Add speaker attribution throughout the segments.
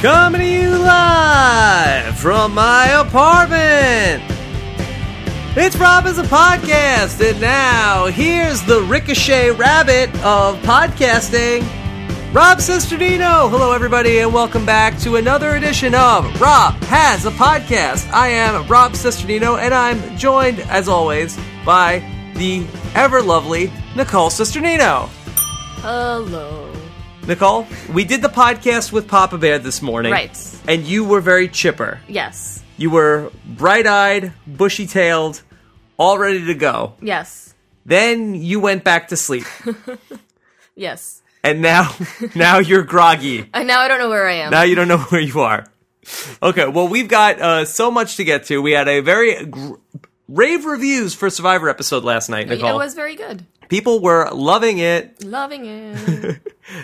Speaker 1: Coming to you live from my apartment. It's Robin's a podcast, and now here's the ricochet rabbit of podcasting, Rob Sisternino. Hello, everybody, and welcome back to another edition of Rob Has a Podcast. I am Rob Sisternino, and I'm joined, as always, by the ever lovely Nicole Sisternino.
Speaker 2: Hello.
Speaker 1: Nicole, we did the podcast with Papa Bear this morning.
Speaker 2: Right.
Speaker 1: And you were very chipper.
Speaker 2: Yes.
Speaker 1: You were bright eyed, bushy tailed, all ready to go.
Speaker 2: Yes.
Speaker 1: Then you went back to sleep.
Speaker 2: Yes.
Speaker 1: and now now you're groggy.
Speaker 2: And now I don't know where I am.
Speaker 1: Now you don't know where you are. Okay, well, we've got uh, so much to get to. We had a very gr- rave reviews for Survivor episode last night,
Speaker 2: it
Speaker 1: Nicole.
Speaker 2: was very good.
Speaker 1: People were loving it.
Speaker 2: Loving it.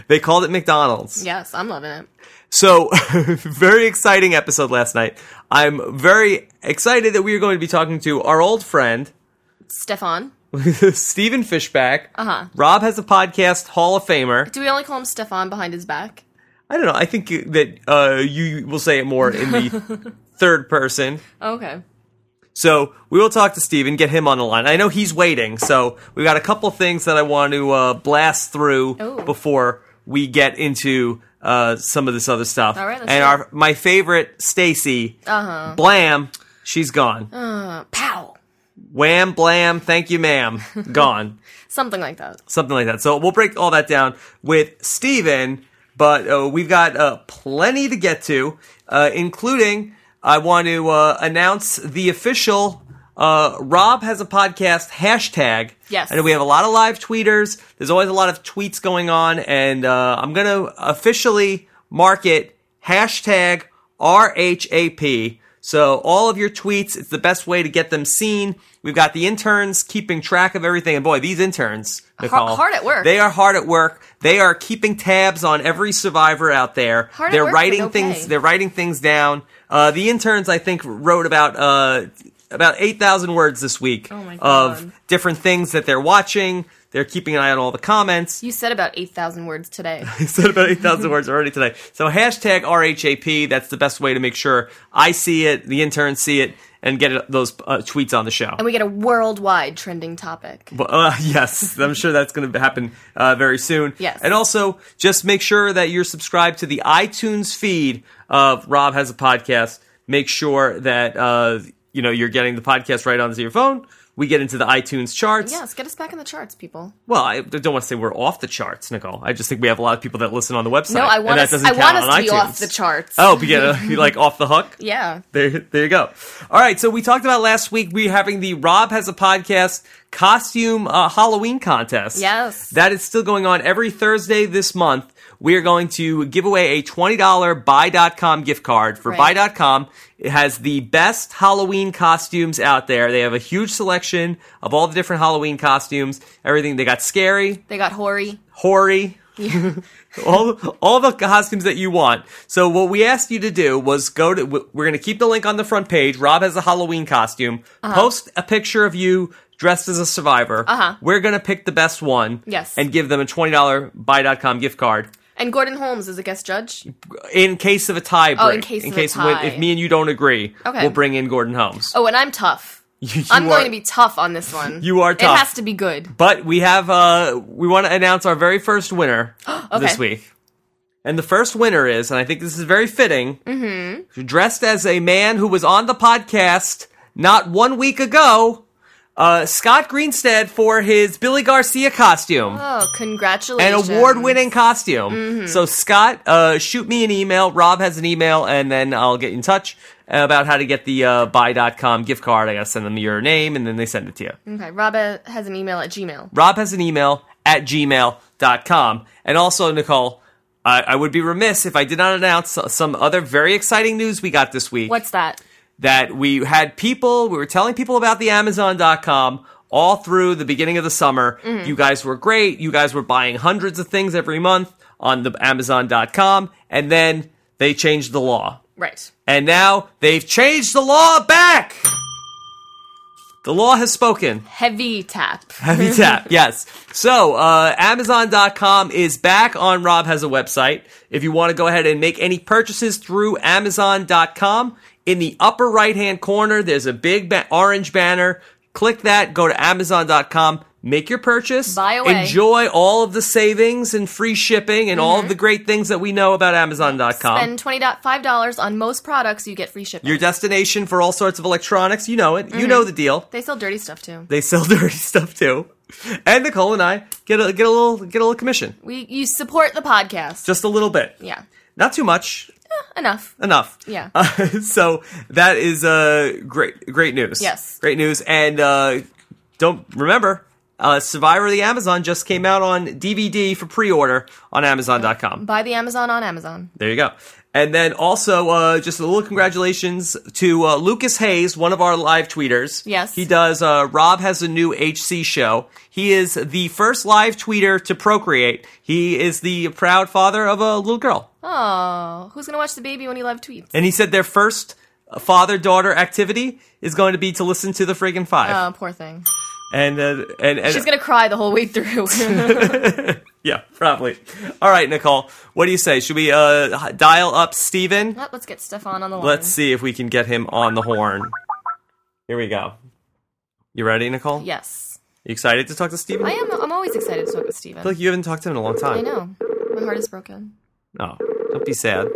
Speaker 1: They called it McDonald's.
Speaker 2: yes, I'm loving it.
Speaker 1: So, very exciting episode last night. I'm very excited that we are going to be talking to our old friend,
Speaker 2: Stefan.
Speaker 1: Stephen Fishback. Uh-huh. Rob has a podcast, Hall of Famer.
Speaker 2: Do we only call him Stefan behind his back?
Speaker 1: I don't know. I think you- that uh, you will say it more in the third person.
Speaker 2: Okay.
Speaker 1: So, we will talk to Stephen, get him on the line. I know he's waiting, so we've got a couple things that I want to uh, blast through
Speaker 2: Oh.
Speaker 1: before we get into uh, some of this other stuff.
Speaker 2: All right, let's
Speaker 1: and
Speaker 2: do it. Uh-huh.
Speaker 1: our my favorite, Stacy, Blam, she's gone.
Speaker 2: Uh, pow.
Speaker 1: Wham, blam, thank you, ma'am. Gone.
Speaker 2: Something like that.
Speaker 1: Something like that. So we'll break all that down with Steven, but uh, we've got uh, plenty to get to, uh, including I want to uh, announce the official uh, Rob has a podcast hashtag.
Speaker 2: Yes.
Speaker 1: I know we have a lot of live tweeters. There's always a lot of tweets going on, and uh, I'm going to officially mark it hashtag RHAP. So all of your tweets, it's the best way to get them seen. We've got the interns keeping track of everything, and boy, these interns, Nicole,
Speaker 2: hard at work.
Speaker 1: They are hard at work. They are keeping tabs on every survivor out there.
Speaker 2: Hard at
Speaker 1: they're
Speaker 2: work, but
Speaker 1: writing
Speaker 2: no
Speaker 1: things.
Speaker 2: pay.
Speaker 1: They're writing things down. Uh, the interns, I think, wrote about uh, about eight thousand words this week
Speaker 2: Oh my
Speaker 1: of
Speaker 2: God.
Speaker 1: different things that they're watching. They're keeping an eye on all the comments.
Speaker 2: You said about 8,000 words today.
Speaker 1: I said about 8,000 words already today. So hashtag RHAP, that's the best way to make sure I see it, the interns see it, and get it, those uh, tweets on the show.
Speaker 2: and we get a worldwide trending topic.
Speaker 1: Well, uh, yes, I'm sure that's going to happen uh, very soon.
Speaker 2: Yes.
Speaker 1: And also, just make sure that you're subscribed to the iTunes feed of Rob Has a Podcast. Make sure that uh, you know you're getting the podcast right onto your phone. We get into the iTunes charts.
Speaker 2: Yes, get us back in the charts, people.
Speaker 1: Well, I don't want to say we're off the charts, Nicole. I just think we have a lot of people that listen on the website.
Speaker 2: No, I
Speaker 1: and
Speaker 2: want
Speaker 1: that
Speaker 2: us,
Speaker 1: doesn't
Speaker 2: I
Speaker 1: count
Speaker 2: want us
Speaker 1: on
Speaker 2: to be
Speaker 1: iTunes.
Speaker 2: off the charts.
Speaker 1: Oh, be, uh, be like off the hook.
Speaker 2: Yeah.
Speaker 1: There, there you go. All right, so we talked about last week. We having the Rob has a podcast costume uh, Halloween contest.
Speaker 2: Yes.
Speaker 1: that is still going on every Thursday this month. We are going to give away a twenty dollar buy.com gift card for
Speaker 2: Right.
Speaker 1: buy.com. It has the best Halloween costumes out there. They have a huge selection of all the different Halloween costumes. Everything they got scary,
Speaker 2: They got hoary.
Speaker 1: hoary, all all the costumes that you want. So what we asked you to do was go to. w- We're going to keep the link on the front page. Rob has a Halloween costume.
Speaker 2: Uh-huh.
Speaker 1: Post a picture of you dressed as a survivor. Uh-huh. We're going to pick the best one.
Speaker 2: Yes.
Speaker 1: And give them a twenty dollar buy.com gift card
Speaker 2: And Gordon Holmes is a guest judge.
Speaker 1: in case of a tie break.
Speaker 2: Oh, in case of a
Speaker 1: when-
Speaker 2: tie.
Speaker 1: if me and you don't agree,
Speaker 2: Okay.
Speaker 1: we'll bring in Gordon Holmes.
Speaker 2: Oh, and I'm tough.
Speaker 1: You- you
Speaker 2: I'm
Speaker 1: are-
Speaker 2: going to be tough on this one.
Speaker 1: You are
Speaker 2: It
Speaker 1: tough.
Speaker 2: has to be good.
Speaker 1: But we have uh we want to announce our very first winner this week. And the first winner is, and I think this is very fitting, dressed as a man who was on the podcast not one week ago, uh, Scott Greenstead for his Billy Garcia costume.
Speaker 2: Oh,
Speaker 1: an
Speaker 2: congratulations.
Speaker 1: award winning costume. So, Scott, uh, shoot me an email. Rob has an email, and then I'll get in touch about how to get the uh, buy.com gift card. I got to send them your name, and then they send it to you.
Speaker 2: Okay, Rob uh, has an email at Gmail.
Speaker 1: Rob has an email at gmail.com. And also, Nicole, I, I would be remiss if I did not announce some other very exciting news we got this week.
Speaker 2: What's that?
Speaker 1: That we had people, we were telling people about the Amazon.com all through the beginning of the summer. You guys were great. You guys were buying hundreds of things every month on the Amazon.com. And then they changed the law.
Speaker 2: Right.
Speaker 1: And now they've changed the law back. The law has spoken.
Speaker 2: Heavy tap.
Speaker 1: Heavy tap, yes. So, uh, Amazon.com is back on Rob Has a Website. If you want to go ahead and make any purchases through Amazon.com, in the upper right hand corner, there's a big ba- orange banner. Click that, go to Amazon.com, make your purchase,
Speaker 2: Buy away.
Speaker 1: enjoy all of the savings and free shipping and all of the great things that we know about Amazon.com.
Speaker 2: Mm-hmm. Spend twenty five dollars on most products, you get free shipping.
Speaker 1: your destination for all sorts of electronics, you know it. You
Speaker 2: Mm-hmm.
Speaker 1: know the deal.
Speaker 2: they sell dirty stuff too.
Speaker 1: They sell dirty stuff too. And Nicole and I get a get a little get a little commission.
Speaker 2: We you support the podcast.
Speaker 1: Just a little bit.
Speaker 2: yeah.
Speaker 1: Not too much.
Speaker 2: Enough.
Speaker 1: Enough.
Speaker 2: Yeah.
Speaker 1: Uh, so that is uh great great news.
Speaker 2: Yes.
Speaker 1: Great news. And uh don't remember uh, Survivor of the Amazon just came out on DVD for pre-order on Amazon.com.
Speaker 2: Buy the Amazon on Amazon.
Speaker 1: There you go. And then also, uh, just a little congratulations to uh, Lucas Hayes, one of our live tweeters.
Speaker 2: Yes.
Speaker 1: He does, uh, Rob has a new HC show. He is the first live tweeter to procreate. He is the proud father of a little girl.
Speaker 2: Oh, who's gonna watch the baby when you live tweets?
Speaker 1: And he said their first father daughter activity is going to be to listen to the friggin' five.
Speaker 2: Oh, poor thing.
Speaker 1: and, uh, and, and,
Speaker 2: She's gonna cry the whole way through.
Speaker 1: yeah, probably. All right, Nicole, what do you say? Should we, uh, dial up Steven?
Speaker 2: Let's get Stefan on the line.
Speaker 1: Let's see if we can get him on the horn. Here we go. You ready, Nicole?
Speaker 2: Yes.
Speaker 1: You excited to talk to Steven?
Speaker 2: I am. I'm always excited to talk with Steven.
Speaker 1: I feel like you haven't talked to him in a long time.
Speaker 2: I know. My heart is broken.
Speaker 1: Oh, don't be sad.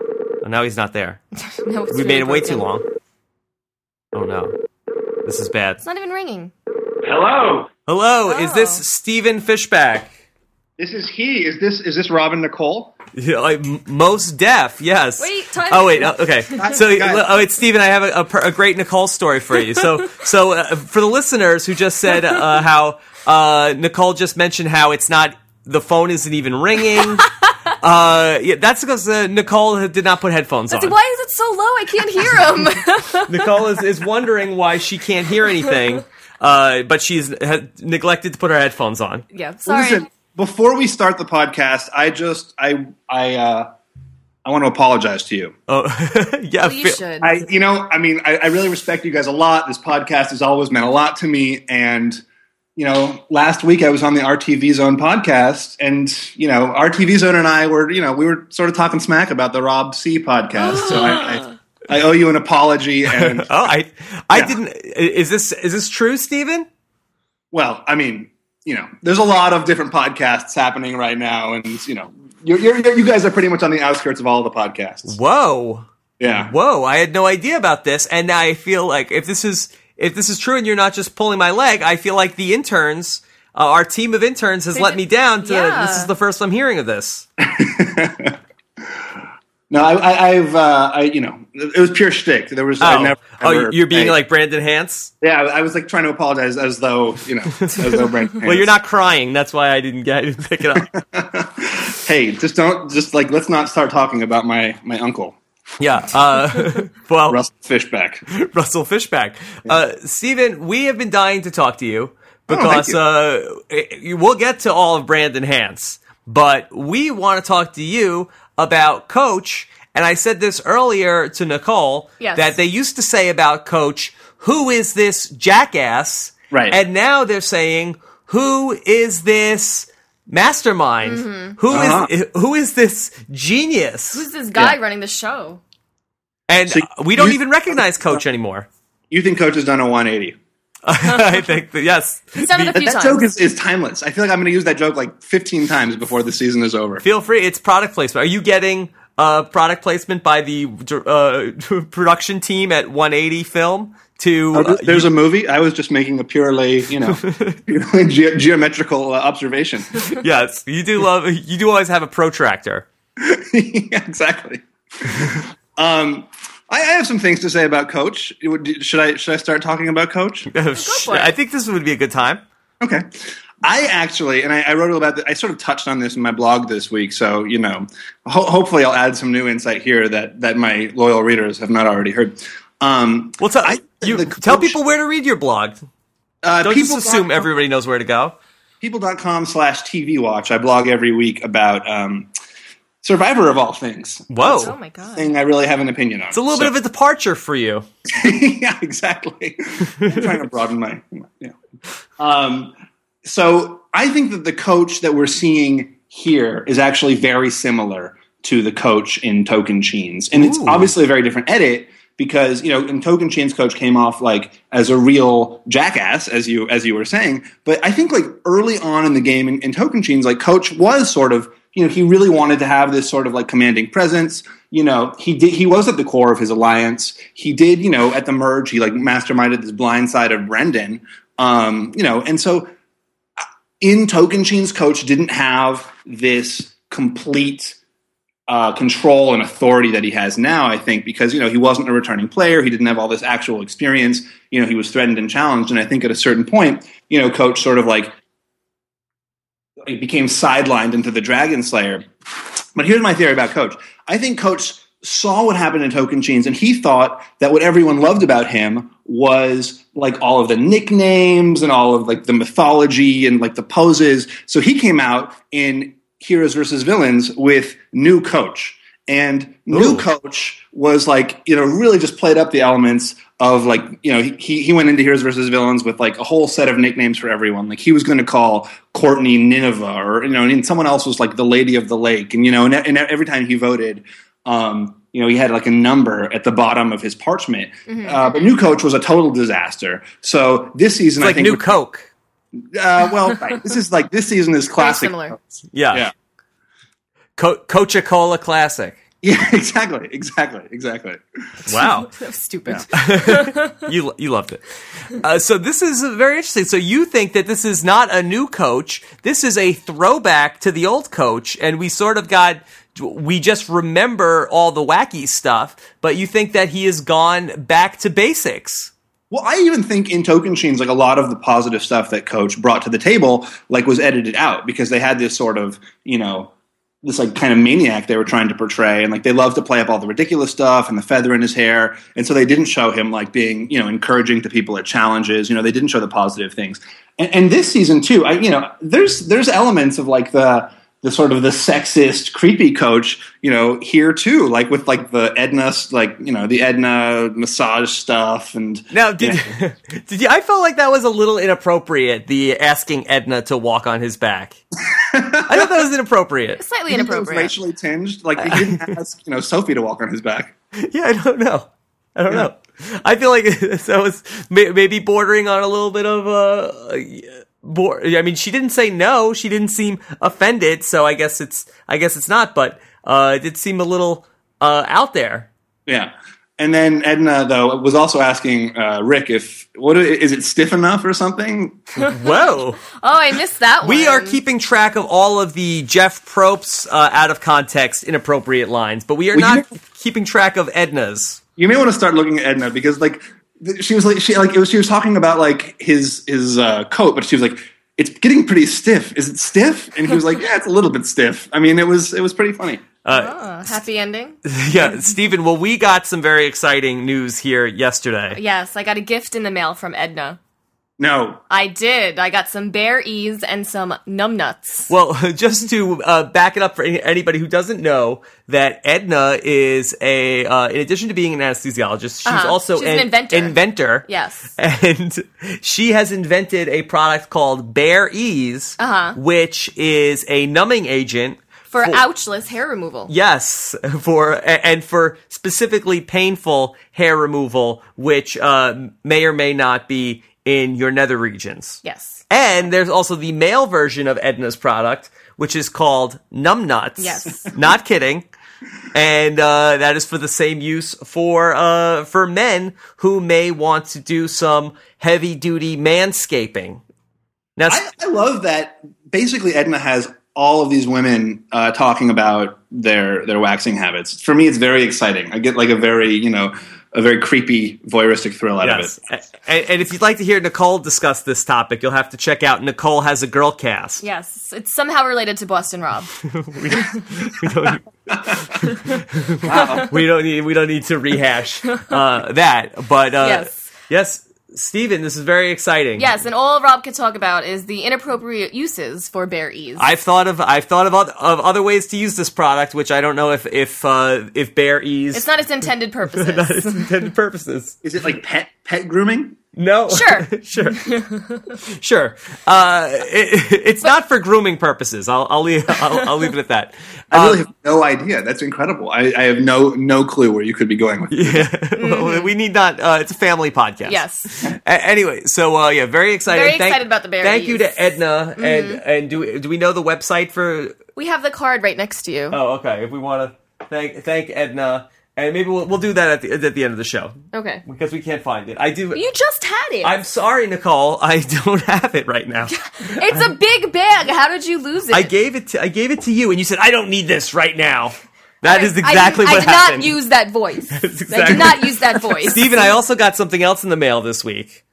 Speaker 1: Oh, now he's not there.
Speaker 2: No, it's
Speaker 1: We made
Speaker 2: really
Speaker 1: him wait too
Speaker 2: broken.
Speaker 1: long. Oh no. This is bad.
Speaker 2: It's not even ringing.
Speaker 3: Hello.
Speaker 1: Hello, is this
Speaker 2: Oh.
Speaker 1: Steven Fishback?
Speaker 3: This is he. Is this is this Robin Nicole?
Speaker 1: Yeah, like, m- most deaf, yes.
Speaker 2: Wait, time-
Speaker 1: Oh wait, uh, okay. So,
Speaker 3: Guys.
Speaker 1: oh wait, Steven, I have a, a, per- a great Nicole story for you. So, so uh, for the listeners who just said uh, how uh, Nicole just mentioned how it's not the phone isn't even ringing. Uh, yeah, that's because uh, Nicole did not put headphones on.
Speaker 2: Why is it so low? I can't hear him.
Speaker 1: Nicole is, is wondering why she can't hear anything, uh, but she's ha- neglected to put her headphones on.
Speaker 2: yeah. Sorry.
Speaker 3: Listen, before we start the podcast, I just I I uh, I want to apologize to you.
Speaker 1: Oh, yeah,
Speaker 2: Well, you
Speaker 1: fe-
Speaker 2: should.
Speaker 3: I you know I mean I, I really respect you guys a lot. This podcast has always meant a lot to me, and you know last week I was on the RTV Zone podcast, and you know RTV Zone and I were you know we were sort of talking smack about the Rob C podcast, so I, I, I owe you an apology and.
Speaker 1: Oh, I, I
Speaker 3: Yeah.
Speaker 1: didn't. i- Is this is this true, Steven?
Speaker 3: well, I mean, you know, there's a lot of different podcasts happening right now, and you know, you're, you're, you're- you guys are pretty much on the outskirts of all the podcasts.
Speaker 1: Whoa.
Speaker 3: Yeah,
Speaker 1: whoa i had no idea about this and now i feel like if this is if this is true and you're not just pulling my leg i feel like the interns uh, our team of interns has let me down to
Speaker 2: Yeah.
Speaker 1: this is the first i'm hearing of this
Speaker 3: no, I, I, I've, uh, I, you know, it was pure shtick. There was,
Speaker 1: oh,
Speaker 3: I never,
Speaker 1: oh
Speaker 3: ever-
Speaker 1: you're being
Speaker 3: I-
Speaker 1: like brandon hance
Speaker 3: yeah, I was like trying to apologize as though, you know, as though. Brent
Speaker 1: well you're not crying that's why i didn't get I didn't pick it up
Speaker 3: Hey, just don't, just like, let's not start talking about my my uncle
Speaker 1: yeah uh, well
Speaker 3: Russell Fishback.
Speaker 1: Russell Fishback. Uh, Steven, we have been dying to talk to you
Speaker 3: Oh, thank
Speaker 1: because
Speaker 3: you.
Speaker 1: uh, it- you- we'll get to all of Brandon Hans, but we want to talk to you about Coach. And I said this earlier to Nicole
Speaker 2: Yes.
Speaker 1: that they used to say about Coach, who is this jackass?
Speaker 3: Right.
Speaker 1: And now they're saying, who is this mastermind? Who is
Speaker 3: Uh-huh.
Speaker 1: who is this genius?
Speaker 2: Who's this guy
Speaker 3: Yeah.
Speaker 2: running the show?
Speaker 1: And
Speaker 3: So
Speaker 1: uh, we don't
Speaker 3: you-
Speaker 1: even recognize Coach anymore.
Speaker 3: You think Coach has done a 180?
Speaker 1: I think that, yes.
Speaker 2: He sounded a
Speaker 3: That,
Speaker 2: few
Speaker 3: that
Speaker 2: times.
Speaker 3: joke is, is timeless. I feel like I'm going to use that joke like 15 times before the season is over.
Speaker 1: feel free. It's product placement. Are you getting uh, product placement by the uh, production team at 180 Film? To
Speaker 3: Oh,
Speaker 1: uh,
Speaker 3: there's a movie. I was just making a purely, you know, purely ge- geometrical uh, observation.
Speaker 1: yes, you do love. You do always have a protractor.
Speaker 3: Yeah, exactly. Um, I, I have some things to say about Coach. You would- Should I should I start talking about Coach?
Speaker 2: it.
Speaker 1: I think this would be a good time.
Speaker 3: Okay. I actually, and I, I wrote about that. I sort of touched on this in my blog this week, so you know, ho- hopefully, I'll add some new insight here that that my loyal readers have not already heard. Um,
Speaker 1: Well, tell
Speaker 3: I-
Speaker 1: you
Speaker 3: the
Speaker 1: tell
Speaker 3: coach-
Speaker 1: people where to read your blog.
Speaker 3: uh,
Speaker 1: Don't
Speaker 3: people
Speaker 1: just assume
Speaker 3: got-
Speaker 1: everybody knows where to go.
Speaker 3: people.com slash TV watch. I blog every week about um, Survivor of all things.
Speaker 1: Whoa.
Speaker 2: Oh my god.
Speaker 3: Thing I really have an opinion on.
Speaker 1: It's a little bit of a departure for you.
Speaker 3: yeah, exactly. I'm trying to broaden my. Yeah. Um, so I think that the coach that we're seeing here is actually very similar to the coach in Token Chains, and it's
Speaker 1: Ooh.
Speaker 3: obviously a very different edit because you know in Token Chains, coach came off like as a real jackass, as you as you were saying. But I think like early on in the game in, in Token Chains, like coach was sort of. You know, he really wanted to have this sort of like commanding presence. You know, he did. He was at the core of his alliance. He did. You know, at the merge, he like masterminded this blind side of Brendan. Um, you know, and so in Token Sheen's coach didn't have this complete uh, control and authority that he has now, I think, because you know he wasn't a returning player, he didn't have all this actual experience. You know, he was threatened and challenged, and I think at a certain point, you know, coach sort of like he became sidelined into the Dragon Slayer. But here's my theory about Coach. I think Coach saw what happened in Token Chains, and he thought that what everyone loved about him was like all of the nicknames and all of like the mythology and like the poses. So he came out in Heroes versus Villains with New Coach. And New
Speaker 1: Ooh.
Speaker 3: Coach was like, you know, really just played up the elements of like, you know, he, he went into Heroes versus Villains with like a whole set of nicknames for everyone. Like he was going to call Courtney Nineveh or, you know, and someone else was like the Lady of the Lake. And, you know, and, e, and every time he voted, um, you know, he had like a number at the bottom of his parchment.
Speaker 1: Mm-hmm.
Speaker 3: Uh, but new coach was a total disaster. So this season,
Speaker 1: It's
Speaker 3: I
Speaker 1: like
Speaker 3: think,
Speaker 1: new Coke.
Speaker 3: uh, well, right. this is like this season is classic.
Speaker 2: similar.
Speaker 1: Yeah.
Speaker 3: Yeah.
Speaker 1: Co- Coca Cola Classic.
Speaker 3: Yeah, exactly, exactly, exactly.
Speaker 1: Wow.
Speaker 2: That was stupid.
Speaker 1: you you loved it. Uh, so this is very interesting. So you think that this is not a new coach? This is a throwback to the old coach, and we sort of got we just remember all the wacky stuff, but you think that he has gone back to basics.
Speaker 3: Well, I even think in Token Chains, like a lot of the positive stuff that Coach brought to the table, like was edited out because they had this sort of, you know, this like kind of maniac they were trying to portray, and like they loved to play up all the ridiculous stuff and the feather in his hair, and so they didn't show him like being, you know, encouraging to people at challenges. You know, they didn't show the positive things. And, and this season too, I, you know, there's there's elements of like the the sort of the sexist, creepy coach, you know, here too, like with like the Edna, like you know, the Edna massage stuff and
Speaker 1: Now, did did you, I felt like that was a little inappropriate? The asking Edna to walk on his back. I thought that was inappropriate.
Speaker 2: Slightly
Speaker 3: think that was
Speaker 2: inappropriate.
Speaker 3: racially tinged. Like he didn't ask, you know, Sophie to walk on his back.
Speaker 1: Yeah, I don't know. I don't know. I feel like that was may- maybe bordering on a little bit of uh, bor- I mean, she didn't say no. She didn't seem offended, so I guess it's I guess it's not. But uh, it did seem a little uh, out there.
Speaker 3: Yeah. And then Edna though was also asking uh, Rick if what is it stiff enough or something?
Speaker 1: Whoa.
Speaker 2: Oh, I missed that one.
Speaker 1: We are keeping track of all of the Jeff Probst uh, out of context inappropriate lines, but we are
Speaker 3: Well, you
Speaker 1: not keeping track of Edna's.
Speaker 3: You may want to start looking at Edna because like th- she was like she like it was she was talking about like his his uh, coat, but she was like. It's getting pretty stiff. Is it stiff? And he was like, "Yeah, it's a little bit stiff." I mean, it was it was pretty funny.
Speaker 2: Oh, happy ending.
Speaker 1: Yeah, Stephen. Well, we got some very exciting news here yesterday.
Speaker 2: Yes, I got a gift in the mail from Edna.
Speaker 3: No,
Speaker 2: I did. I got some bear ease and some numbnuts.
Speaker 1: Well, just to uh, back it up for any, anybody who doesn't know, that Edna is a, uh, in addition to being an anesthesiologist, she's
Speaker 2: Uh-huh.
Speaker 1: also
Speaker 2: She's an inventor.
Speaker 1: inventor.
Speaker 2: Yes.
Speaker 1: And she has invented a product called Bear Ease,
Speaker 2: Uh-huh.
Speaker 1: which is a numbing agent.
Speaker 2: For ouchless hair removal.
Speaker 1: Yes, for a- and for specifically painful hair removal, which uh, may or may not be in your nether regions.
Speaker 2: Yes.
Speaker 1: And there's also the male version of Edna's product, which is called Numb Nuts.
Speaker 2: Yes.
Speaker 1: Not kidding. And uh, that is for the same use for uh, for men who may want to do some heavy duty manscaping. Now,
Speaker 3: I, I love that. Basically, Edna has all of these women uh, talking about their their waxing habits. For me, it's very exciting. I get like a very you know a very creepy voyeuristic thrill out
Speaker 1: yes.
Speaker 3: of it.
Speaker 1: and, and if you'd like to hear Nicole discuss this topic, you'll have to check out Nicole has a girl cast.
Speaker 2: Yes. It's somehow related to Boston Rob.
Speaker 1: we don't need, we don't need we don't need to rehash uh, that but uh, yes.
Speaker 2: Yes.
Speaker 1: Steven, this is very exciting.
Speaker 2: Yes, and all Rob could talk about is the inappropriate uses for Bear Ease.
Speaker 1: I've thought of I've thought of, oth- of other ways to use this product, which I don't know if if uh, if Bear Ease
Speaker 2: it's not its intended purposes.
Speaker 1: not its intended purposes.
Speaker 3: Is it like pet pet grooming?
Speaker 1: No,
Speaker 2: Sure.
Speaker 1: sure, sure. Uh, it, it's not for grooming purposes. I'll I'll leave I'll, I'll leave it at that.
Speaker 3: I really have no idea. That's incredible. I, I have no no clue where you could be going with. it.
Speaker 1: Well, we need not. Uh, it's a family podcast.
Speaker 2: Mm-hmm. Yes.
Speaker 1: A- anyway, so uh, yeah, very excited.
Speaker 2: Very excited about the berries. Mm-hmm.
Speaker 1: Thank you to Edna, and and do do we know the website for?
Speaker 2: We have the card right next to you.
Speaker 1: Oh, okay. If we want to thank thank Edna, and maybe we'll we'll do that at the at the end of the show
Speaker 2: Okay.
Speaker 1: because we can't find it. I do.
Speaker 2: You just had it.
Speaker 1: I'm sorry, Nicole. I don't have it right now.
Speaker 2: it's a big bag. How did you lose it?
Speaker 1: I gave it to I gave it to you, and you said I don't need this right now. That is
Speaker 2: I-
Speaker 1: exactly
Speaker 2: I,
Speaker 1: what
Speaker 2: did
Speaker 1: happened.
Speaker 2: not use that voice. I
Speaker 1: exactly-
Speaker 2: did not use that voice.
Speaker 1: Steven, I also got something else in the mail this week.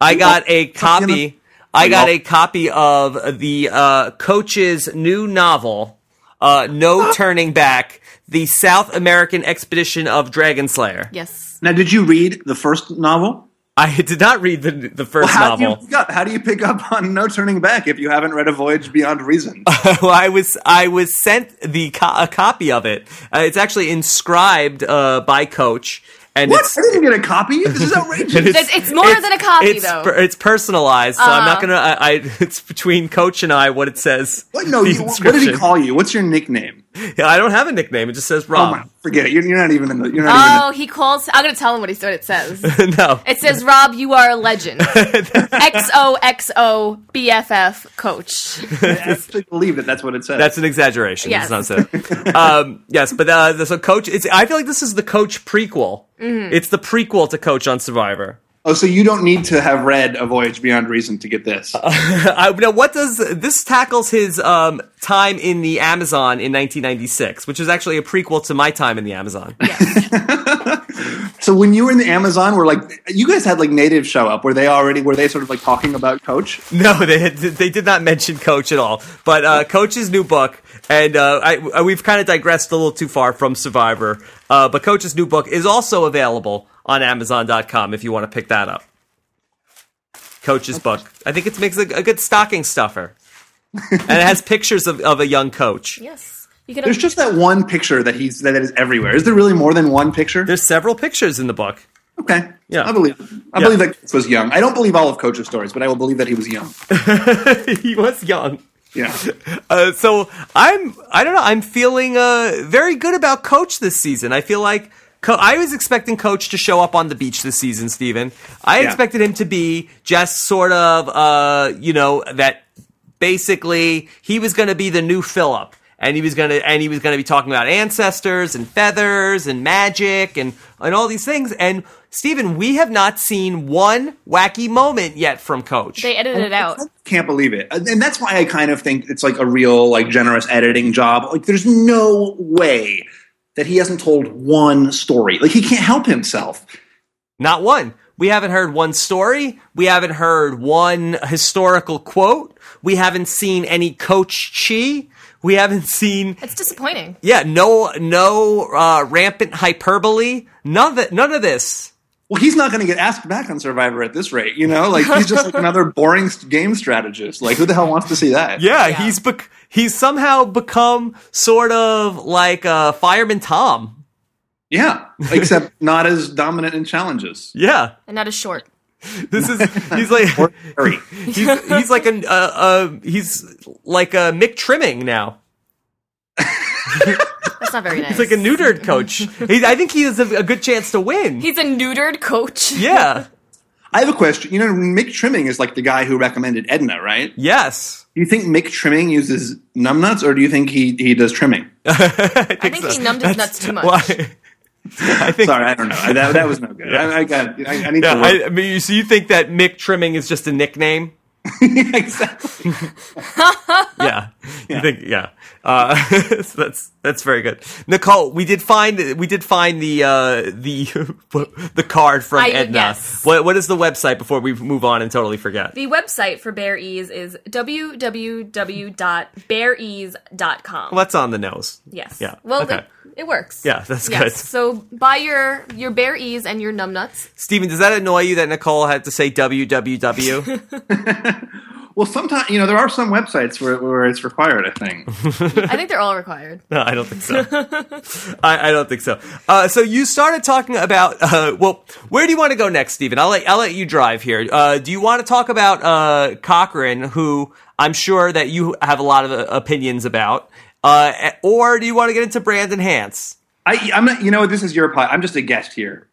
Speaker 1: I got a copy. I got a copy of the uh, coach's new novel, uh, "No Turning Back: The South American Expedition of Dragon Slayer."
Speaker 2: yes.
Speaker 3: Now, did you read the first novel?
Speaker 1: I did not read the the first
Speaker 3: How do you
Speaker 1: novel.
Speaker 3: pick up? How do you pick up on No Turning Back if you haven't read A Voyage Beyond Reason?
Speaker 1: Well, I was I was sent the co- a copy of it. Uh, it's actually inscribed uh, by Coach, and
Speaker 3: what?
Speaker 1: it's
Speaker 3: I didn't get a copy. This is outrageous.
Speaker 1: And
Speaker 2: That's- it's more than a copy,
Speaker 1: it's,
Speaker 2: though.
Speaker 1: per- It's personalized, so I'm not
Speaker 2: Uh-huh.
Speaker 1: gonna. I, I it's between Coach and I what it says.
Speaker 3: what? No.
Speaker 1: the
Speaker 3: You, what did he
Speaker 1: inscription.
Speaker 3: call you? What's your nickname?
Speaker 1: Yeah, I don't have a nickname. It just says
Speaker 3: Oh my!
Speaker 1: Rob.
Speaker 3: Forget it. You're, you're not even in the. You're not even. in the-
Speaker 2: Oh, he calls. I'm going to tell him what, he, what it says.
Speaker 3: Oh,
Speaker 1: no,
Speaker 2: It says, Rob, you are a legend. XOXO BFF coach.
Speaker 3: I actually believe that that's what it says.
Speaker 1: that's an exaggeration. It's
Speaker 2: Yes.
Speaker 1: not so. um, yes, but uh, the- so Coach. It's. I feel like this is the Coach prequel.
Speaker 2: Mm-hmm.
Speaker 1: It's the prequel to Coach on Survivor.
Speaker 3: oh, so you don't need to have read A Voyage Beyond Reason to get this.
Speaker 1: I, now, what does this tackles his um, time in the Amazon in 1996, which is actually a prequel to my time in the Amazon.
Speaker 3: so when you were in the Amazon, were like you guys had like natives show up. Were they already? Were they sort of like talking about Coach?
Speaker 1: No, they had, they did not mention Coach at all. But uh, Coach's new book, and uh, I, we've kind of digressed a little too far from Survivor. Uh, but Coach's new book is also available on Amazon.com if you want to pick that up. Coach's book, I think it makes a, a good stocking stuffer, and it has pictures of, of a young coach.
Speaker 2: Yes. You can
Speaker 3: There's just that one picture that he's that is everywhere. Is there really more than one picture?
Speaker 1: There's several pictures in the book.
Speaker 3: okay.
Speaker 1: Yeah.
Speaker 3: I believe. it. I
Speaker 1: Yeah.
Speaker 3: believe that Coach was young. I don't believe all of Coach's stories, but I will believe that he was young.
Speaker 1: he was young.
Speaker 3: Yeah.
Speaker 1: Uh, so I'm I don't know I'm feeling uh, very good about Coach this season. I feel like Co- I was expecting Coach to show up on the beach this season, Steven. I
Speaker 3: Yeah.
Speaker 1: expected him to be just sort of uh, you know that basically he was going to be the new Philip. And he was gonna, and he was gonna be talking about ancestors and feathers and magic and and all these things. And Steven, we have not seen one wacky moment yet from Coach.
Speaker 2: They edited it out.
Speaker 3: Can't believe it. And that's why I kind of think it's like a real like generous editing job. Like there's no way that he hasn't told one story. Like he can't help himself.
Speaker 1: Not one. We haven't heard one story. We haven't heard one historical quote. We haven't seen any Coach Chi. We haven't seen,
Speaker 2: It's disappointing.
Speaker 1: yeah, no, no uh, rampant hyperbole. None of, it, none of this.
Speaker 3: Well, he's not going to get asked back on Survivor at this rate, you know? Like he's just like another boring s- game strategist. Like who the hell wants to see that?
Speaker 1: Yeah,
Speaker 2: Yeah.
Speaker 1: he's bec- he's somehow become sort of like uh, Fireman Tom.
Speaker 3: Yeah. Except not as dominant in challenges.
Speaker 1: Yeah,
Speaker 2: And not as short.
Speaker 1: this is he's like
Speaker 3: Hurry.
Speaker 1: he's, he's like an uh, uh, he's like a Mick Trimming now.
Speaker 2: That's not very nice.
Speaker 1: He's like a neutered coach. He, I think he has a, a good chance to win.
Speaker 2: He's a neutered coach.
Speaker 1: yeah.
Speaker 3: I have a question. You know, Mick Trimming is like the guy who recommended Edna, right?
Speaker 1: Yes.
Speaker 3: Do you think Mick Trimming uses numbnuts or do you think he, he does trimming?
Speaker 2: I think he numbed his nuts too much.
Speaker 1: Why? I think.
Speaker 3: Sorry, I don't know. That, that was no good. I, I got. I, I need
Speaker 1: Yeah,
Speaker 3: to.
Speaker 1: I,
Speaker 3: Work.
Speaker 1: I mean, you- so you think that Mick trimming is just a nickname?
Speaker 3: exactly.
Speaker 1: Yeah. You think, yeah. Uh, so that's that's very good, Nicole. We did find we did find the uh, the the card from
Speaker 2: I-
Speaker 1: Edna.
Speaker 2: yes.
Speaker 1: What what is the website before we move on and totally forget?
Speaker 2: The website for Bear Ease is www.bearease.com.
Speaker 1: Well, that's on the nose.
Speaker 2: Yes.
Speaker 1: Yeah.
Speaker 2: Well,
Speaker 1: okay.
Speaker 2: it, it works.
Speaker 1: yeah, that's
Speaker 2: Yes.
Speaker 1: good.
Speaker 2: So buy your your Bear Ease and your numbnuts.
Speaker 1: Steven, does that annoy you that Nicole had to say www?
Speaker 3: Well, sometimes you know there are some websites where, where it's required. I think.
Speaker 2: I think they're all required.
Speaker 1: no, I don't think so. I, I don't think so. Uh, so you started talking about uh, well, where do you want to go next, Steven? I'll let I'll let you drive here. Uh, do you want to talk about uh, Cochrane, who I'm sure that you have a lot of uh, opinions about, uh, or do you want to get into Brandon Hance?
Speaker 3: I, I'm not. You know, this is your pod. I'm just a guest here,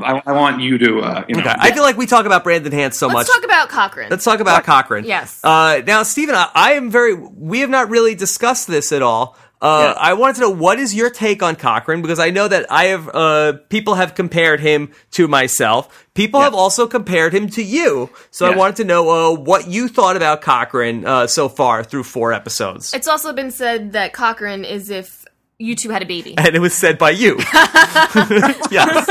Speaker 1: Yeah.
Speaker 3: I, I want you to. Uh, you know,
Speaker 1: Okay. I feel like we talk about Brandon Hance so much.
Speaker 2: Let's talk about Cochrane.
Speaker 1: Let's talk about Cochrane.
Speaker 2: Yes.
Speaker 1: Uh, now, Stephen, I, I am very. We have not really discussed this at all. Uh,
Speaker 3: Yeah.
Speaker 1: I wanted to know what is your take on Cochrane because I know that I have uh, people have compared him to myself. People have also compared him to you. So I
Speaker 3: Yes.
Speaker 1: wanted to know uh, what you thought about Cochrane uh, so far through four episodes,
Speaker 2: It's also been said that Cochrane is if you two had a baby.
Speaker 1: and it was said by you. yes.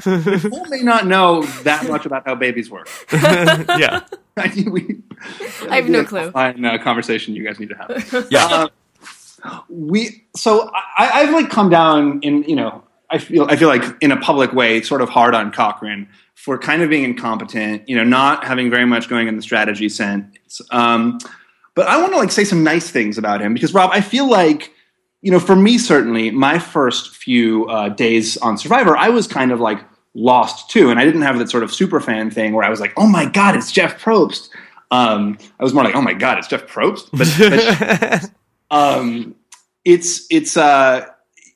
Speaker 3: people may not know that much about how babies work.
Speaker 1: Yeah.
Speaker 3: I think we,
Speaker 2: I have no clue.
Speaker 3: Fine uh, conversation you guys need to have.
Speaker 1: Yeah.
Speaker 3: Uh, we so I, I've like come down in you know I feel I feel like in a public way sort of hard on Cochrane for kind of being incompetent, you know, not having very much going in the strategy sense. Um, but I want to like say some nice things about him because Rob, I feel like you know, for me certainly, my first few uh, days on Survivor, I was kind of like lost too, and I didn't have that sort of super fan thing where I was like, "Oh my god, it's Jeff Probst." Um, I was more like, "Oh my god, it's Jeff Probst," but, but um, it's it's uh,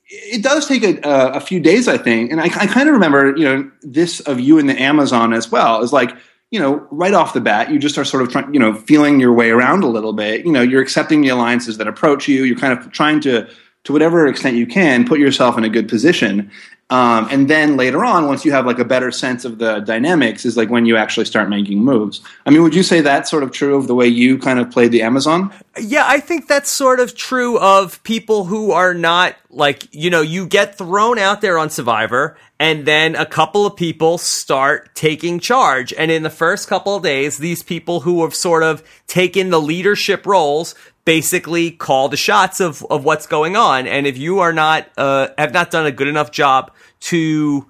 Speaker 3: it does take a, a, a few days, I think, and I, I kind of remember you know this of you in the Amazon as well is like you know right off the bat you just are sort of trying you know feeling your way around a little bit. You know you're accepting the alliances that approach you. You're kind of trying to to whatever extent you can put yourself in a good position. Um, and then later on, once you have like a better sense of the dynamics, is like when you actually start making moves. I mean, would you say that's sort of true of the way you kind of played the Amazon?
Speaker 1: Yeah, I think that's sort of true of people who are not like, you know, you get thrown out there on Survivor and then a couple of people start taking charge. And in the first couple of days, these people who have sort of taken the leadership roles basically call the shots of, of what's going on. And if you are not, uh, have not done a good enough job to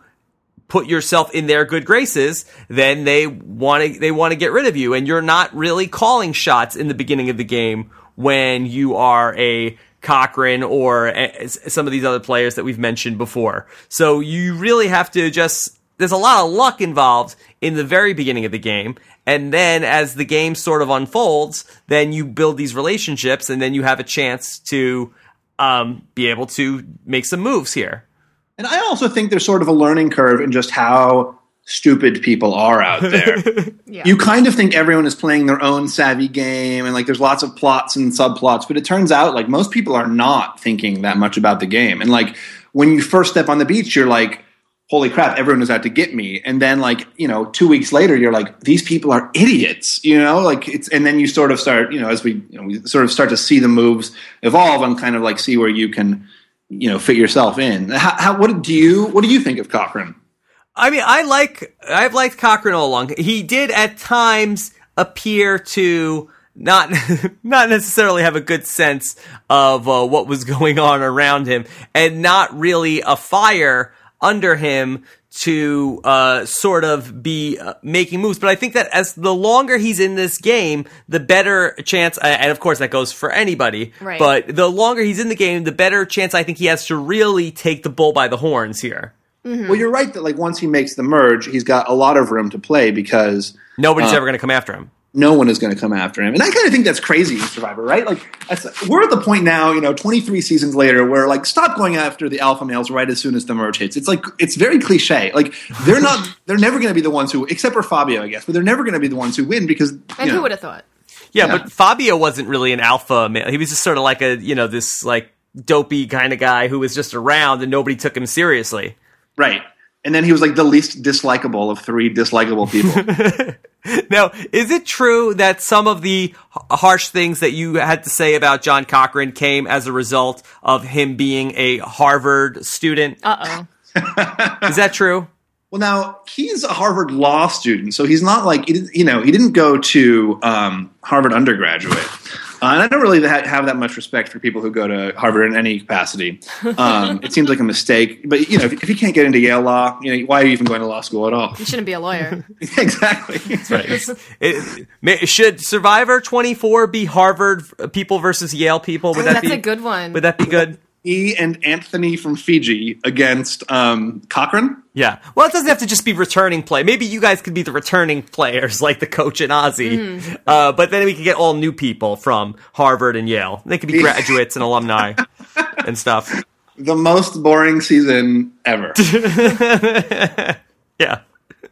Speaker 1: put yourself in their good graces, then they want to they want to get rid of you, and you're not really calling shots in the beginning of the game when you are a Cochrane or a, s- some of these other players that we've mentioned before. So you really have to just there's a lot of luck involved in the very beginning of the game. And then as the game sort of unfolds, then you build these relationships and then you have a chance to um, be able to make some moves here.
Speaker 3: And I also think there's sort of a learning curve in just how stupid people are out there.
Speaker 2: Yeah.
Speaker 3: You kind of think everyone is playing their own savvy game and like there's lots of plots and subplots, but it turns out like most people are not thinking that much about the game. And like when you first step on the beach, you're like, holy crap, everyone is out to get me. And then like, you know, two weeks later, you're like, these people are idiots, you know, like it's, and then you sort of start, you know, as we, you know, we sort of start to see the moves evolve and kind of like see where you can, you know, fit yourself in. How, how, what do you, what do you think of Cochrane?
Speaker 1: I mean, I like I've liked Cochran all along. He did at times appear to not not necessarily have a good sense of uh, what was going on around him, and not really a fire under him to uh, sort of be uh, making moves. But I think that as the longer he's in this game, the better chance. And of course, that goes for anybody.
Speaker 2: Right.
Speaker 1: But the longer he's in the game, the better chance I think he has to really take the bull by the horns here.
Speaker 2: Mm-hmm.
Speaker 3: Well, you're right that like once he makes the merge, he's got a lot of room to play because
Speaker 1: Nobody's ever going to come after him.
Speaker 3: no one is going to come after him. And I kind of think that's crazy in Survivor, right? Like that's, we're at the point now, you know, 23 seasons later, where like stop going after the alpha males right as soon as the merge hits. It's like it's very cliche. Like they're not, they're never going to be the ones who, except for Fabio, I guess, but they're never going to be the ones who win because you
Speaker 2: and
Speaker 3: know,
Speaker 2: who would have thought?
Speaker 1: Yeah,
Speaker 3: Yeah.
Speaker 1: but Fabio wasn't really an alpha male. He was just sort of like a, you know, this like dopey kind of guy who was just around and nobody took him seriously.
Speaker 3: right. And then he was like the least dislikable of three dislikable people.
Speaker 1: Now, is it true that some of the h- harsh things that you had to say about John Cochran came as a result of him being a Harvard student?
Speaker 2: Uh
Speaker 1: Is that true?
Speaker 3: well, now he's a Harvard law student, so he's not like he didn't, you know he didn't go to um, Harvard undergraduate. Uh, and I don't really ha- have that much respect for people who go to Harvard in any capacity. Um, it seems like a mistake, but you know if, if you can't get into Yale law, you know why are you even going to law school at all?
Speaker 2: oh. Shouldn't be a lawyer.
Speaker 3: exactly. That's right.
Speaker 1: It, may- should Survivor 24 be Harvard people versus Yale people? Would that
Speaker 2: Oh, That's
Speaker 1: be
Speaker 2: a good one.
Speaker 1: Would that be good?
Speaker 3: E and Anthony from Fiji against um, Cochrane.
Speaker 1: Yeah. Well, it doesn't have to just be returning play. Maybe you guys could be the returning players, like the coach and Ozzy. Uh, but then we could get all new people from Harvard and Yale. They could be graduates and alumni and stuff.
Speaker 3: The most boring season ever.
Speaker 1: Yeah.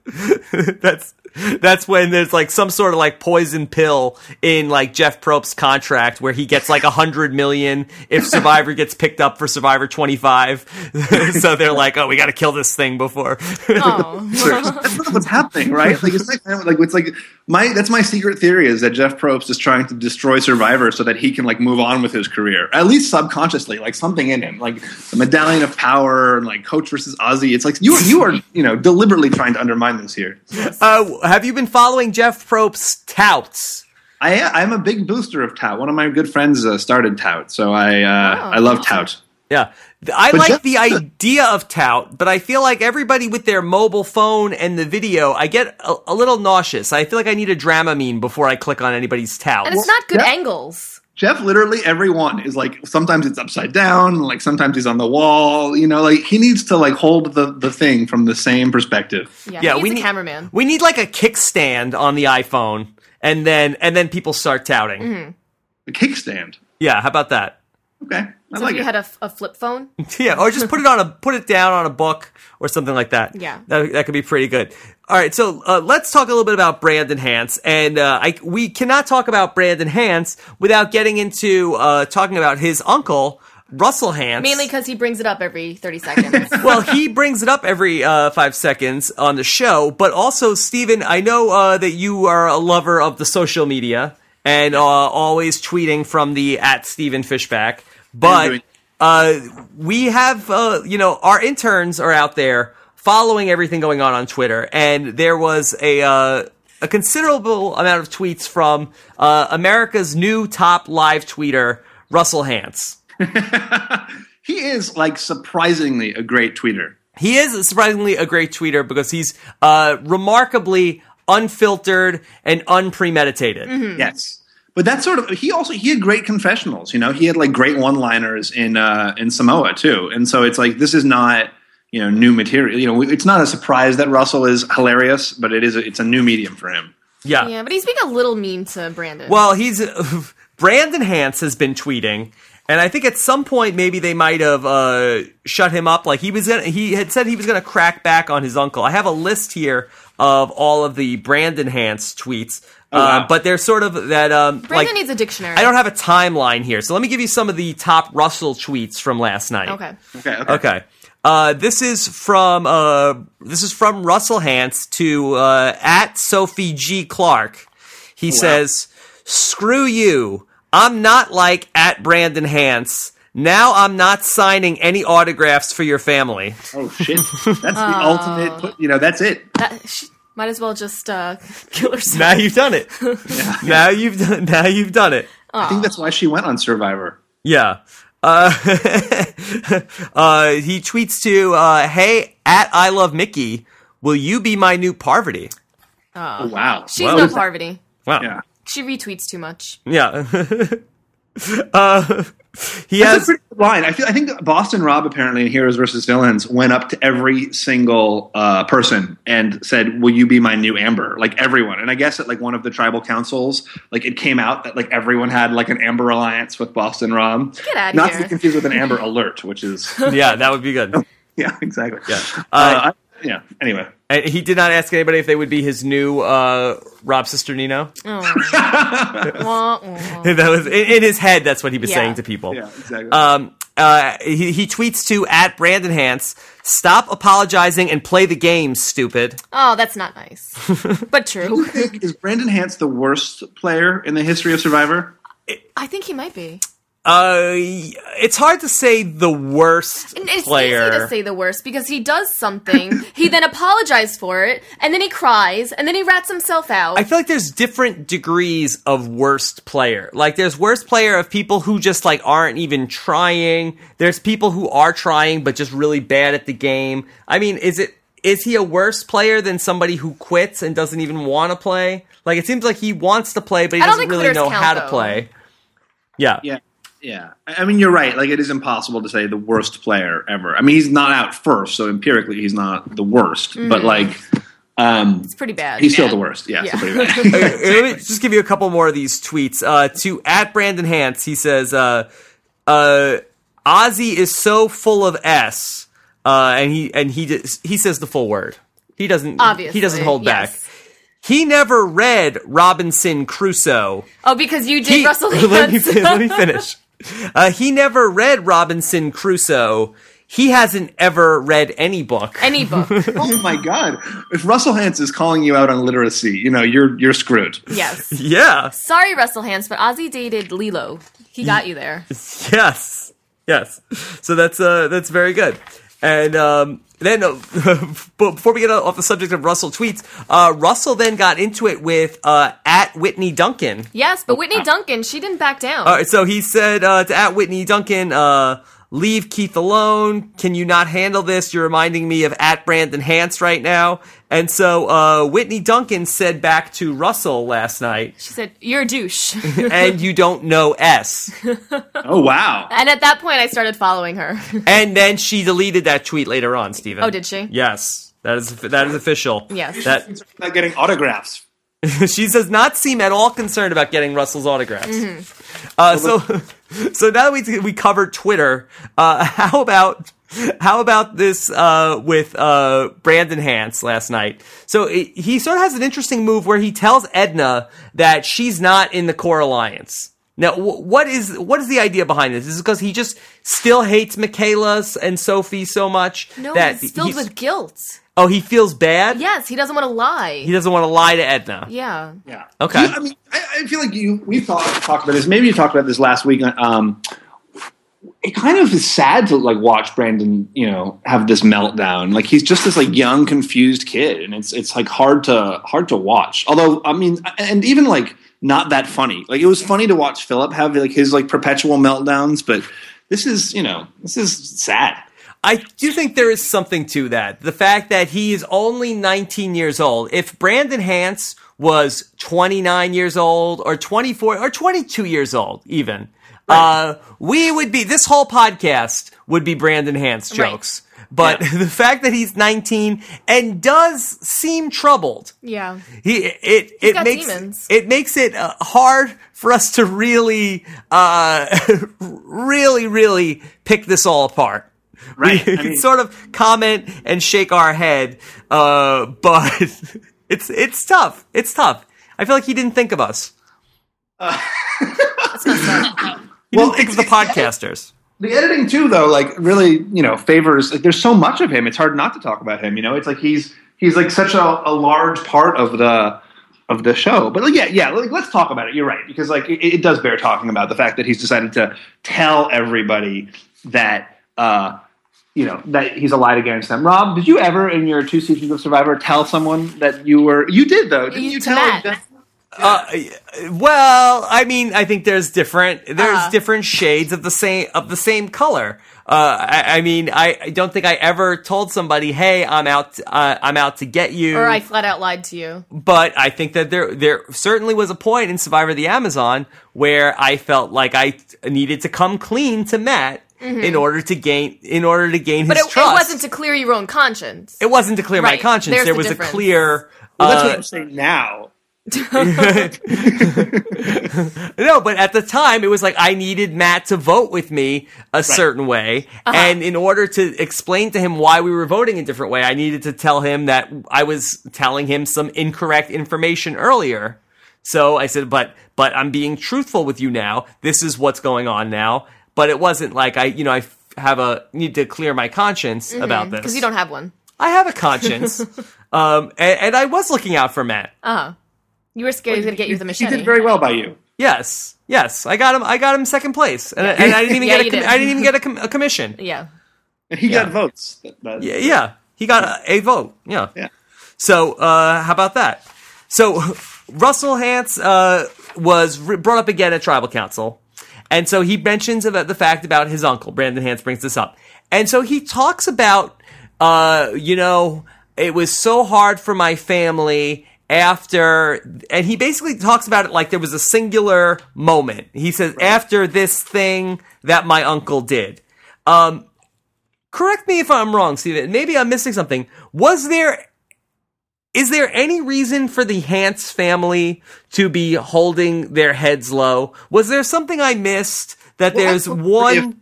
Speaker 1: that's that's when there's like some sort of like poison pill in like Jeff Probst's contract where he gets like a hundred million if Survivor gets picked up for Survivor 25. so they're like, oh, we got to kill this thing before.
Speaker 2: oh.
Speaker 3: that's not what's happening, right? Like it's like, like it's like my that's my secret theory is that Jeff Probst is trying to destroy Survivor so that he can like move on with his career, at least subconsciously, like something in him, like the Medallion of Power and like Coach versus Ozzy. It's like you you are you know deliberately trying to undermine this here.
Speaker 1: uh, have you been following Jeff Probst's touts?
Speaker 3: I I'm a big booster of Tout. One of my good friends uh, started Tout, so I uh, I love Tout.
Speaker 1: Yeah. Th- I
Speaker 3: But
Speaker 1: like
Speaker 3: just-
Speaker 1: the idea of tout, but I feel like everybody with their mobile phone and the video, I get a, a little nauseous. I feel like I need a Dramamine before I click on anybody's tout.
Speaker 2: And it's not good
Speaker 3: Yeah.
Speaker 2: angles.
Speaker 3: Jeff literally every one is like sometimes it's upside down, like sometimes he's on the wall, you know, like he needs to like hold the, the thing from the same perspective.
Speaker 2: Yeah,
Speaker 1: Yeah,
Speaker 2: he's
Speaker 1: we
Speaker 2: a
Speaker 1: need-
Speaker 2: cameraman.
Speaker 1: we need like a kickstand on the iPhone, and then and then people start touting.
Speaker 2: Mm-hmm.
Speaker 3: The kickstand.
Speaker 1: Yeah, how about that?
Speaker 3: Okay. I
Speaker 2: So
Speaker 3: like
Speaker 2: if you
Speaker 3: it.
Speaker 2: had a, f- a flip phone,
Speaker 1: Yeah, or just put it on a put it down on a book or something like that.
Speaker 2: Yeah.
Speaker 1: that, that could be pretty good. All right, so uh, let's talk a little bit about Brandon Hance, and uh, I, we cannot talk about Brandon Hance without getting into uh, talking about his uncle Russell Hance.
Speaker 2: mainly because he brings it up every 30 seconds.
Speaker 1: well, he brings it up every uh, five seconds on the show, but also Stephen, I know uh, that you are a lover of the social media and uh, always tweeting from the at Stephen Fishback,
Speaker 3: I'm
Speaker 1: but
Speaker 3: doing-
Speaker 1: uh, we have uh, you know our interns are out there following everything going on on Twitter, and there was a. Uh, a considerable amount of tweets from uh, America's new top live tweeter, Russell Hance.
Speaker 3: he is like surprisingly a great tweeter.
Speaker 1: He is surprisingly a great tweeter because he's uh, remarkably unfiltered and unpremeditated.
Speaker 2: Mm-hmm. Hmm.
Speaker 3: Yes. But that's sort of he also he had great confessionals, you know. He had like great one-liners in uh in Samoa too. And so it's like this is not, you know, new material. You know, it's not a surprise that Russell is hilarious, but it is a, it's a new medium for him.
Speaker 1: Yeah.
Speaker 2: yeah, but he's being a little mean to Brandon.
Speaker 1: Well, he's Brandon Hance has been tweeting, and I think at some point maybe they might have uh, shut him up. Like he was, in, he had said he was going to crack back on his uncle. I have a list here of all of the Brandon Hance tweets,
Speaker 3: wow.
Speaker 1: uh, but they're sort of that. Um,
Speaker 2: Oh,
Speaker 1: like,
Speaker 2: Brandon needs a dictionary.
Speaker 1: I don't have a timeline here, so let me give you some of the top Russell tweets from last night.
Speaker 2: Okay.
Speaker 3: Okay, okay.
Speaker 1: Okay. Uh, this is from uh, this is from Russell Hance to uh, at Sophie G Clark. He says, "Screw you! I'm not like at Brandon Hance. Now I'm not signing any autographs for your family."
Speaker 3: Oh shit! That's the ultimate. Put, you know, that's it.
Speaker 2: That, sh- Uh, might as well just uh, kill herself.
Speaker 1: Now you've done it. now you've done. Now you've done it.
Speaker 3: I think that's why she went on Survivor.
Speaker 1: Yeah. Uh, uh, he tweets to, uh, "Hey, at I love Mickey. Will you be my new Parvati?"
Speaker 3: Oh, wow.
Speaker 2: She's
Speaker 1: Well,
Speaker 2: no
Speaker 1: is that-
Speaker 2: Parvati.
Speaker 1: Wow.
Speaker 3: yeah,
Speaker 2: She retweets too much.
Speaker 1: Yeah. uh, he
Speaker 3: that's a
Speaker 1: has.
Speaker 3: pretty good line. I feel. I think Boston Rob apparently in Heroes versus Villains went up to every single uh, person and said, "Will you be my new Amber?" Like everyone. And I guess at like one of the tribal councils, like it came out that like everyone had like an Amber alliance with Boston Rob.
Speaker 2: Get outta
Speaker 3: Not to
Speaker 2: here.
Speaker 3: be confused with an Amber Alert, which is
Speaker 1: yeah, that would be good.
Speaker 3: yeah, exactly.
Speaker 1: Yeah. Uh,
Speaker 3: Uh, I- yeah. Anyway.
Speaker 1: And he did not ask anybody if they would be his new uh, Rob Sister Nino.
Speaker 2: Oh. Wah, wah.
Speaker 1: that was in, in his head. That's what he was
Speaker 2: Yeah.
Speaker 1: saying to people.
Speaker 3: Yeah. Exactly.
Speaker 1: Um, uh, he, he tweets to at Brandon Hance, stop apologizing and play the game, stupid.
Speaker 2: Oh, that's not nice, but true.
Speaker 3: think is Brandon Hance the worst player in the history of Survivor?
Speaker 2: I think he might be.
Speaker 1: Uh, it's hard to say the worst
Speaker 2: And It's
Speaker 1: player.
Speaker 2: easy to say the worst because he does something, he then apologized for it, and then he cries, and then he rats himself out.
Speaker 1: I feel like there's different degrees of worst player. Like there's worst player of people who just like aren't even trying. There's people who are trying but just really bad at the game. I mean, is it is he a worse player than somebody who quits and doesn't even want to play? Like it seems like he wants to play but he
Speaker 2: I don't
Speaker 1: doesn't
Speaker 2: think
Speaker 1: really
Speaker 2: quitters
Speaker 1: know
Speaker 2: count,
Speaker 1: how to
Speaker 2: though.
Speaker 1: play. Yeah.
Speaker 3: Yeah. Yeah. I I mean, you're right. Like, it is impossible to say the worst player ever. I mean, he's not out first, so empirically, he's not the worst. But, like, um,
Speaker 2: it's pretty bad.
Speaker 3: he's still the worst. Yeah.
Speaker 2: Yeah.
Speaker 3: so pretty bad.
Speaker 1: Let me just give you a couple more of these tweets. Uh, to at Brandon Hance, he says, uh, uh, "Ozzy is so full of s," uh, and he and he just, he says the full word. He doesn't.
Speaker 2: Obviously,
Speaker 1: he doesn't hold
Speaker 2: yes.
Speaker 1: back. He never read Robinson Crusoe.
Speaker 2: Oh, because you did
Speaker 1: He,
Speaker 2: Russell
Speaker 1: let, me,
Speaker 2: Dance.
Speaker 1: fin- let me finish. Uh, he never read Robinson Crusoe. He hasn't ever read any book.
Speaker 2: Any book.
Speaker 3: oh, my God. If Russell Hance is calling you out on literacy, you know, you're, you're screwed.
Speaker 2: Yes.
Speaker 1: yeah.
Speaker 2: Sorry, Russell Hans, but Ozzy dated Lilo. He got you there.
Speaker 1: Yes, yes. So that's uh, that's very good. And um, then, uh, but before we get off the subject of Russell tweets, uh, Russell then got into it with uh, at Whitney Duncan.
Speaker 2: Yes, but
Speaker 1: ah.
Speaker 2: Whitney Duncan, she didn't back down.
Speaker 1: All right, so he said uh, to at Whitney Duncan, uh, "Leave Keith alone. Can you not handle this? You're reminding me of at Brandon Hance right now." And so uh, Whitney Duncan said back to Russell last night,
Speaker 2: she said, You're a douche.
Speaker 1: "And you don't know S."
Speaker 3: Oh, wow.
Speaker 2: and at that point, I started following her.
Speaker 1: And then she deleted that tweet later on, Steven.
Speaker 2: Oh, did she?
Speaker 1: Yes. That is that is official.
Speaker 2: Yes.
Speaker 1: That
Speaker 3: Not getting autographs.
Speaker 1: she does not seem at all concerned about getting Russell's autographs.
Speaker 2: Mm-hmm.
Speaker 1: Uh, so so now that we we covered Twitter, uh, how about how about this uh, with uh, Brandon Hance last night? So i he sort of has an interesting move where he tells Edna that she's not in the core alliance. Now, wh- what is what is the idea behind this? Is it because he just still hates Michaela and Sophie so much
Speaker 2: No,
Speaker 1: that
Speaker 2: he's filled
Speaker 1: he's-
Speaker 2: with guilt.
Speaker 1: Oh, he feels bad.
Speaker 2: Yes, he doesn't want to lie.
Speaker 1: He doesn't want to lie to Edna.
Speaker 2: yeah.
Speaker 3: Yeah.
Speaker 1: Okay.
Speaker 3: You- I mean, I, I feel like you. We talked talked about this. Maybe you talked about this last week. Um, it kind of is sad to like watch Brandon, you know, have this meltdown. Like he's just this like young, confused kid, and it's it's like hard to hard to watch. Although I mean, and even like not that funny. Like it was funny to watch Philip have like his like perpetual meltdowns, but this is you know this is sad.
Speaker 1: I do think there is something to that. The fact that he is only 19 years old. If Brandon Hance was 29 years old or 24 or 22 years old, even, uh, we would be, this whole podcast would be Brandon Hance
Speaker 2: Right.
Speaker 1: jokes. But the fact that he's 19 and does seem troubled.
Speaker 2: Yeah.
Speaker 1: He it it
Speaker 2: got
Speaker 1: makes
Speaker 2: demons.
Speaker 1: it makes it uh, hard for us to really uh really really pick this all apart.
Speaker 3: Right.
Speaker 1: We
Speaker 3: I
Speaker 1: can
Speaker 3: mean-
Speaker 1: sort of comment and shake our head, uh, but it's it's tough. It's tough. I feel like he didn't think of us.
Speaker 2: That's messed up.
Speaker 1: He well,
Speaker 3: Uh, Well,
Speaker 1: didn't think of the
Speaker 3: it's-
Speaker 1: podcasters.
Speaker 3: the editing too though like really you know favors like there's so much of him it's hard not to talk about him you know it's like he's he's like such a, a large part of the of the show but like yeah yeah like, let's talk about it you're right because like it, it does bear talking about the fact that he's decided to tell everybody that uh you know that he's a lied against them rob did you ever in your two seasons of survivor tell someone that you were you did though didn't
Speaker 2: You-
Speaker 3: you,
Speaker 2: to
Speaker 3: tell
Speaker 2: Matt.
Speaker 3: Jeff-
Speaker 1: Uh, well, I mean, I think there's different there's
Speaker 2: Uh-huh.
Speaker 1: different shades of the same of the same color. Uh, I, I mean, I, I don't think I ever told somebody, "Hey, I'm out, uh, I'm out to get you."
Speaker 2: Or I flat out lied to you.
Speaker 1: but I think that there there certainly was a point in Survivor the Amazon where I felt like I t- needed to come clean to Matt in order to gain in order to gain
Speaker 2: Mm-hmm. But
Speaker 1: his
Speaker 2: it, it
Speaker 1: trust.
Speaker 2: wasn't to clear your own conscience.
Speaker 1: It wasn't to clear my
Speaker 2: Right,
Speaker 1: conscience.
Speaker 2: there's
Speaker 1: there
Speaker 2: the
Speaker 1: was
Speaker 2: difference.
Speaker 1: a clear.
Speaker 3: well, that's
Speaker 1: uh,
Speaker 3: what i'm saying now
Speaker 1: No, but at the time it was like I needed Matt to vote with me a certain way,
Speaker 2: Uh-huh.
Speaker 1: and in order to explain to him why we were voting a different way, I needed to tell him that I was telling him some incorrect information earlier. So I said, "But but I'm being truthful with you now. This is what's going on now." but it wasn't like I, you know, I f- have a need to clear my conscience about this.
Speaker 2: because Mm-hmm. you don't have one.
Speaker 1: I have a conscience, um, and, and I was looking out for Matt.
Speaker 2: You were scared he was going to get you with a
Speaker 3: She
Speaker 2: machete.
Speaker 3: did very well by you.
Speaker 1: Yes, yes, I got him. I got him second place, and, and I didn't even
Speaker 2: Yeah,
Speaker 1: get. A
Speaker 2: you
Speaker 1: com-
Speaker 2: did.
Speaker 1: I didn't even get a, com- a commission.
Speaker 2: yeah.
Speaker 3: And he got votes. That- that-
Speaker 1: Yeah, yeah, he got a, a vote. Yeah.
Speaker 3: Yeah.
Speaker 1: So uh, how about that? So Russell Hance uh, was re- brought up again at tribal council, and so he mentions about the fact about his uncle. Brandon Hance brings this up, and so he talks about, uh, you know, it was so hard for my family after, and he basically talks about it like there was a singular moment. He says after this thing that my uncle did. Um, correct me if I'm wrong, Steven. Maybe I'm missing something. Was there is there any reason for the Hance family to be holding their heads low? Was there something I missed that
Speaker 3: Well, I
Speaker 1: there's
Speaker 3: thought
Speaker 1: one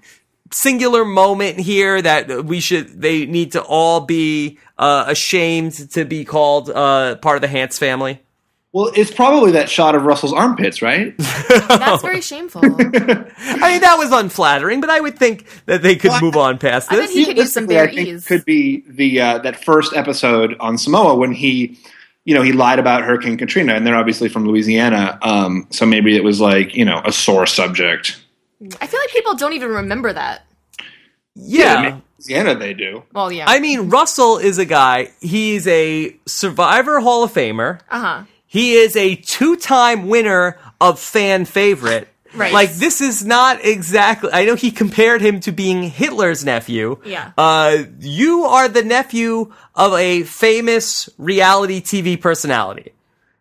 Speaker 1: singular moment here that we should they need to all be uh, ashamed to be called uh, part of the Hance family?
Speaker 3: Well, it's probably that shot of Russell's armpits, right?
Speaker 2: That's very shameful. I
Speaker 1: I mean that was unflattering, but I would think that they could
Speaker 3: Well,
Speaker 1: move on past
Speaker 2: bet
Speaker 1: this.
Speaker 2: he could use some
Speaker 3: Realistically,
Speaker 2: bare
Speaker 3: I think
Speaker 2: ease.
Speaker 3: could be the uh, that first episode on Samoa when he, you know, he lied about Hurricane Katrina, and they're obviously from Louisiana, um, so maybe it was like you know a sore subject.
Speaker 2: I feel like people don't even remember that.
Speaker 1: Yeah.
Speaker 3: maybe Louisiana they do.
Speaker 2: Well, yeah.
Speaker 1: I mean, Russell is a guy. He's a Survivor Hall of Famer.
Speaker 2: uh huh.
Speaker 1: He is a two-time winner of fan favorite.
Speaker 2: Right.
Speaker 1: Like this is not exactly. I know he compared him to being Hitler's nephew.
Speaker 2: Yeah.
Speaker 1: Uh, you are the nephew of a famous reality TV personality.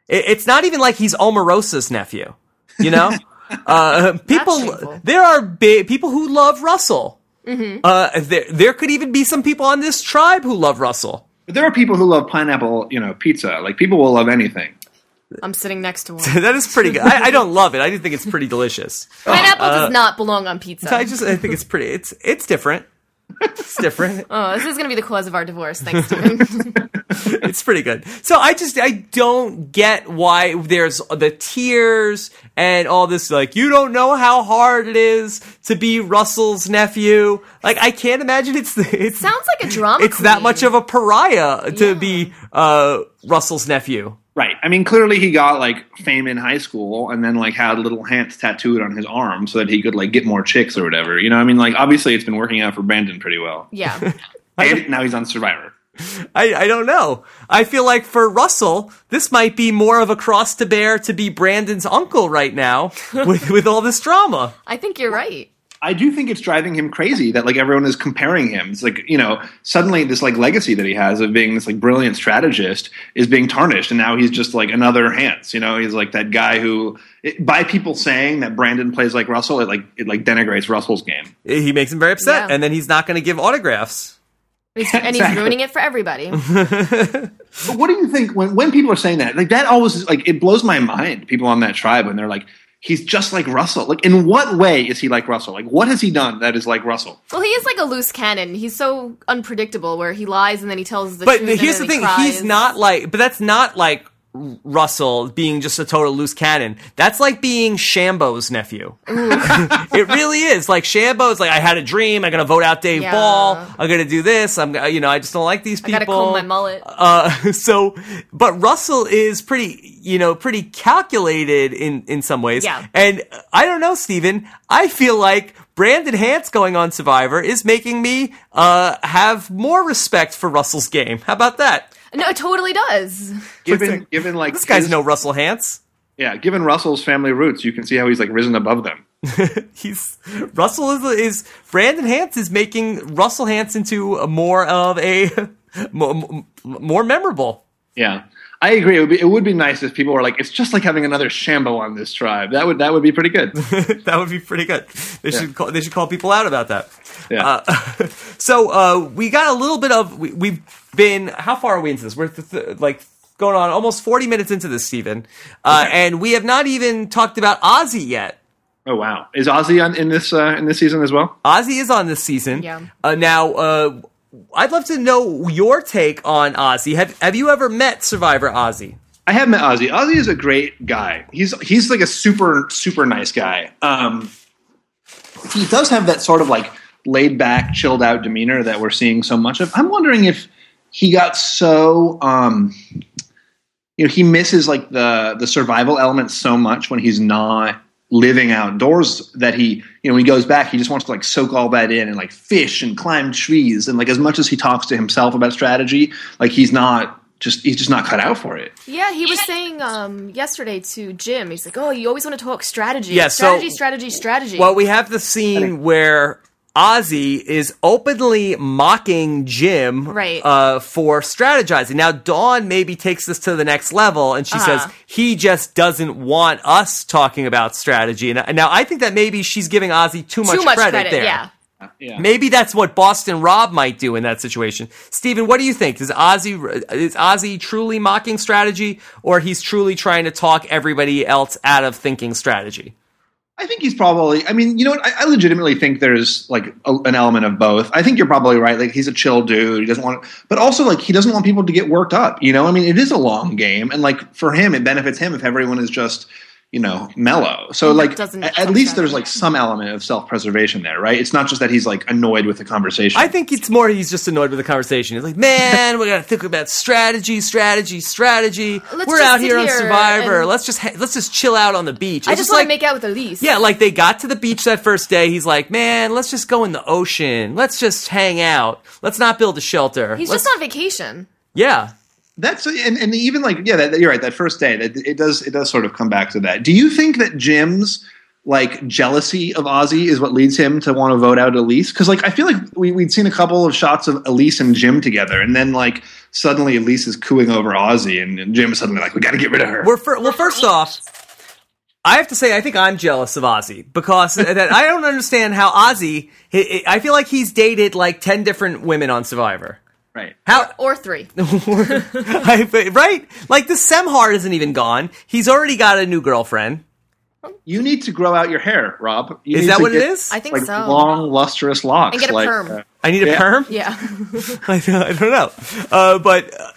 Speaker 1: It, it's not even like he's Omarosa's nephew. You know, uh, people.
Speaker 2: shameful. Mm-hmm.
Speaker 1: There are big people who love Russell. Uh, there, there could even be some people on this tribe who love Russell.
Speaker 3: But there are people who love pineapple, you know, pizza. Like people will love anything.
Speaker 2: I'm sitting next to one.
Speaker 1: that is pretty good. I, I don't love it. I do think it's pretty delicious.
Speaker 2: Pineapple does not belong on pizza.
Speaker 1: Uh, I just I think it's pretty. It's it's different. It's different.
Speaker 2: oh, this is going to be the cause of our divorce. Thanks to him.
Speaker 1: It's pretty good. So I just I don't get why there's the tears and all this like you don't know how hard it is to be Russell's nephew. Like I can't imagine it's it's
Speaker 2: Sounds like a drama.
Speaker 1: it's that
Speaker 2: queen.
Speaker 1: much of a pariah to be uh Russell's nephew.
Speaker 3: Right. I mean, clearly he got like fame in high school, and then like had little hands tattooed on his arm so that he could like get more chicks or whatever. You know, I mean, like obviously it's been working out for Brandon pretty well.
Speaker 2: Yeah.
Speaker 3: And now he's on Survivor.
Speaker 1: I, I don't know. I feel like for Russell, this might be more of a cross to bear to be Brandon's uncle right now with, with all this drama.
Speaker 2: I think you're right.
Speaker 3: I do think it's driving him crazy that like everyone is comparing him. It's like you know suddenly this like legacy that he has of being this like brilliant strategist is being tarnished, and now he's just like another Hans. You know, he's like that guy who it, by people saying that Brandon plays like Russell, it like it like denigrates Russell's game.
Speaker 1: He makes him very upset,
Speaker 2: Yeah.
Speaker 1: and then he's not going to give autographs.
Speaker 2: He's- and he's ruining it for everybody.
Speaker 3: But what do you think when when people are saying that? Like that always is, like it blows my mind. People on that tribe when they're like. He's just like Russell. Like, in what way is he like Russell? Like, what has he done that is like Russell?
Speaker 2: Well, he is like a loose cannon. He's so unpredictable where he lies and then he tells the
Speaker 1: But
Speaker 2: truth. and
Speaker 1: here's
Speaker 2: then
Speaker 1: the thing:
Speaker 2: he cries.
Speaker 1: he's not like. But that's not like R- Russell being just a total loose cannon. That's like being Shambo's nephew.
Speaker 2: Mm.
Speaker 1: it really is. Like Shambo's, like I had a dream. I'm going to vote out Dave
Speaker 2: Yeah.
Speaker 1: Ball. I'm going to do this. I'm, you know, I just don't like these people.
Speaker 2: Gotta comb my mullet.
Speaker 1: Uh, so, but Russell is pretty, you know, pretty calculated in, in some ways.
Speaker 2: Yeah.
Speaker 1: And uh, I don't know, Steven, I feel like Brandon Hance going on Survivor is making me, uh, have more respect for Russell's game. How about that?
Speaker 2: no, it totally does.
Speaker 3: Given, given like
Speaker 1: This guy's
Speaker 3: his-
Speaker 1: no Russell Hance.
Speaker 3: Yeah, given Russell's family roots, you can see how he's like risen above them.
Speaker 1: He's, Russell is, is, Brandon Hance is making Russell Hance into a more of a, more, more- more memorable.
Speaker 3: Yeah, I agree. It would be, it would be nice if people were like, it's just like having another Shambo on this tribe. That would that would be pretty good.
Speaker 1: that would be pretty good. They should call, they should call people out about that.
Speaker 3: Yeah.
Speaker 1: Uh, so uh, we got a little bit of we, we've been how far are we into this? We're th- th- like going on almost forty minutes into this, Stephen, uh, and we have not even talked about Ozzy yet.
Speaker 3: oh wow, is Ozzy on in this uh, in this season as well?
Speaker 1: Ozzy is on this season.
Speaker 2: Yeah.
Speaker 1: Uh, now, uh, I'd love to know your take on Ozzy. Have Have you ever met Survivor Ozzy?
Speaker 3: I have met Ozzy. Ozzy is a great guy. He's he's like a super super nice guy. Um, he does have that sort of like laid back, chilled out demeanor that we're seeing so much of. I'm wondering if he got so um, you know he misses like the the survival element so much when he's not living outdoors that he you know when he goes back he just wants to like soak all that in and like fish and climb trees and like as much as he talks to himself about strategy like he's not just he's just not cut out for it
Speaker 2: Yeah, he was saying um, yesterday to Jim, he's like, "Oh, you always want to talk strategy,
Speaker 1: Yeah, so-
Speaker 2: strategy, strategy, strategy."
Speaker 1: Well, we have the scene where Ozzy is openly mocking Jim
Speaker 2: Right.
Speaker 1: uh, for strategizing. Now, Dawn maybe takes this to the next level, and she says
Speaker 2: Uh-huh.
Speaker 1: he just doesn't want us talking about strategy. And and now, I think that maybe she's giving Ozzy too much,
Speaker 2: Too much credit,
Speaker 1: there.
Speaker 2: yeah.
Speaker 3: yeah
Speaker 1: Maybe that's what Boston Rob might do in that situation. Steven, what do you think? Does Ozzy uh, is Ozzy truly mocking strategy, or he's truly trying to talk everybody else out of thinking strategy?
Speaker 3: I think he's probably. I mean, you know what? I, I legitimately think there's like a, an element of both. I think you're probably right. Like he's a chill dude. He doesn't want, but also like he doesn't want people to get worked up. You know, I mean, it is a long game, and like for him, it benefits him if everyone is just you know mellow. So like,
Speaker 2: doesn't
Speaker 3: at, at least there's like some element of self preservation there, right? It's not just that he's like annoyed with the conversation.
Speaker 1: I think it's more he's just annoyed with the conversation. He's like, man, we gotta think about strategy, strategy, strategy.
Speaker 2: Let's
Speaker 1: We're
Speaker 2: just
Speaker 1: out
Speaker 2: sit
Speaker 1: here on
Speaker 2: here
Speaker 1: Survivor.
Speaker 2: and-
Speaker 1: Let's just ha- let's just chill out on the beach.
Speaker 2: I
Speaker 1: It's
Speaker 2: just want
Speaker 1: like-
Speaker 2: to make out with Elise.
Speaker 1: yeah, like they got to the beach that first day. He's like, man, let's just go in the ocean. Let's just hang out. Let's not build a shelter.
Speaker 2: he's
Speaker 1: Let's-
Speaker 2: just on vacation.
Speaker 1: yeah.
Speaker 3: That's and, and even like yeah, that, you're right. That first day, that it does it does sort of come back to that. Do you think that Jim's like jealousy of Ozzy is what leads him to want to vote out Elise? Because like I feel like we, we'd seen a couple of shots of Elise and Jim together, and then like suddenly Elise is cooing over Ozzy, and, and Jim is suddenly like, we got to get rid of her.
Speaker 1: We're fir- well, first off, I have to say I think I'm jealous of Ozzy because that I don't understand how Ozzy. he- he- I feel like he's dated like ten different women on Survivor.
Speaker 3: right.
Speaker 1: How
Speaker 2: Or three.
Speaker 1: I- but- right? Like the Semhard isn't even gone. He's already got a new girlfriend.
Speaker 3: You need to grow out your hair, Rob. You
Speaker 1: Is
Speaker 3: need
Speaker 1: that
Speaker 3: to
Speaker 1: what it
Speaker 3: get,
Speaker 1: is?
Speaker 2: I think
Speaker 3: like,
Speaker 2: so.
Speaker 3: Long lustrous locks
Speaker 2: And get a
Speaker 3: like,
Speaker 2: perm.
Speaker 3: uh,
Speaker 1: I need a
Speaker 3: Yeah.
Speaker 1: perm.
Speaker 2: yeah.
Speaker 1: I, don't- I don't know. Uh, but uh,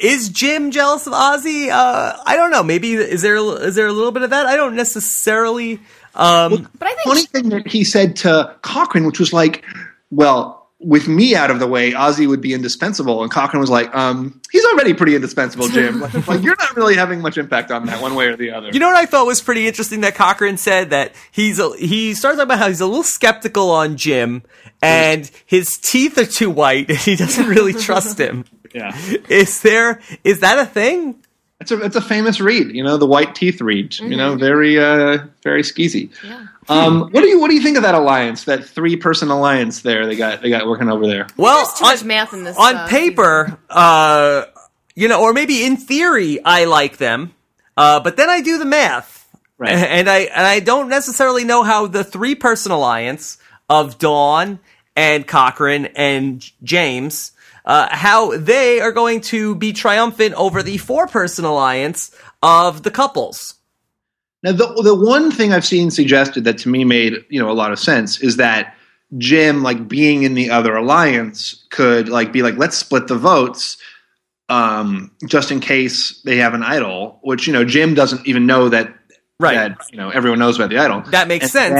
Speaker 1: is Jim jealous of Ozzy? Uh, I don't know. Maybe is there is there a little bit of that? I don't necessarily. um,
Speaker 2: But I think
Speaker 3: funny thing that he said to Cochrane, which was like, well, with me out of the way, Ozzy would be indispensable. And Cochrane was like, um, he's already pretty indispensable, Jim. Like, like, you're not really having much impact on that one way or the other.
Speaker 1: You know what I thought was pretty interesting that Cochran said that he's a, he starts talking about how he's a little skeptical on Jim and his teeth are too white and he doesn't really trust him.
Speaker 3: yeah.
Speaker 1: Is there is that a thing?
Speaker 3: It's a, it's a famous read, you know, the white teeth read, you know, very, uh, very skeezy. Um, what do you, what do you think of that alliance, that three person alliance there they got, they got working over there?
Speaker 1: Well,
Speaker 2: there's too much math in this.
Speaker 1: on
Speaker 2: uh,
Speaker 1: paper, uh, you know, or maybe in theory, I like them, uh, but then I do the math,
Speaker 3: Right.
Speaker 1: and I and I don't necessarily know how the three person alliance of Dawn and Cochrane and J- James. Uh, how they are going to be triumphant over the four-person alliance of the couples.
Speaker 3: Now, the the one thing I've seen suggested that to me made you know a lot of sense is that Jim, like being in the other alliance, could like be like, let's split the votes, um, just in case they have an idol, which you know Jim doesn't even know that
Speaker 1: Right.
Speaker 3: that you know everyone knows about the idol.
Speaker 1: That makes
Speaker 3: And
Speaker 1: sense.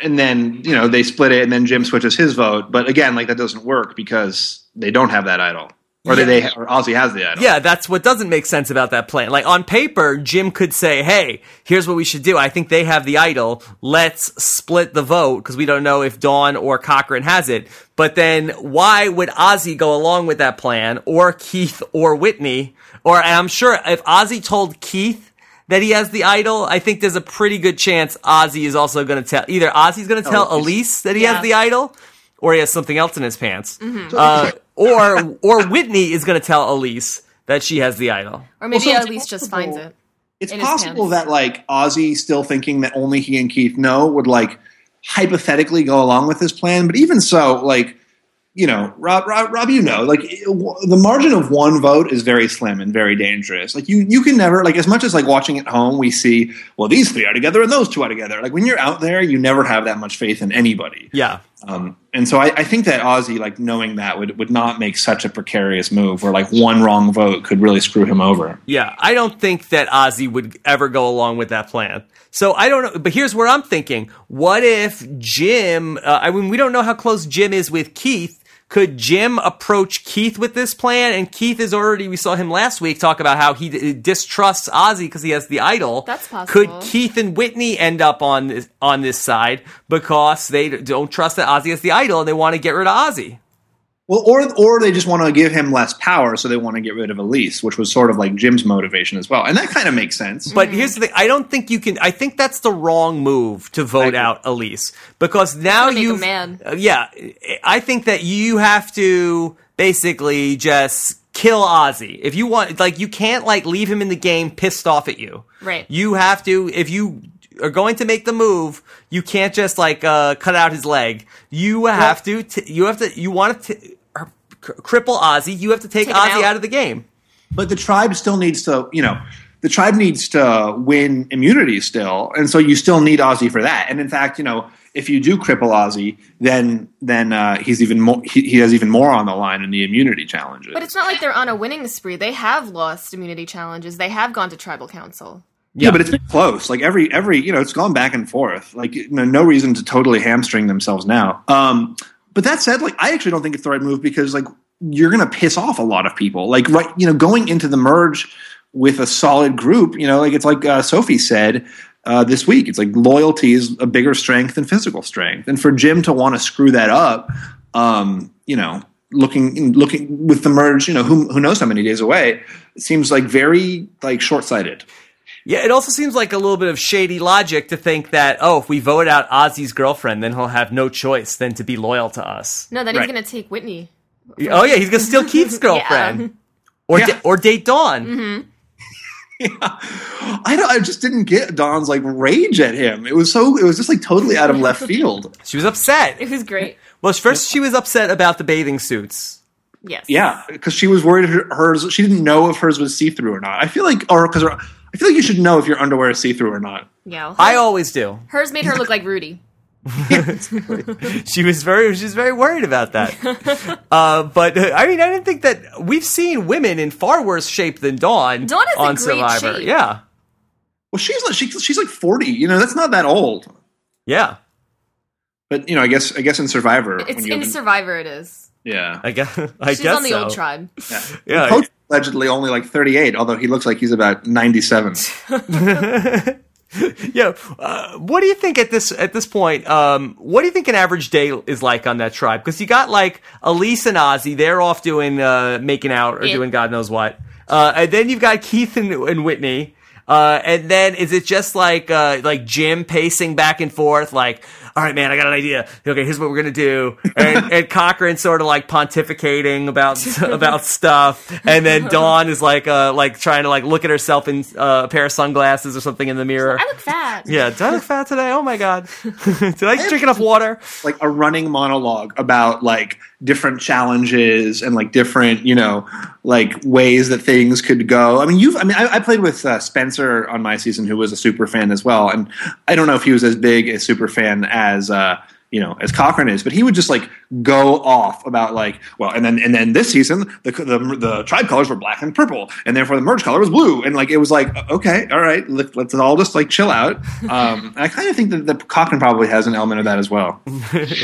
Speaker 3: then- and then you know they split it, and then Jim switches his vote. But again, like that doesn't work because they don't have that idol, or
Speaker 1: Yeah.
Speaker 3: they or Ozzy has the idol.
Speaker 1: Yeah, that's what doesn't make sense about that plan. Like on paper, Jim could say, "Hey, here's what we should do. I think they have the idol. Let's split the vote because we don't know if Dawn or Cochran has it." But then, why would Ozzy go along with that plan, or Keith, or Whitney? Or and I'm sure if Ozzy told Keith that he has the idol, I think there's a pretty good chance Ozzy is also going to tell either Ozzy's going to tell
Speaker 3: he's-
Speaker 1: Elise that he
Speaker 2: Yeah.
Speaker 1: has the idol, or he has something else in his pants. Uh, or or Whitney is going to tell Elise that she has the idol.
Speaker 2: or maybe
Speaker 3: Well, so it's
Speaker 2: Elise just finds it.
Speaker 3: it's
Speaker 2: in his
Speaker 3: possible
Speaker 2: pants.
Speaker 3: that like Ozzy still thinking that only he and Keith know would like hypothetically go along with this plan, but even so, like you know, Rob, Rob, Rob, you know, like it- w- the margin of one vote is very slim and very dangerous. Like you, you can never like as much as like watching at home, we see well these three are together and those two are together. Like when you're out there, you never have that much faith in anybody.
Speaker 1: Yeah.
Speaker 3: Um, and so I, I think that Ozzy, like knowing that, would, would not make such a precarious move where like one wrong vote could really screw him over.
Speaker 1: Yeah, I don't think that Ozzy would ever go along with that plan. So I don't know, but here's where I'm thinking: What if Jim? Uh, I mean, we don't know how close Jim is with Keith. Could Jim approach Keith with this plan? And Keith is already—we saw him last week talk about how he d- uh, distrusts Ozzy because he has the idol.
Speaker 2: That's possible.
Speaker 1: Could Keith and Whitney end up on this on this side because they d- don't trust that Ozzy has the idol and they want to get rid of Ozzy?
Speaker 3: Well, or or they just want to give him less power, so they want to get rid of Elise, which was sort of like Jim's motivation as well, and that kind of makes sense.
Speaker 2: Mm-hmm.
Speaker 1: But here's the thing: I don't think you can. I think that's the wrong move to vote
Speaker 3: agree.
Speaker 1: out Elise because now
Speaker 2: Gotta make a
Speaker 1: you
Speaker 2: man.
Speaker 1: Yeah, I think that you have to basically just kill Ozzy if you want. Like you can't like leave him in the game pissed off at you.
Speaker 2: Right.
Speaker 1: You have to if you are going to make the move. You can't just like uh, cut out his leg. You have to. T- you have to. You want to t- er, cripple Ozzy. You have to take,
Speaker 2: Take him
Speaker 1: Ozzy
Speaker 2: out.
Speaker 1: out of the game.
Speaker 3: but the tribe still needs to, you know, the tribe needs to win immunity still, and so you still need Ozzy for that. And in fact, you know, if you do cripple Ozzy, then then uh, he's even more he, he has even more on the line in the immunity challenges.
Speaker 2: But it's not like they're on a winning spree. They have lost immunity challenges. They have gone to tribal council.
Speaker 3: yeah, but it's been close. Like every every you know, it's gone back and forth. Like you know, no reason to totally hamstring themselves now. Um, but that said, like I actually don't think it's the right move because like you're going to piss off a lot of people. Like right, you know, going into the merge with a solid group, you know, like it's like uh, Sophie said uh, this week. It's like loyalty is a bigger strength than physical strength, and for Jim to want to screw that up, um, you know. Looking, looking with the merge, you know who who knows how many days away. It seems like very like short sighted.
Speaker 1: Yeah, it also seems like a little bit of shady logic to think that, oh, if we vote out Ozzy's girlfriend, then he'll have no choice than to be loyal to us.
Speaker 2: No, that he's
Speaker 3: Right.
Speaker 2: going to take Whitney.
Speaker 1: Oh, yeah, he's going to steal Keith's girlfriend. Or,
Speaker 3: Yeah.
Speaker 1: da- or date Dawn.
Speaker 2: Mm-hmm.
Speaker 3: I don't, I just didn't get Don's like rage at him. It was so it was just like totally out of left field.
Speaker 1: She was upset.
Speaker 2: It was great.
Speaker 1: Well, first she was upset about the bathing suits.
Speaker 2: Yes.
Speaker 3: Yeah, because she was worried her, hers. She didn't know if hers was see through or not. I feel like or because I feel like you should know if your underwear is see through or not.
Speaker 2: Yeah. Hers,
Speaker 1: I always do.
Speaker 2: hers made her look like Rudy.
Speaker 1: She was very, she was very worried about that. uh, but uh, I mean, I didn't think that we've seen women in far worse shape than Dawn,
Speaker 2: Dawn is in
Speaker 1: on
Speaker 2: great
Speaker 1: Survivor.
Speaker 2: shape.
Speaker 1: Yeah,
Speaker 3: Well, she's like she, she's like forty. You know, that's not that old.
Speaker 1: yeah.
Speaker 3: But you know, I guess I guess in Survivor,
Speaker 2: It's
Speaker 3: when you-
Speaker 2: in Survivor. It is.
Speaker 3: yeah,
Speaker 1: I guess. I
Speaker 2: She's
Speaker 1: guess
Speaker 2: on the
Speaker 1: so.
Speaker 2: old tribe.
Speaker 3: yeah.
Speaker 1: Yeah.
Speaker 3: Coach allegedly only like thirty eight, although he looks like he's about ninety seven.
Speaker 1: Yeah. Uh, what do you think at this at this point? Um, what do you think an average day is like on that tribe? Because you got like Elise and Ozzy, they're off doing uh, making out or
Speaker 2: Yeah.
Speaker 1: doing God knows what, uh, and then you've got Keith and, and Whitney. Uh, and then is it just like uh, like Jim pacing back and forth, like, all right, man, I got an idea. Okay, here's what we're gonna do. And, and Cochran sort of like pontificating about about stuff, and then Dawn is like uh, like trying to like look at herself in uh, a pair of sunglasses or something in the mirror.
Speaker 2: I look fat.
Speaker 1: Yeah, did I look fat today? Oh my god. did I drink enough water?
Speaker 3: like a running monologue about like different challenges and like different you know like ways that things could go i mean you've i mean i, I played with uh, spencer on my season who was a super fan as well and i don't know if he was as big a super fan as uh you know, as Cochran is, but he would just like go off about like, well, and then and then this season the the, the tribe colors were black and purple, and therefore the merge color was blue, and like it was like okay, all right, let, let's all just like chill out. Um, and I kind of think that the Cochran probably has an element of that as well.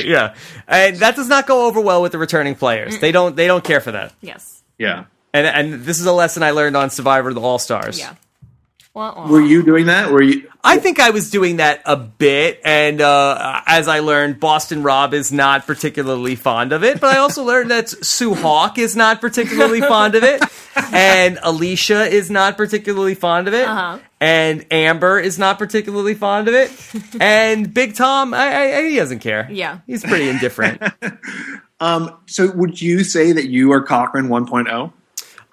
Speaker 1: yeah. And that does not go over well with the returning players. They don't they don't care for that.
Speaker 2: Yes.
Speaker 3: Yeah.
Speaker 1: And and this is a lesson I learned on Survivor the All Stars.
Speaker 2: Yeah. Wah, wah.
Speaker 3: Were you doing that? Were you?
Speaker 1: I think I was doing that a bit, and uh, as I learned, Boston Rob is not particularly fond of it. But I also learned that Sue Hawk is not particularly fond of it, and Alicia is not particularly fond of it,
Speaker 2: Uh-huh.
Speaker 1: and Amber is not particularly fond of it, and Big Tom, I, I, he doesn't care.
Speaker 2: Yeah.
Speaker 1: he's pretty indifferent.
Speaker 3: Um, so would you say that you are Cochrane oh? 1.0?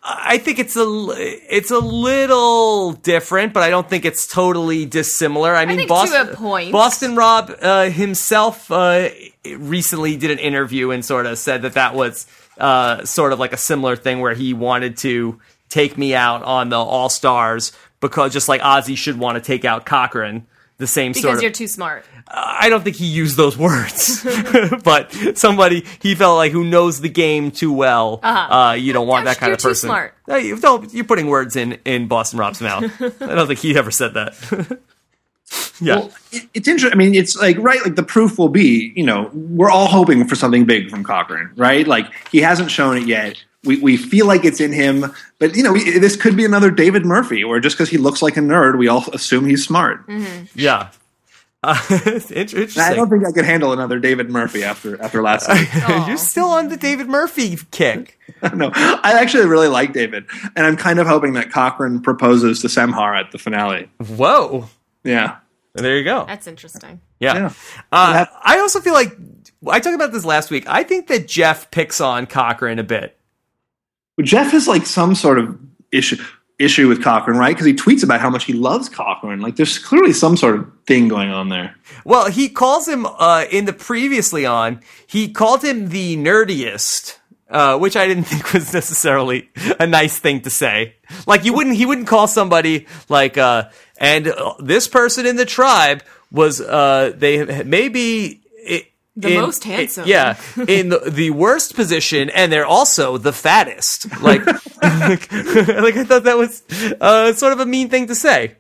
Speaker 1: I think it's a l- it's a little different, but I don't think it's totally dissimilar. I mean,
Speaker 2: think to
Speaker 1: Boston,
Speaker 2: a point.
Speaker 1: Boston Rob uh, himself uh, recently did an interview and sort of said that that was uh, sort of like a similar thing where he wanted to take me out on the All Stars because just like Ozzy should want to take out Cochran. the same
Speaker 2: because
Speaker 1: sort of
Speaker 2: you're too smart.
Speaker 1: I don't think he used those words, but somebody he felt like who knows the game too well.
Speaker 2: Uh-huh.
Speaker 1: Uh, you don't want that kind
Speaker 2: You're
Speaker 1: of
Speaker 2: too
Speaker 1: person.
Speaker 2: smart.
Speaker 1: No, you don't, you're putting words in in Boston Rob's mouth. I don't think he ever said that. yeah,
Speaker 3: Well, it, it's interesting. I mean, it's like right. Like the proof will be, you know, we're all hoping for something big from Cochran, right? Like he hasn't shown it yet. We we feel like it's in him, but you know, we, this could be another David Murphy, where just because he looks like a nerd, we all assume he's smart.
Speaker 1: yeah. Uh, it's inter- interesting.
Speaker 3: I don't think I could handle another David Murphy after after last week.
Speaker 2: Aw.
Speaker 1: you're still on the David Murphy kick.
Speaker 3: no, I actually really like David, and I'm kind of hoping that Cochran proposes to Semhar at the finale.
Speaker 1: Whoa,
Speaker 3: Yeah,
Speaker 1: there you go.
Speaker 2: That's interesting.
Speaker 1: Yeah.
Speaker 3: Yeah.
Speaker 1: Uh,
Speaker 3: Yeah.
Speaker 1: I also feel like I talked about this last week. I think that Jeff picks on Cochran a bit.
Speaker 3: But Jeff has like some sort of issue issue with Cochran, right? Because he tweets about how much he loves Cochran. Like, there's clearly some sort of thing going on there.
Speaker 1: Well, he calls him uh, in the previously on. He called him the nerdiest, uh, which I didn't think was necessarily a nice thing to say. Like you wouldn't, he wouldn't call somebody like, uh, and uh, this person in the tribe was uh, they maybe.
Speaker 2: The most handsome.
Speaker 1: yeah, in the, the worst position, and they're also the fattest. Like, like, like I thought that was uh, sort of a mean thing to say.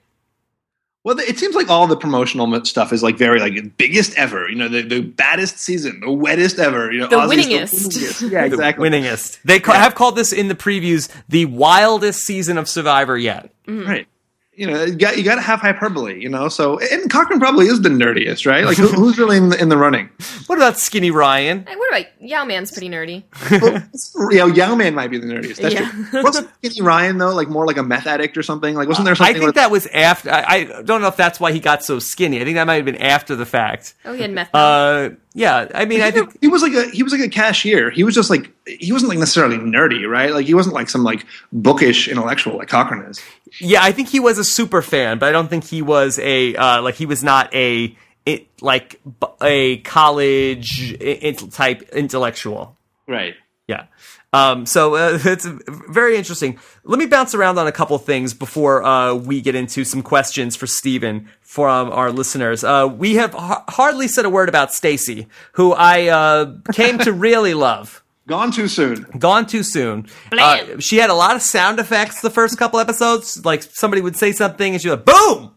Speaker 3: Well, it seems like all the promotional mo- stuff is like very like biggest ever. You know, the, the baddest season, the wettest ever. You know,
Speaker 2: The
Speaker 3: Ozzy's
Speaker 2: winningest.
Speaker 3: winningest. Yeah,
Speaker 1: the
Speaker 3: exactly.
Speaker 1: winningest. They ca- have called this in the previews the wildest season of Survivor yet.
Speaker 2: Mm-hmm.
Speaker 3: Right. You know, you got, you got to have hyperbole. You know, so and Cochran probably is the nerdiest, right? Like, who, who's really in the, in the running?
Speaker 1: What about Skinny Ryan?
Speaker 2: Hey, what about Yao Man's pretty nerdy.
Speaker 3: well, it's- you know, Young Man might be the nerdiest. That's
Speaker 2: Yeah.
Speaker 3: true. Wasn't Skinny Ryan though like more like a meth addict or something? Like, wasn't there
Speaker 1: I
Speaker 3: something?
Speaker 1: think
Speaker 3: with-
Speaker 1: that was after. I, I don't know if that's why he got so skinny. I think that might have been after the fact.
Speaker 2: Oh, he had meth.
Speaker 1: Uh, yeah. I mean, I
Speaker 3: You know,
Speaker 1: think
Speaker 3: he was like a he was like a cashier. He was just like he wasn't like necessarily nerdy, right? Like he wasn't like some like bookish intellectual like Cochran is.
Speaker 1: Yeah, I think he was a super fan, but I don't think he was a uh, like he was not a it like b- a college i- int- type intellectual.
Speaker 3: Right.
Speaker 1: Yeah. Um, so uh, it's very interesting. Let me bounce around on a couple things before uh, we get into some questions for Steven from our listeners. Uh, we have har- hardly said a word about Stacy, who I uh, came to really love.
Speaker 3: Gone too soon.
Speaker 1: Gone too soon.
Speaker 2: Blam.
Speaker 1: Uh, she had a lot of sound effects the first couple episodes. Like somebody would say something, and she would boom.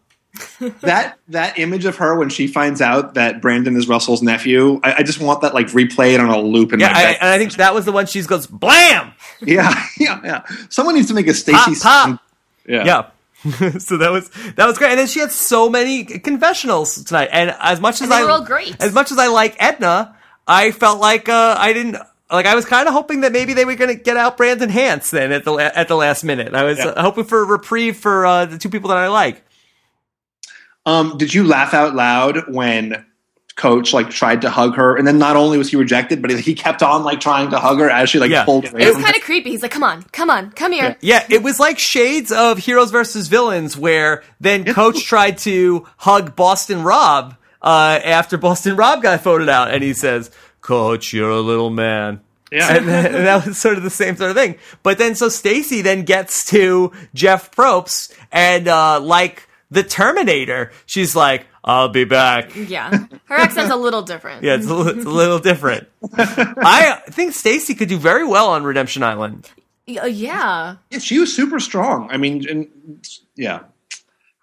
Speaker 3: That that image of her when she finds out that Brandon is Russell's nephew, I, I just want that like replayed on a loop in
Speaker 1: Yeah,
Speaker 3: my
Speaker 1: I,
Speaker 3: back.
Speaker 1: and I think that was the one she goes blam.
Speaker 3: yeah, yeah, yeah. Someone needs to make a Stacy.
Speaker 1: Pop, pop.
Speaker 3: Sutton- Yeah.
Speaker 1: Yeah. so that was that was great, and then she had so many confessionals tonight. And as much as
Speaker 2: they
Speaker 1: I
Speaker 2: were all great.
Speaker 1: as much as I like Edna, I felt like uh, I didn't like I was kind of hoping that maybe they were going to get out Brandon Hance then at the la- at the last minute. I was
Speaker 3: Yeah.
Speaker 1: uh, hoping for a reprieve for uh, the two people that I like.
Speaker 3: Um, did you laugh out loud when Coach like tried to hug her, and then not only was he rejected, but he kept on like trying to hug her as she like
Speaker 1: Yeah.
Speaker 3: pulled
Speaker 2: it
Speaker 3: away.
Speaker 2: was
Speaker 3: from
Speaker 2: kind of creepy. He's like, "Come on, come on, come here."
Speaker 1: Yeah, it was like shades of Heroes versus Villains, where then Coach tried to hug Boston Rob uh, after Boston Rob got voted out, and he says, "Coach, you're a little man."
Speaker 3: Yeah.
Speaker 1: and, then- and that was sort of the same sort of thing. But then, so Stacy then gets to Jeff Probst, and uh, like the Terminator, she's like, "I'll be back."
Speaker 2: Yeah, her accent's a little different.
Speaker 1: Yeah, it's a, li- it's a little different. I think Stacy could do very well on Redemption Island.
Speaker 2: Y- uh, yeah.
Speaker 3: Yeah, she was super strong. I mean, and yeah.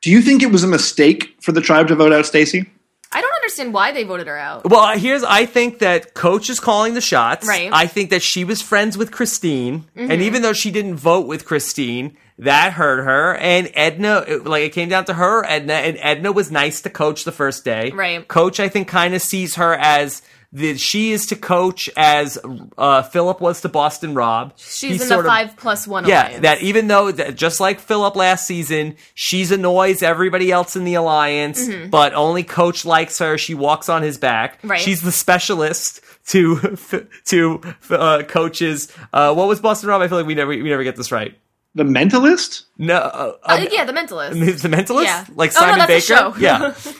Speaker 3: Do you think it was a mistake for the tribe to vote out Stacy?
Speaker 2: I don't understand why they voted her out.
Speaker 1: Well, here's I think that coach is calling the shots.
Speaker 2: Right. Mm-hmm.
Speaker 1: I think that she was friends with Christine, and even though she didn't vote with Christine, that hurt her. And Edna, it- like it came down to her, Edna, and Edna was nice to coach the first day.
Speaker 2: Right.
Speaker 1: Coach, I think, kind of sees her as. The, she is to coach as uh, Philip was to Boston Rob.
Speaker 2: She's
Speaker 1: He
Speaker 2: in the
Speaker 1: sort of-
Speaker 2: five plus one.
Speaker 1: yeah,
Speaker 2: alliance.
Speaker 1: that even though that just like Philip last season, she's annoys everybody else in the alliance, but only Coach likes her. She walks on his back.
Speaker 2: Mm-hmm. Right.
Speaker 1: She's the specialist to to uh, coaches. Uh, what was Boston Rob? I feel like we never we never get this right.
Speaker 3: The mentalist?
Speaker 1: No, uh,
Speaker 2: Uh,
Speaker 1: um,
Speaker 2: yeah, the mentalist.
Speaker 1: the mentalist,
Speaker 2: Yeah.
Speaker 1: like
Speaker 2: Oh, no,
Speaker 1: Simon
Speaker 2: that's a
Speaker 1: Baker.
Speaker 2: show.
Speaker 1: Yeah,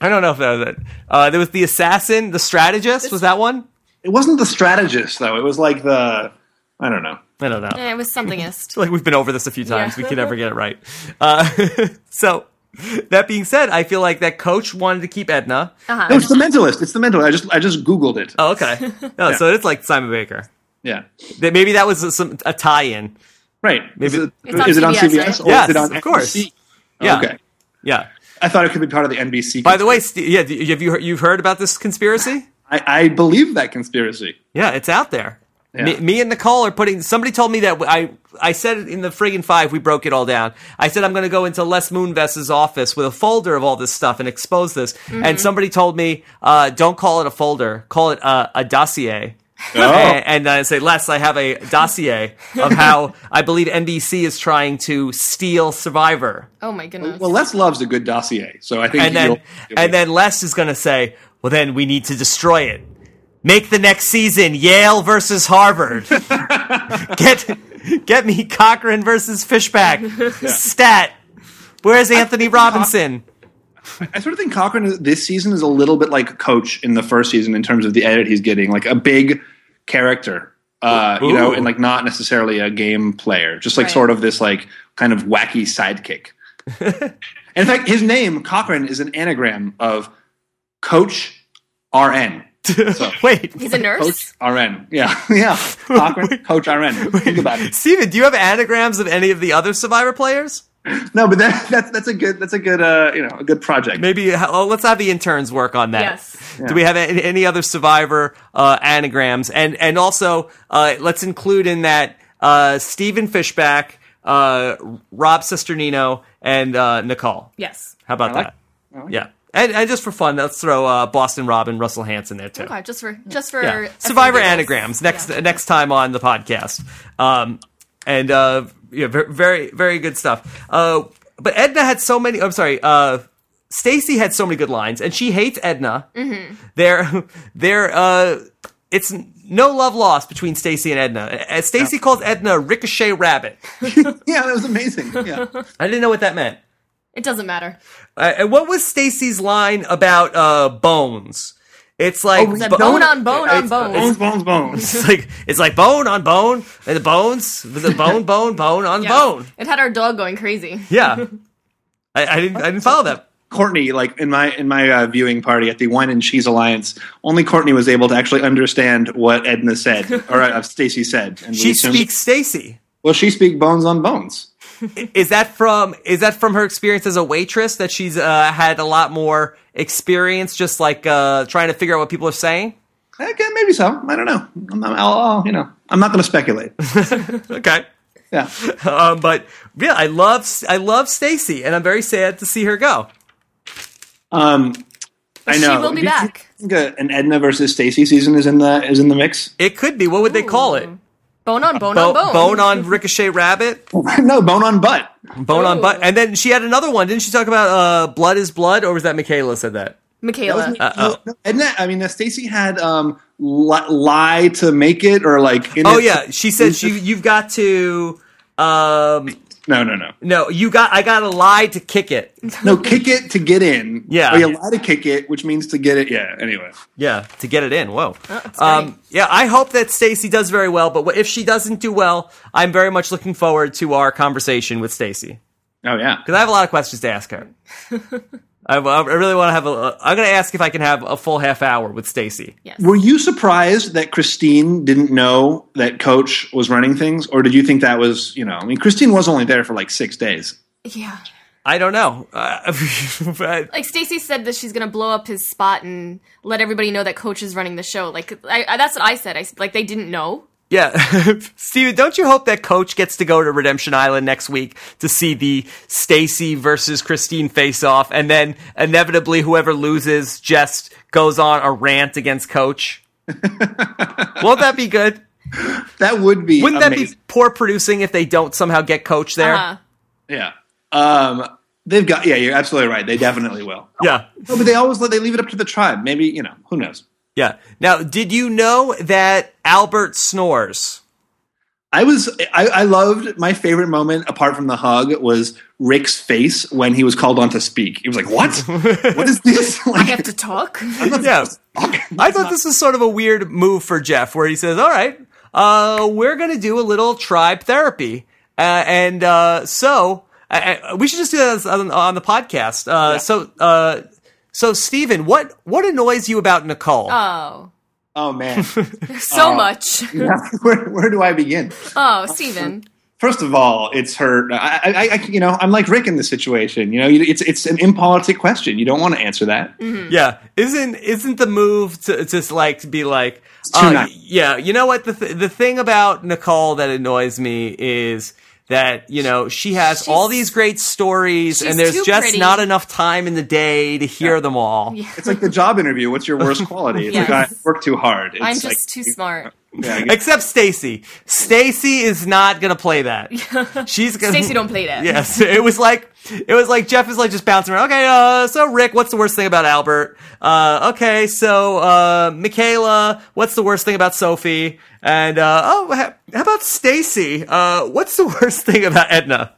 Speaker 1: I don't know if that was it. Uh, there was the assassin, the strategist. Was that one?
Speaker 3: It wasn't the strategist though. It was like the I don't know.
Speaker 1: I don't know.
Speaker 2: Eh, it was somethingist.
Speaker 1: like we've been over this a few times.
Speaker 2: Yeah.
Speaker 1: We can never get it right. Uh, so That being said, I feel like that coach wanted to keep Edna.
Speaker 3: No,
Speaker 2: Uh-huh.
Speaker 3: it's the mentalist. It's the mentalist. I just I just Googled it.
Speaker 1: Oh, okay. No, so it's like Simon Baker.
Speaker 3: Yeah.
Speaker 1: That maybe that was a, some a tie-in.
Speaker 3: Right.
Speaker 1: Maybe-
Speaker 3: is it,
Speaker 2: It's on
Speaker 3: is it on
Speaker 2: CBS,
Speaker 3: CBS
Speaker 2: right?
Speaker 3: or
Speaker 1: Yes,
Speaker 3: is it on
Speaker 1: of course.
Speaker 3: NBC? Oh,
Speaker 1: Yeah.
Speaker 3: Okay.
Speaker 1: Yeah.
Speaker 3: I thought it could be part of the NBC.
Speaker 1: By the way, Ste yeah, d- have you heard, you've heard about this conspiracy?
Speaker 3: I, I believe that conspiracy.
Speaker 1: Yeah, it's out there.
Speaker 3: Yeah.
Speaker 1: Me, me and Nicole are putting. Somebody told me that w- I I said it in the friggin' five. We broke it all down. I said I'm going to go into Les Moonves's office with a folder of all this stuff and expose this.
Speaker 3: Mm-hmm.
Speaker 1: And somebody told me, uh, don't call it a folder, call it uh, a dossier.
Speaker 3: Oh.
Speaker 1: And, and I say, Les, I have a dossier of how I believe NBC is trying to steal Survivor.
Speaker 2: Oh my goodness.
Speaker 3: Well, Les loves a good dossier, so I think
Speaker 1: and then
Speaker 3: you'll-
Speaker 1: and then Les is going to say, "Well, then we need to destroy it. Make the next season Yale versus Harvard. get get me Cochran versus Fishback. Stat. Where's Anthony Robinson?
Speaker 3: I sort of think Cochran is- this season is a little bit like Coach in the first season in terms of the edit he's getting, like a big character, uh, you know,
Speaker 1: Ooh.
Speaker 3: and like not necessarily a game player, just like
Speaker 2: Right.
Speaker 3: sort of this like kind of wacky sidekick. in fact, his name Cochran is an anagram of Coach RN. So,
Speaker 1: Wait,
Speaker 2: He's a nurse?
Speaker 3: Coach RN, yeah, yeah, Cochran, Coach RN. Think about it.
Speaker 1: Steven, do you have anagrams of any of the other Survivor players?
Speaker 3: No, but that, that's that's a good that's a good uh, you know a good project.
Speaker 1: Maybe oh, let's have the interns work on that.
Speaker 2: Yes.
Speaker 1: Do we have any, any other Survivor uh, anagrams? And and also uh, let's include in that uh, Stephen Fishback, uh, Rob Sisternino, and uh, Nicole.
Speaker 2: Yes.
Speaker 1: How about
Speaker 3: I like-
Speaker 1: that? yeah. And, and just for fun, let's throw uh, Boston Rob and Russell Hanson there too.
Speaker 2: Okay, just for just for
Speaker 1: Yeah. Survivor anagrams next uh,
Speaker 2: Yeah.
Speaker 1: next time on the podcast. Um, and uh, yeah, ver- very very good stuff. Uh, but Edna had so many. I'm sorry. Uh, Stacy had so many good lines, and she hates Edna. Mm-hmm. They're they're uh, it's no love lost between Stacy and Edna. Uh, Stacy calls Edna Ricochet Rabbit.
Speaker 3: Yeah, that was amazing. Yeah.
Speaker 1: I didn't know what that meant.
Speaker 2: It doesn't matter.
Speaker 1: Uh, and what was Stacy's line about uh, bones? It's like
Speaker 3: was that
Speaker 1: bo-
Speaker 2: Oh, Bone on bone on
Speaker 1: It's-
Speaker 2: bone.
Speaker 3: bones, bones, bones.
Speaker 1: It's like it's like bone on bone and the bones the bone bone bone on
Speaker 2: Yeah.
Speaker 1: bone.
Speaker 2: It had our dog going crazy.
Speaker 1: Yeah, I, I didn't I didn't follow that.
Speaker 3: Courtney, like in my in my uh, viewing party at the Wine and Cheese Alliance, only Courtney was able to actually understand what Edna said or uh, Stacy said. And we
Speaker 1: She
Speaker 3: assumed-
Speaker 1: speaks Stacy.
Speaker 3: Well, she speak bones on bones.
Speaker 1: Is that from is that from her experience as a waitress that she's uh, had a lot more experience just like uh, trying to figure out what people are saying?
Speaker 3: Okay, maybe so. I don't know. I'm, i I'll, I'll, you know, I'm not going to speculate.
Speaker 1: Okay.
Speaker 3: Yeah,
Speaker 1: Um, but yeah, I love I love Stacy, and I'm very sad to see her go.
Speaker 3: um, I know.
Speaker 2: She will
Speaker 3: Do
Speaker 2: be
Speaker 3: you
Speaker 2: back.
Speaker 3: think, uh, an Edna versus Stacy season is in the is in the mix.
Speaker 1: It could be. What would they call it?
Speaker 2: Bone on bone
Speaker 1: Bo-
Speaker 2: on bone.
Speaker 1: bone on ricochet rabbit.
Speaker 3: no, bone on butt.
Speaker 1: Bone on
Speaker 2: Ooh.
Speaker 1: butt. And then she had another one. Didn't she talk about uh, blood is blood, or was that Michaela said that?
Speaker 2: Michaela.
Speaker 1: Uh-oh.
Speaker 3: No, Edna, I mean, uh, Stacy had um, li- lie to make it or like. In
Speaker 1: Oh
Speaker 3: it-
Speaker 1: yeah, she said she you've got to. Um,
Speaker 3: No, no, no.
Speaker 1: no, you got. I got to lie to kick it.
Speaker 3: No, kick it to get in.
Speaker 1: Yeah.
Speaker 3: Or you lie to kick it, which means to get it. Yeah. Anyway.
Speaker 1: Yeah, to get it in. Whoa.
Speaker 2: Oh, that's great.
Speaker 1: um, yeah, I hope that Stacy does very well. But wh- if she doesn't do well, I'm very much looking forward to our conversation with Stacy
Speaker 3: Oh yeah.
Speaker 1: because I have a lot of questions to ask her. I, I really want to have a. I'm going to ask if I can have a full half hour with Stacy.
Speaker 2: yes.
Speaker 3: Were you surprised that Christine didn't know that Coach was running things, or did you think that was you know? I mean, Christine was only there for like six days.
Speaker 2: Yeah.
Speaker 1: I don't know. Uh, but-
Speaker 2: Like Stacy said that she's gonna blow up his spot and let everybody know that Coach is running the show. Like I, I, that's what I said. I s- like they didn't know.
Speaker 1: Yeah, Steven, don't you hope that Coach gets to go to Redemption Island next week to see the Stacy versus Christine face off, and then inevitably whoever loses just goes on a rant against Coach? Won't that be good?
Speaker 3: That would be.
Speaker 1: Wouldn't that
Speaker 3: amazing.
Speaker 1: be poor producing if they don't somehow get Coach there?
Speaker 2: Uh,
Speaker 3: Yeah. Um, they've got. Yeah, you're absolutely right. They definitely will.
Speaker 1: Yeah,
Speaker 3: No, but they always let they leave it up to the tribe. Maybe you know who knows.
Speaker 1: yeah. Now, did you know that Albert snores?
Speaker 3: I was I, I loved my favorite moment apart from the hug was Rick's face when he was called on to speak. He was like, "What? what is this?" Like,
Speaker 2: I have to talk.
Speaker 1: Yeah. I thought this was sort of a weird move for Jeff, where he says, "All right, uh, we're going to do a little tribe therapy, uh, and uh, so I, I, we should just do that on, on the podcast. Uh, So, uh, so Steven, what what annoys you about Nicole?
Speaker 2: Oh,
Speaker 3: Oh man,
Speaker 1: Oh.
Speaker 2: so much.
Speaker 3: where, where do I begin?
Speaker 2: Oh, Steven.
Speaker 3: First of all, it's her. I, I, I, you know, I'm like Rick in this situation. You know, you- it's it's an impolitic question. You don't want to answer that.
Speaker 2: Mm-hmm.
Speaker 1: yeah, isn't isn't the move to just like to be like,
Speaker 3: too
Speaker 1: uh,
Speaker 3: nice.
Speaker 1: yeah, you know what? The th- the thing about Nicole that annoys me is that you know she has
Speaker 2: She's-
Speaker 1: all these great stories,
Speaker 2: she's
Speaker 1: and there's
Speaker 2: too
Speaker 1: just
Speaker 2: pretty.
Speaker 1: not enough time in the day to hear them all.
Speaker 3: It's like the job interview. What's your worst quality? It's like
Speaker 2: Yes.
Speaker 3: I work too hard. It's
Speaker 2: I'm just
Speaker 3: like,
Speaker 2: too smart.
Speaker 3: yeah, I guess-
Speaker 1: Except Stacy. Stacy is not gonna play that. She's gonna
Speaker 2: Stacy, don't play that.
Speaker 1: Yes, it was like it was like Jeff is like just bouncing around. Okay, uh, so Rick, what's the worst thing about Albert? Uh, okay, so uh, Michaela, what's the worst thing about Sophie? And uh, oh, ha- how about Stacy? Uh, what's the worst thing about Edna?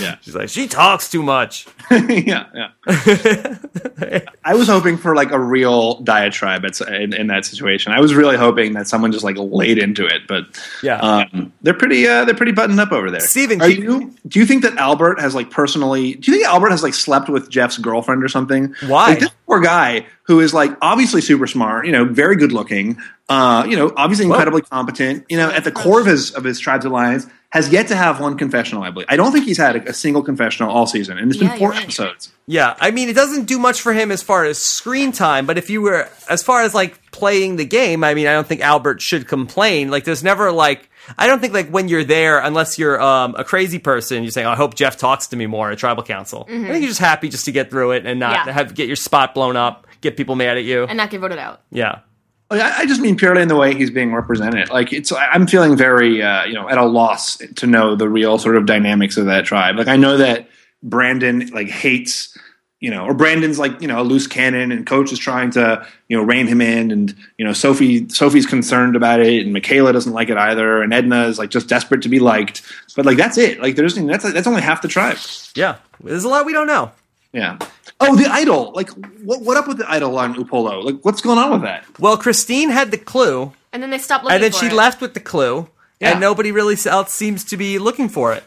Speaker 3: yeah.
Speaker 1: She's like she talks too much.
Speaker 3: yeah, yeah. I was hoping for like a real diatribe at, in, in that situation. I was really hoping that someone just like laid into it, but
Speaker 1: Yeah.
Speaker 3: um, they're pretty uh, they're pretty buttoned up over there.
Speaker 1: Steven,
Speaker 3: are
Speaker 1: keep-
Speaker 3: you do you think that Albert has like personally? Do you think Albert has like slept with Jeff's girlfriend or something?
Speaker 1: Why?
Speaker 3: Like, this poor guy who is like obviously super smart, you know, very good looking, uh, you know, obviously incredibly competent, you know, at the core of his of his tribe's alliance. Has yet to have one confessional, I believe. I don't think he's had a, a single confessional all season, and it's
Speaker 2: Yeah,
Speaker 3: been
Speaker 2: you're
Speaker 3: four
Speaker 2: right.
Speaker 3: episodes.
Speaker 1: Yeah, I mean, it doesn't do much for him as far as screen time, but if you were, as far as like playing the game, I mean, I don't think Albert should complain. Like, there's never like, I don't think like when you're there, unless you're um, a crazy person, you're saying, I hope Jeff talks to me more at tribal council. I think you're just happy just to get through it and not
Speaker 2: Mm-hmm. Yeah.
Speaker 1: have get your spot blown up, get people mad at you.
Speaker 2: And not get voted out.
Speaker 1: yeah.
Speaker 3: Like, I, I just mean purely in the way he's being represented. Like it's, I- I'm feeling very, uh, you know, at a loss to know the real sort of dynamics of that tribe. Like I know that Brandon like hates, you know, or Brandon's like you know a loose cannon, and Coach is trying to you know rein him in, and you know Sophie, Sophie's concerned about it, and Michaela doesn't like it either, and Edna is like just desperate to be liked. But like that's it. Like there's that's that's only half the tribe.
Speaker 1: Yeah. There's a lot we don't know.
Speaker 3: Yeah. Oh, the idol. Like what what up with the idol on Upolo? Like what's going on with that?
Speaker 1: Well, Christine had the clue,
Speaker 2: And then they stopped looking
Speaker 1: and then
Speaker 2: for
Speaker 1: she
Speaker 2: it.
Speaker 1: left with the clue,
Speaker 3: Yeah.
Speaker 1: and nobody really else seems to be looking for it.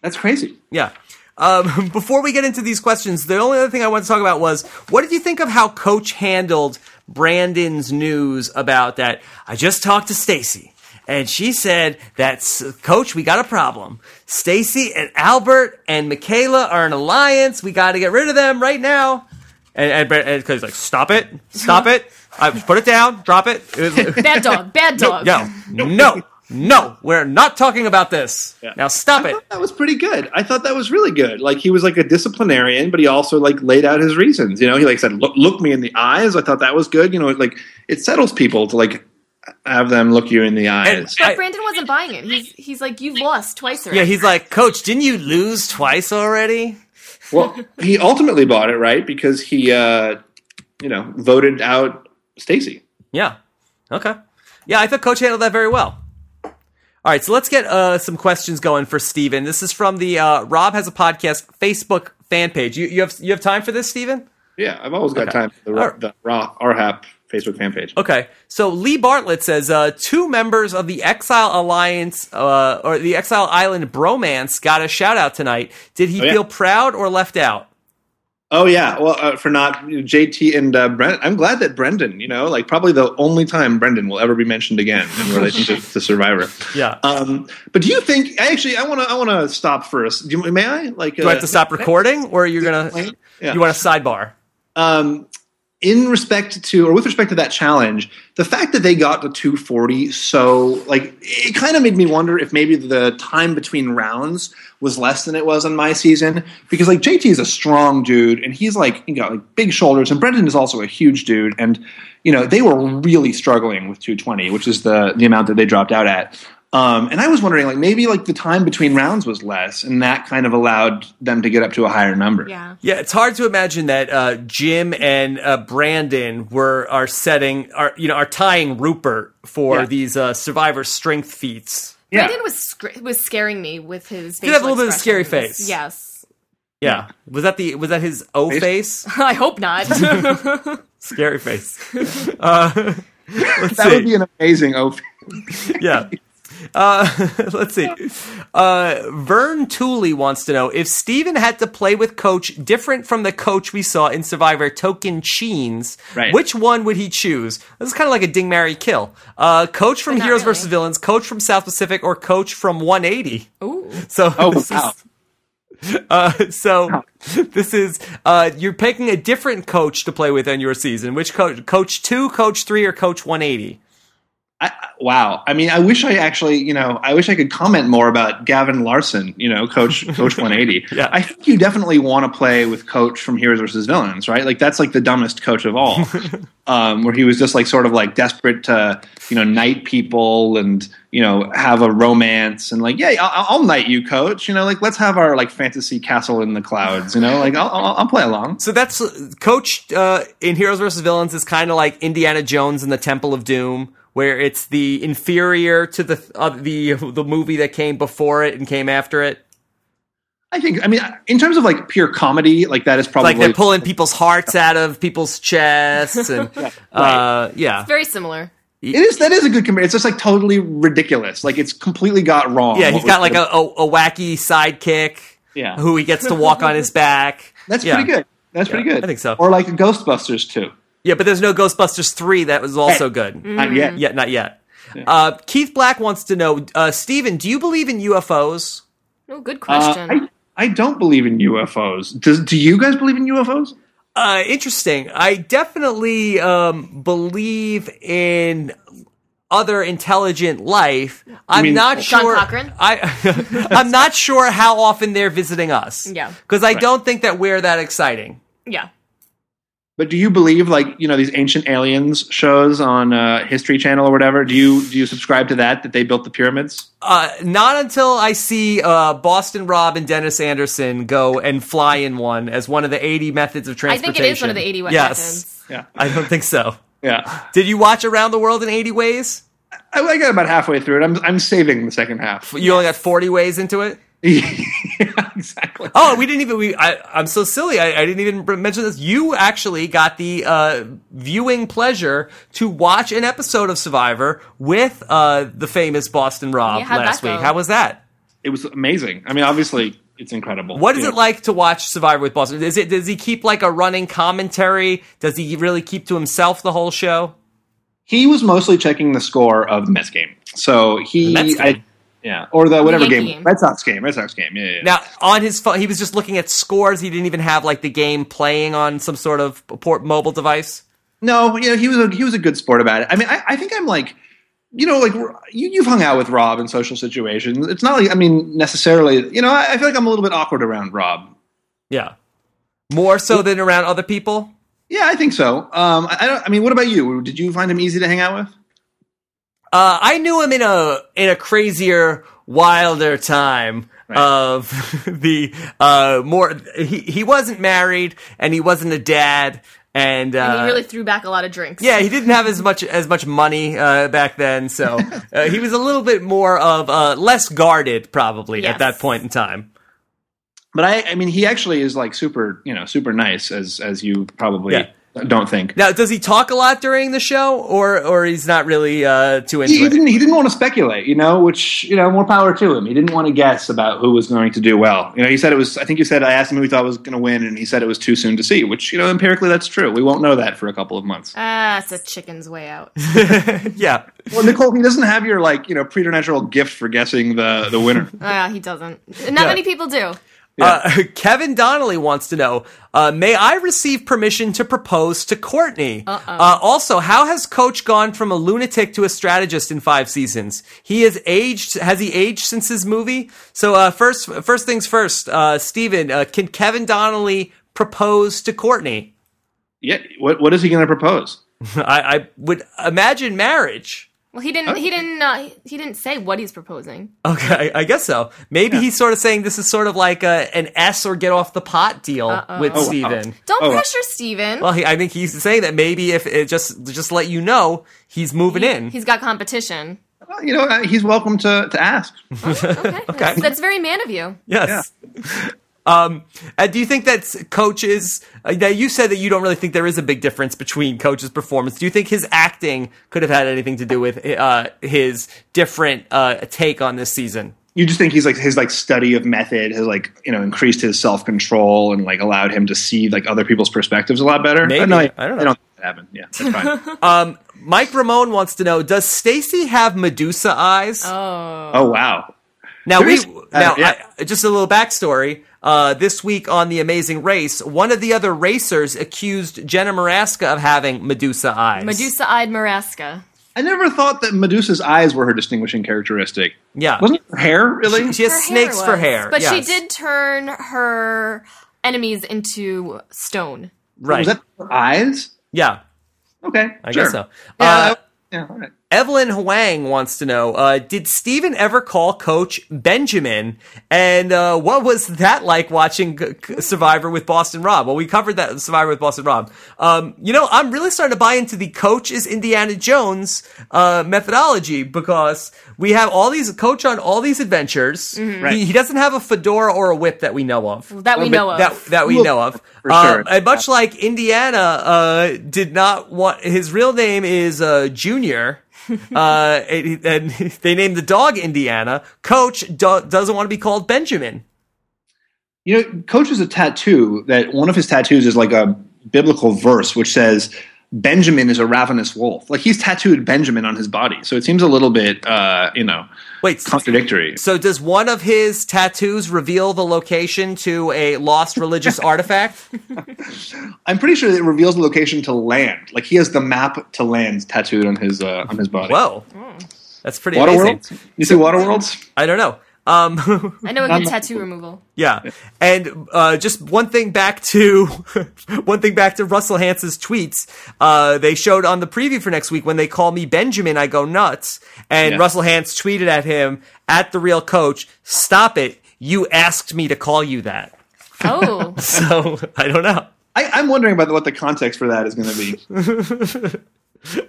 Speaker 3: That's crazy.
Speaker 1: Yeah. Um, before we get into these questions, the only other thing I wanted to talk about was what did you think of how Coach handled Brandon's news about that? I just talked to Stacy, and she said that "S- Coach, we got a problem. Stacy and Albert and Michaela are an alliance. We got to get rid of them right now. And and, Brand- and Coach's like, stop it, stop it. I put it down, drop it. It was-
Speaker 2: Bad dog. Bad dog.
Speaker 1: no, no, no. We're not talking about this.
Speaker 3: Yeah.
Speaker 1: Now stop it.
Speaker 3: that was pretty good. I thought that was really good. Like he was like a disciplinarian, but he also like laid out his reasons. You know, he like said, "Look, look me in the eyes." I thought that was good. You know, it, like it settles people to like have them look you in the eyes.
Speaker 2: But
Speaker 1: I-
Speaker 2: Brandon wasn't buying it. He's he's like, you've lost twice already.
Speaker 1: Yeah, he's like, Coach, didn't you lose twice already?
Speaker 3: well, he ultimately bought it right because he, uh you know, voted out Stacy.
Speaker 1: Yeah. Okay. Yeah, I thought Coach handled that very well. All right, so let's get uh, some questions going for Steven. This is from the uh, Rob has a podcast Facebook fan page. You, you have you have time for this, Steven?
Speaker 3: Yeah, I've always got
Speaker 1: Okay.
Speaker 3: time for the,
Speaker 1: All right.
Speaker 3: the raw RHAP Facebook fan page.
Speaker 1: Okay. So Lee Bartlett says uh, two members of the Exile Alliance uh, or the Exile Island bromance got a shout out tonight. Did he
Speaker 3: Oh, yeah.
Speaker 1: feel proud or left out?
Speaker 3: Oh yeah, well uh, for not JT and uh, Brent, I'm glad that Brendan, you know, like probably the only time Brendan will ever be mentioned again in relationship to Survivor.
Speaker 1: Yeah.
Speaker 3: Um, but do you think? I actually, I want to, I want to stop first. Do you, may I? Like, uh,
Speaker 1: Do I have to stop recording, or you're gonna
Speaker 3: Yeah.
Speaker 1: you want a sidebar?
Speaker 3: Um, in respect to, or with respect to that challenge, the fact that they got to 240, so like it kind of made me wonder if maybe the time between rounds was less than it was on my season because like JT is a strong dude and he's like you know like big shoulders and Brendan is also a huge dude and you know they were really struggling with 220, which is the the amount that they dropped out at. Um, and I was wondering, like maybe like the time between rounds was less, and that kind of allowed them to get up to a higher number.
Speaker 2: Yeah.
Speaker 1: Yeah, it's hard to imagine that uh, Jim and uh, Brandon were are setting are you know are tying Rupert for
Speaker 3: Yeah.
Speaker 1: these uh, Survivor strength feats.
Speaker 2: Brandon was sc- was scaring me with his.
Speaker 1: did have a
Speaker 2: facial
Speaker 1: little bit of a scary
Speaker 2: expressions.
Speaker 1: face.
Speaker 2: Yes,
Speaker 1: Yeah, was that the was that his O face?
Speaker 2: I hope not.
Speaker 1: Scary face. Uh, let's
Speaker 3: that
Speaker 1: see.
Speaker 3: would be an amazing OP.
Speaker 1: yeah. Uh, let's see. Uh, Vern Tooley wants to know if Steven had to play with Coach different from the Coach we saw in Survivor Token Cheens,
Speaker 3: Right.
Speaker 1: which one would he choose? This is kind of like a Ding Mary Kill. Uh, coach from
Speaker 2: But not
Speaker 1: Heroes
Speaker 2: really.
Speaker 1: vs. Villains, Coach from South Pacific, or Coach from 180.
Speaker 2: Ooh.
Speaker 1: So
Speaker 3: Oh,
Speaker 1: this is-
Speaker 3: wow.
Speaker 1: uh, so this is uh, you're picking a different coach to play with in your season. Which coach? Coach two, coach three, or coach one eighty?
Speaker 3: I, I- wow. I mean, I wish I actually, you know, I wish I could comment more about Gavin Larson, you know, coach, coach 180.
Speaker 1: Yeah.
Speaker 3: I think you definitely want to play with coach from Heroes versus Villains, right? Like that's like the dumbest coach of all, um, where he was just like sort of like desperate to, you know, knight people and, you know, have a romance and like, yeah, I'll, I'll knight you coach, you know, like let's have our like fantasy castle in the clouds, you know, like I'll, I'll, I'll play along.
Speaker 1: So that's coach uh, in Heroes versus Villains is kind of like Indiana Jones in the Temple of Doom, where it's the inferior to the uh, the the movie that came before it and came after it.
Speaker 3: I think, I mean, in terms of like pure comedy, like that is probably
Speaker 1: Like they're pulling people's hearts out of people's chests and uh, yeah.
Speaker 2: Very similar.
Speaker 3: It is that is a good comparison. It's just like totally ridiculous. Like it's completely got wrong.
Speaker 1: Yeah,
Speaker 3: What
Speaker 1: he's
Speaker 3: was
Speaker 1: got like a,
Speaker 3: the-
Speaker 1: a, a wacky sidekick
Speaker 3: Yeah.
Speaker 1: who he gets to walk on his back.
Speaker 3: That's
Speaker 1: Yeah.
Speaker 3: pretty good. That's pretty good.
Speaker 1: I think so.
Speaker 3: Or like Ghostbusters too.
Speaker 1: Yeah, but there's no Ghostbusters 3 that was also good.
Speaker 3: Not yet.
Speaker 1: Yeah, not yet. Uh, Keith Black wants to know uh, Steven, do you believe in UFOs?
Speaker 2: Oh, good
Speaker 3: Uh,
Speaker 2: question.
Speaker 3: I, I don't believe in UFOs. Does do you guys believe in UFOs?
Speaker 1: Uh, interesting. I definitely um, believe in other intelligent life. I'm
Speaker 3: mean-
Speaker 1: not
Speaker 2: John
Speaker 1: sure.
Speaker 2: Cochran?
Speaker 1: I, I'm not sure how often they're visiting us.
Speaker 2: Yeah.
Speaker 1: Because I don't think that we're that exciting.
Speaker 2: yeah.
Speaker 3: But do you believe like you know these ancient aliens shows on uh, History Channel or whatever? Do you do you subscribe to that that they built the pyramids?
Speaker 1: Uh, not until I see uh, Boston Rob and Dennis Anderson go and fly in one as one of the 80 methods of
Speaker 2: I
Speaker 1: transportation.
Speaker 2: think it is one of the 80 wet
Speaker 1: yes.
Speaker 2: methods.
Speaker 3: Yeah,
Speaker 1: I don't think so.
Speaker 3: yeah.
Speaker 1: Did you watch Around the World in 80 Ways?
Speaker 3: I, I got about halfway through it. I'm I'm saving the second half.
Speaker 1: You only got 40 ways into it?
Speaker 3: yeah, exactly.
Speaker 1: Oh, we didn't even. We I, I'm so silly. I, I didn't even re- mention this. You actually got the uh, viewing pleasure to watch an episode of Survivor with uh, the famous Boston Rob
Speaker 2: Yeah, how'd
Speaker 1: last
Speaker 2: that go?
Speaker 1: week. How was that?
Speaker 3: It was amazing. I mean, obviously, it's incredible.
Speaker 1: What is
Speaker 3: You
Speaker 1: it
Speaker 3: know.
Speaker 1: like to watch Survivor with Boston? Is it does he keep like a running commentary? Does he really keep to himself the whole show?
Speaker 3: he was mostly checking the score of the Mets game. So he,
Speaker 1: The Mets game?
Speaker 3: I, yeah, or the whatever
Speaker 2: Yankee
Speaker 3: game,
Speaker 2: game.
Speaker 3: Red Sox game, Red Sox game. Yeah, yeah. yeah.
Speaker 1: Now on his phone, he was just looking at scores. He didn't even have like the game playing on some sort of port mobile device.
Speaker 3: no, you know he was a, he was a good sport about it. I mean, I, I think I'm like, you know, like we're- you, you've hung out with Rob in social situations. It's not like I mean necessarily. You know, I, I feel like I'm a little bit awkward around Rob.
Speaker 1: Yeah, more so than around other people.
Speaker 3: Yeah, I think so. Um, I, I don't. I mean, what about you? Did you find him easy to hang out with?
Speaker 1: Uh, I knew him in a in a crazier, wilder time
Speaker 3: Right.
Speaker 1: of the uh, more. He he wasn't married and he wasn't a dad, and, uh,
Speaker 2: and he really threw back a lot of drinks.
Speaker 1: yeah, he didn't have as much as much money uh, back then, so uh, he was a little bit more of uh, less guarded probably at
Speaker 2: Yes.
Speaker 1: that point in time.
Speaker 3: But I, I mean, he actually is like super, you know, super nice as as you probably
Speaker 1: Yeah.
Speaker 3: don't think.
Speaker 1: Now, does he talk a lot during the show, or or he's not really uh, too into
Speaker 3: he, he
Speaker 1: it?
Speaker 3: didn't he didn't want to speculate, you know, which you know, more power to him. He didn't want to guess about who was going to do well. You know, he said it was I think you said I asked him who he thought was going to win and he said it was too soon to see, which you know, empirically that's true. We won't know that for a couple of months.
Speaker 1: Uh,
Speaker 2: Ah, it's a chicken's way out.
Speaker 1: yeah,
Speaker 3: Well, Nicole, he doesn't have your like, you know, preternatural gift for guessing the the winner.
Speaker 2: Ah, he doesn't. Not many people do.
Speaker 1: Uh, Kevin Donnelly wants to know: uh, May I receive permission to propose to Courtney? uh also, how has Coach gone from a lunatic to a strategist in five seasons? He has aged. Has he aged since his movie? So uh, first, first things first. Uh, Steven, uh, can Kevin Donnelly propose to Courtney?
Speaker 3: Yeah, what what is he going to propose?
Speaker 1: I, I would imagine marriage.
Speaker 2: Well, he didn't. He didn't. Uh, he didn't say what he's proposing.
Speaker 1: Okay, I, I guess so. Maybe he's sort of saying this is sort of like a, an S or get off the pot deal with
Speaker 3: Oh, wow.
Speaker 1: Steven.
Speaker 2: Don't
Speaker 3: Oh.
Speaker 2: pressure Steven.
Speaker 1: Well, he, I think he's saying that maybe if it just just let you know he's moving in.
Speaker 2: He's got competition.
Speaker 3: Well, you know, uh, he's welcome to to ask.
Speaker 2: Okay. That's, that's very man of you.
Speaker 1: yes. Um, and do you think that coaches? Uh, now you said that you don't really think there is a big difference between coaches' performance. Do you think his acting could have had anything to do with uh, his different uh, take on this season?
Speaker 3: you just think he's like his like study of method has like you know increased his self control and like allowed him to see like other people's perspectives a lot better.
Speaker 1: Maybe.
Speaker 3: But no,
Speaker 1: I don't know.
Speaker 3: I don't think that happened. Yeah, that's fine.
Speaker 1: Um, Mike Ramone wants to know: Does Stacy have Medusa eyes?
Speaker 2: Oh.
Speaker 3: oh wow.
Speaker 1: Now we
Speaker 3: Who's-
Speaker 1: now
Speaker 3: uh, yeah.
Speaker 1: I, just a little backstory. Uh, this week on the Amazing Race, one of the other racers accused Jenna Maraska of having Medusa eyes.
Speaker 2: Medusa eyed Maraska.
Speaker 3: I never thought that Medusa's eyes were her distinguishing characteristic.
Speaker 1: Yeah.
Speaker 3: Wasn't it her hair really?
Speaker 1: She has
Speaker 2: Her
Speaker 1: snakes
Speaker 2: hair
Speaker 1: for
Speaker 2: was,
Speaker 1: hair.
Speaker 2: But she
Speaker 1: yes.
Speaker 2: did turn her enemies into stone.
Speaker 1: Right.
Speaker 3: Was that her eyes?
Speaker 1: yeah.
Speaker 3: Okay.
Speaker 1: I
Speaker 3: sure.
Speaker 1: guess so.
Speaker 3: Yeah,
Speaker 1: Uh,
Speaker 3: I- yeah, all right.
Speaker 1: Evelyn Huang wants to know uh, Did Steven ever call Coach Benjamin? And uh, what was that like watching C- C- Survivor with Boston Rob? Well, we covered that Survivor with Boston Rob. Um, you know, I'm really starting to buy into the coach is Indiana Jones uh, methodology because we have all these coach on all these adventures.
Speaker 3: Right.
Speaker 1: He, he doesn't have a fedora or a whip that we know of.
Speaker 2: That we
Speaker 3: Well, but
Speaker 2: know of.
Speaker 1: that that we
Speaker 3: Well,
Speaker 1: know of.
Speaker 3: for
Speaker 1: Um,
Speaker 3: sure.
Speaker 1: and much like Indiana uh, did not want his real name is uh, Junior. uh, and, and they named the dog Indiana. Coach do- doesn't want to be called Benjamin.
Speaker 3: You know, Coach has a tattoo that one of his tattoos is like a biblical verse which says Benjamin is a ravenous wolf. Like he's tattooed Benjamin on his body. So it seems a little bit uh, you know,
Speaker 1: Wait, s-
Speaker 3: contradictory.
Speaker 1: so does one of his tattoos reveal the location to a lost religious artifact?
Speaker 3: I'm pretty sure it reveals the location to land. Like he has the map to land tattooed on his uh, on his body.
Speaker 1: Whoa,
Speaker 3: Hmm.
Speaker 1: that's pretty amazing.
Speaker 3: Waterworld? You see Waterworlds?
Speaker 1: I don't know. Um,
Speaker 2: I know a good
Speaker 3: Not-
Speaker 2: tattoo removal.
Speaker 1: Yeah, and uh, just one thing back to one thing back to Russell Hansen's tweets. Uh, they showed on the preview for next week when they call me Benjamin, I go nuts. And
Speaker 3: Yeah.
Speaker 1: Russell Hans tweeted at him at the real coach, "Stop it! You asked me to call you that."
Speaker 2: Oh.
Speaker 1: So I don't know.
Speaker 3: I, I'm wondering about what the context for that is going to be.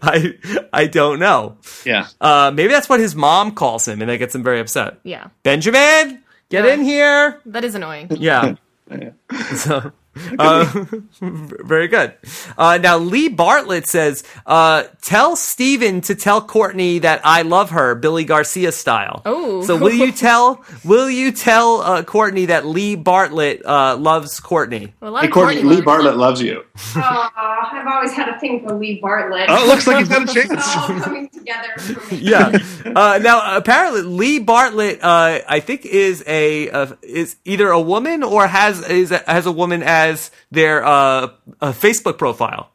Speaker 1: I I don't know.
Speaker 3: Yeah.
Speaker 1: Uh, maybe that's what his mom calls him, and that gets him very upset.
Speaker 2: yeah.
Speaker 1: Benjamin, get
Speaker 2: Yeah.
Speaker 1: in here.
Speaker 2: That is annoying.
Speaker 1: Yeah.
Speaker 3: Yeah.
Speaker 1: So, uh, very good. Uh, now, Lee Bartlett says, uh, "Tell Steven to tell Courtney that I love her, Billy Garcia style."
Speaker 2: Oh.
Speaker 1: so will you tell? Will you tell uh, Courtney that Lee Bartlett uh, loves Courtney?
Speaker 2: Well, a lot
Speaker 3: Hey,
Speaker 2: of
Speaker 3: Courtney,
Speaker 2: Courtney
Speaker 3: Lee Bartlett loves you.
Speaker 4: Aw, I've always had a thing for Lee Bartlett.
Speaker 3: Oh, it looks like he's got a
Speaker 4: It's all
Speaker 3: chance.
Speaker 4: coming together for me.
Speaker 1: Yeah. uh, now, apparently, Lee Bartlett, uh, I think, is a uh, is either a woman or has is has a woman as their uh, uh, Facebook profile.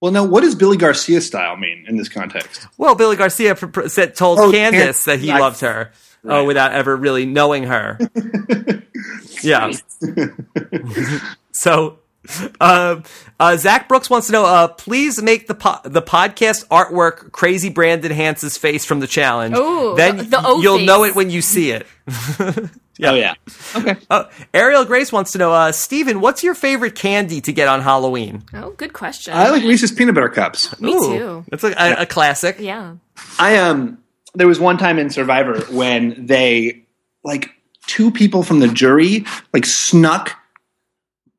Speaker 3: Well, now, what does Billy Garcia style mean in this context?
Speaker 1: Well, Billy Garcia pr- pr- said, told
Speaker 3: Oh,
Speaker 1: Candace
Speaker 3: Candace.
Speaker 1: that he
Speaker 3: Yes.
Speaker 1: loved her uh,
Speaker 3: Right.
Speaker 1: without ever really knowing her. yeah. so, uh, uh, Zach Brooks wants to know uh, please make the po- the podcast artwork crazy Brandon Hance's face from the challenge.
Speaker 2: Ooh, the-
Speaker 1: then
Speaker 2: the O
Speaker 1: you'll
Speaker 2: face.
Speaker 1: know it when you see it.
Speaker 3: Oh, yeah. Okay.
Speaker 1: Oh, Ariel Grace wants to know uh, Steven, what's your favorite candy to get on Halloween?
Speaker 2: Oh, good question.
Speaker 3: I like Reese's peanut butter cups.
Speaker 2: Me
Speaker 1: Ooh,
Speaker 2: too.
Speaker 1: That's a, a, a classic.
Speaker 2: Yeah.
Speaker 3: I um there was one time in Survivor when they like two people from the jury like snuck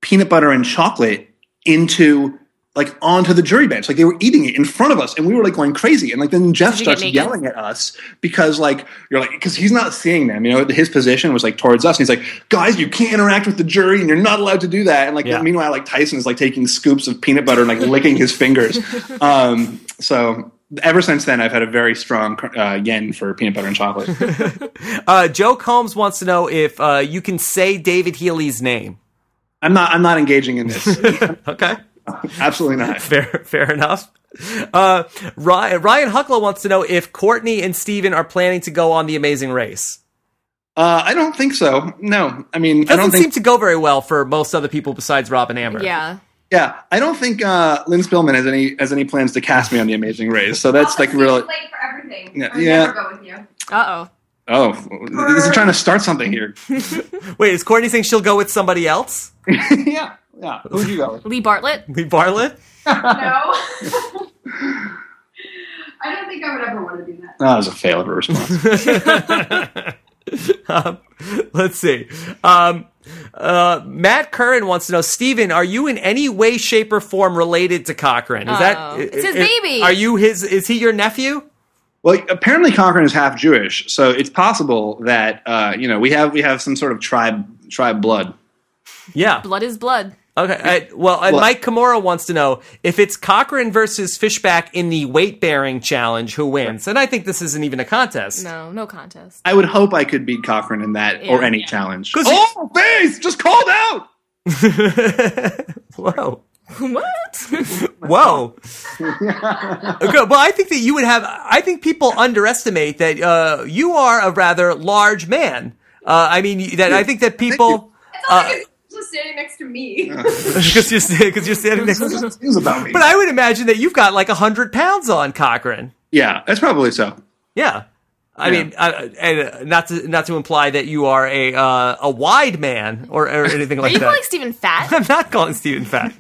Speaker 3: peanut butter and chocolate into like onto the jury bench. Like they were eating it in front of us and we were like going crazy. And like then Jeff
Speaker 2: Did you get
Speaker 3: starts
Speaker 2: naked?
Speaker 3: yelling at us because like you're like because he's not seeing them. You know, his position was like towards us. And he's like, guys, you can't interact with the jury and you're not allowed to do that. And like
Speaker 1: Yeah.
Speaker 3: meanwhile, like Tyson is like taking scoops of peanut butter and like licking his fingers. Um, so ever since then, I've had a very strong uh, yen for peanut butter and chocolate.
Speaker 1: Uh, Joe Combs wants to know if uh, you can say David Healy's name.
Speaker 3: I'm not. I'm not engaging in this.
Speaker 1: Okay.
Speaker 3: Absolutely not.
Speaker 1: Fair, fair enough. Uh, Ryan, Ryan Hucklow wants to know if Courtney and Steven are planning to go on The Amazing Race.
Speaker 3: Uh, I don't think so. No. I mean, I
Speaker 1: Doesn't
Speaker 3: don't think.
Speaker 1: seem to go very well for most other people besides Robin Amber.
Speaker 2: Yeah.
Speaker 3: yeah, I don't think uh, Lynn Spillman has any has any plans to cast me on The Amazing Race. So that's like
Speaker 4: I'll just
Speaker 3: really.
Speaker 4: be late for everything.
Speaker 3: Yeah,
Speaker 4: I'll
Speaker 3: yeah.
Speaker 4: never go with you.
Speaker 2: Uh oh.
Speaker 3: Oh, this is trying to start something here.
Speaker 1: Wait, is Courtney saying she'll go with somebody else?
Speaker 3: yeah. Yeah. Who'd you go with? Oh,
Speaker 2: Lee Bartlett?
Speaker 1: Lee Bartlett?
Speaker 4: No. I don't think I would ever want to do that.
Speaker 3: That was a fail of a response.
Speaker 1: um, let's see. Um, uh, Uh, Matt Curran wants to know, Steven, are you in any way, shape, or form related to Cochran? Is
Speaker 2: Oh.
Speaker 1: that
Speaker 2: It's his
Speaker 1: i- i-
Speaker 2: baby.
Speaker 1: Are you his? Is he your nephew?
Speaker 3: Well, apparently Cochrane is half Jewish, so it's possible that uh, you know we have we have some sort of tribe tribe blood.
Speaker 1: Yeah.
Speaker 2: Blood is blood.
Speaker 1: Okay. I, well, and
Speaker 3: What?
Speaker 1: Mike Kimura wants to know if it's Cochran versus Fishback in the weight bearing challenge, who wins? And I think this isn't even a contest.
Speaker 2: No, no contest.
Speaker 3: I would hope I could beat Cochrane in that or
Speaker 2: Yeah.
Speaker 3: any challenge.
Speaker 1: 'Cause he-
Speaker 3: Oh, face! Just called out.
Speaker 1: Whoa.
Speaker 2: what?
Speaker 1: Whoa. okay, well, I think that you would have, I think people underestimate that uh, you are a rather large man. Uh, I mean, you- that I think that people.
Speaker 4: It's
Speaker 1: Uh,
Speaker 4: not like it's just standing next to me.
Speaker 3: Uh,
Speaker 1: Because you're, sta- 'cause you're standing next to
Speaker 3: This is about me.
Speaker 1: But I would imagine that you've got like 100 pounds on, Cochran.
Speaker 3: yeah, that's probably so.
Speaker 1: Yeah. I
Speaker 3: Yeah.
Speaker 1: mean, I, and uh, not to not to imply that you are a uh, a wide man or, or anything
Speaker 2: Are
Speaker 1: like
Speaker 2: you
Speaker 1: that.
Speaker 2: calling Steven fat?
Speaker 1: I'm not calling Steven fat.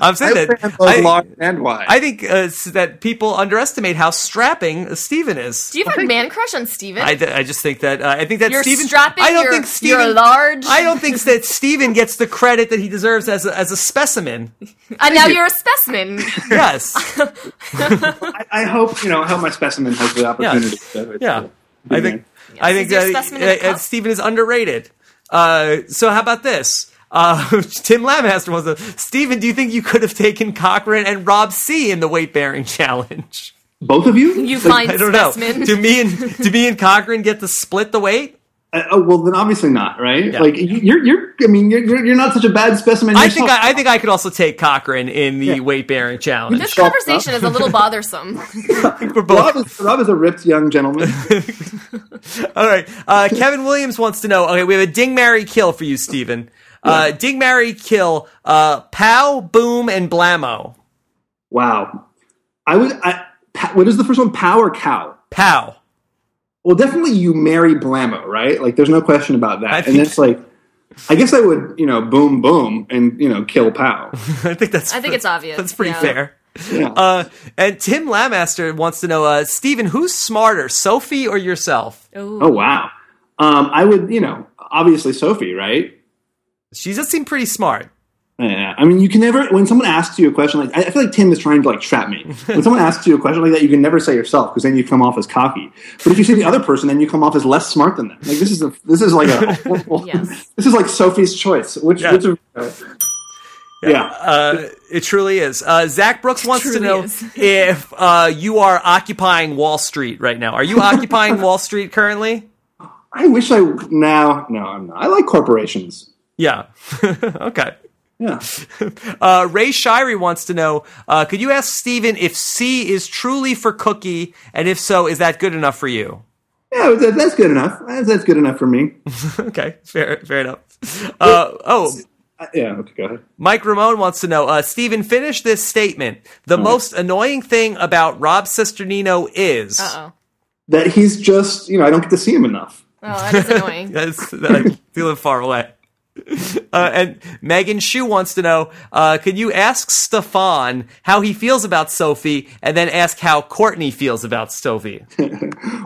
Speaker 1: I'm
Speaker 3: I
Speaker 1: saying
Speaker 3: would
Speaker 1: that
Speaker 3: say I'm both
Speaker 1: I-
Speaker 3: large and wide.
Speaker 1: I think uh, s- that people underestimate how strapping Steven is.
Speaker 2: Do you have a man crush on Steven?
Speaker 1: I, th- I just think that uh, I think that
Speaker 2: You're
Speaker 1: Steven.
Speaker 2: strapping,
Speaker 1: I don't
Speaker 2: you're-
Speaker 1: think
Speaker 2: you're
Speaker 1: Steven.
Speaker 2: large.
Speaker 1: I don't think that Steven gets the credit that he deserves as a, as a specimen.
Speaker 2: and Uh, now you're a specimen.
Speaker 1: Yes.
Speaker 3: I, I hope you know. I hope my specimen has the opportunity. to-
Speaker 1: Yeah. I think I think
Speaker 2: is your
Speaker 1: that
Speaker 2: specimen in a
Speaker 1: uh, uh,
Speaker 2: cup?
Speaker 1: Steven is underrated. Uh, so how about this? Uh, Tim Lamaster wants to. Steven, do you think you could have taken Cochran and Rob C in the weight bearing challenge?
Speaker 3: both of you.
Speaker 2: You
Speaker 3: Like,
Speaker 2: find
Speaker 1: I don't
Speaker 2: specimen.
Speaker 1: know. Do me and do me and Cochran get to split the weight?
Speaker 3: Uh, oh well, then obviously not, right?
Speaker 1: Yeah.
Speaker 3: Like you- you're, you're. I mean, you're, you're- you're not such a bad specimen.
Speaker 1: I
Speaker 3: yourself.
Speaker 1: think I, I think I could also take Cochran in the weight bearing challenge.
Speaker 2: This conversation is a little bothersome.
Speaker 1: I think we're
Speaker 3: Rob
Speaker 1: both
Speaker 3: is, Rob is a ripped young gentleman.
Speaker 1: all right. Uh, Kevin Williams wants to know. Okay, we have a ding, marry, kill for you, Steven. Uh, ding, marry, kill. Uh, pow, boom, and blammo.
Speaker 3: wow. I would. I, pa- what is the first one? Power cow.
Speaker 1: Pow.
Speaker 3: Well, definitely you marry Blammo, right? Like, there's no question about that.
Speaker 1: I
Speaker 3: and
Speaker 1: think-
Speaker 3: it's like, I guess I would, you know, boom, boom, and you know, kill Pow.
Speaker 1: I think that's.
Speaker 2: I think it's obvious,
Speaker 1: That's pretty
Speaker 2: yeah.
Speaker 1: fair.
Speaker 3: Yeah.
Speaker 1: Uh, and Tim Lamaster wants to know, uh, Steven, who's smarter, Sophie or yourself?
Speaker 3: oh wow. Um, I would, you know, obviously Sophie, right?
Speaker 1: She does seem pretty smart.
Speaker 3: Yeah. I mean, you can never when someone asks you a question like I I feel like Tim is trying to like trap me. When someone asks you a question like that, you can never say yourself because then you come off as cocky. But if you say the other person, then you come off as less smart than them. Like this is a this is like a horrible,
Speaker 2: Yes.
Speaker 3: this is like Sophie's choice. Which
Speaker 1: Yeah.
Speaker 3: which of- uh, yeah.
Speaker 1: Uh, it truly is. Uh, Zach Brooks wants to
Speaker 2: truly
Speaker 1: know
Speaker 2: is.
Speaker 1: if uh, you are occupying Wall Street right now. Are you occupying Wall Street currently?
Speaker 3: I wish I now. No, I'm not. I like corporations.
Speaker 1: Yeah. okay.
Speaker 3: Yeah.
Speaker 1: Uh, Ray Shirey wants to know uh, Could you ask Steven if C is truly for cookie? And if so, is that good enough for you?
Speaker 3: Yeah, that- that's good enough. That's, that's good enough for me.
Speaker 1: Okay, fair, fair enough. Uh, oh,
Speaker 3: Uh, yeah, okay, go ahead.
Speaker 1: Mike Ramone wants to know uh, Steven, finish this statement. The most annoying thing about Rob Sesternino is.
Speaker 2: Uh oh.
Speaker 3: That he's just, you know, I don't get to see him enough.
Speaker 2: Oh, that is annoying.
Speaker 1: That's, that I feel it far away. Uh, and Megan Shu wants to know uh, Can you ask Stefan how he feels about Sophie and then ask how Courtney feels about Sophie?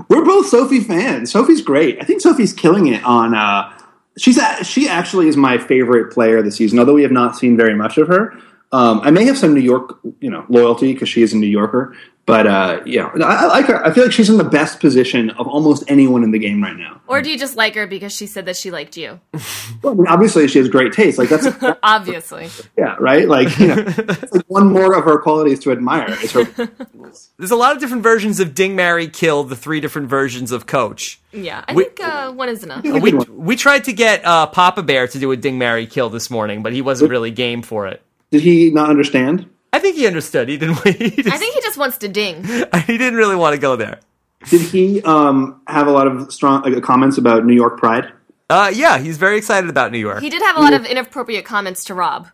Speaker 3: We're both Sophie fans. Sophie's great. I think Sophie's killing it on. Uh, she's a, she actually is my favorite player this season, although we have not seen very much of her. Um, I may have some New York, you know, loyalty because she is a New Yorker. But uh, yeah, No, I, I like her. I feel like she's in the best position of almost anyone in the game right now.
Speaker 2: Or do you just like her because she said that she liked you?
Speaker 3: Well, I mean, obviously, she has great taste. Like that's
Speaker 2: Obviously.
Speaker 3: yeah, right. Like you know, it's like one more of her qualities to admire is her
Speaker 1: There's a lot of different versions of Ding Mary Kill, the three different versions of Coach.
Speaker 2: Yeah. I
Speaker 1: We-
Speaker 2: think uh, one is enough.
Speaker 1: We, we tried to get uh, Papa Bear to do a Ding Mary Kill this morning, but he wasn't really game for it.
Speaker 3: Did he not understand?
Speaker 1: I think he understood. He didn't. He,
Speaker 2: I
Speaker 1: just-
Speaker 2: think he just wants to ding.
Speaker 1: he didn't really want to go there.
Speaker 3: Did he um, have a lot of strong like, comments about New York pride?
Speaker 1: Uh, yeah, he's very excited about New York.
Speaker 2: He did have a lot of inappropriate comments to Rob.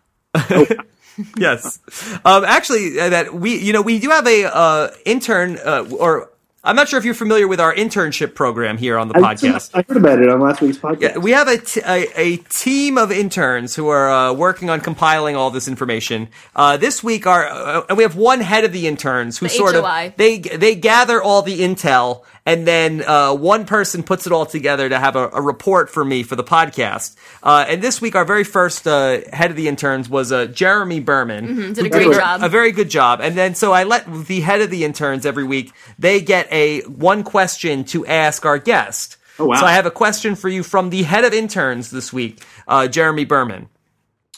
Speaker 1: yes. Um, actually, uh, that we, you know, we do have a uh, intern, uh, or I'm not sure if you're familiar with our internship program here on the podcast.
Speaker 3: I heard about it on last week's podcast.
Speaker 1: Yeah, we have a, t- a, a team of interns who are uh, working on compiling all this information. Uh, this week, our uh, and we have one head of the interns who
Speaker 2: The
Speaker 1: sort
Speaker 2: HOI.
Speaker 1: of they they gather all the intel and then uh, one person puts it all together to have a, a report for me for the podcast. Uh, and this week, our very first uh, head of the interns was uh, Jeremy Berman.
Speaker 2: Mm-hmm. did a
Speaker 1: who
Speaker 2: great
Speaker 1: did
Speaker 2: job.
Speaker 1: A very good job. And then so I let the head of the interns every week. They get a one question to ask our guest.
Speaker 3: Oh, wow.
Speaker 1: So I have a question for you from the head of interns this week, uh, Jeremy Berman.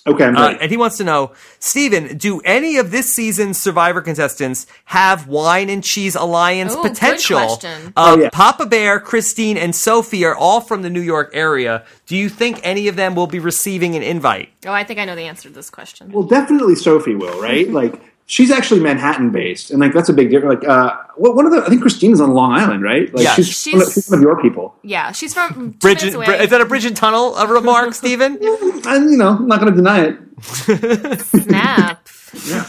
Speaker 3: Okay, I'm
Speaker 1: Uh,
Speaker 3: ready.
Speaker 1: and he wants to know, Steven, do any of this season's Survivor contestants have wine and cheese alliance
Speaker 2: Ooh, good
Speaker 1: potential?
Speaker 2: question.
Speaker 1: Uh,
Speaker 3: Oh, yeah.
Speaker 1: Papa Bear, Christine, and Sophie are all from the New York area. Do you think any of them will be receiving an invite?
Speaker 2: Oh, I think I know the answer to this question.
Speaker 3: well, definitely Sophie will, right?
Speaker 1: Mm-hmm.
Speaker 3: like she's actually Manhattan based, and like that's a big difference. Like, uh, what one of the I think Christine's on Long Island, right? Like
Speaker 1: Yeah.
Speaker 3: she's,
Speaker 2: She's-
Speaker 3: one of, she's one of your people.
Speaker 2: Yeah, she's from two
Speaker 1: Bridge,
Speaker 2: minutes
Speaker 1: bri-
Speaker 2: away.
Speaker 1: is that a bridge and tunnel of remark, Steven?
Speaker 3: And you know, I'm not going to deny it.
Speaker 2: Snap.
Speaker 1: Yeah.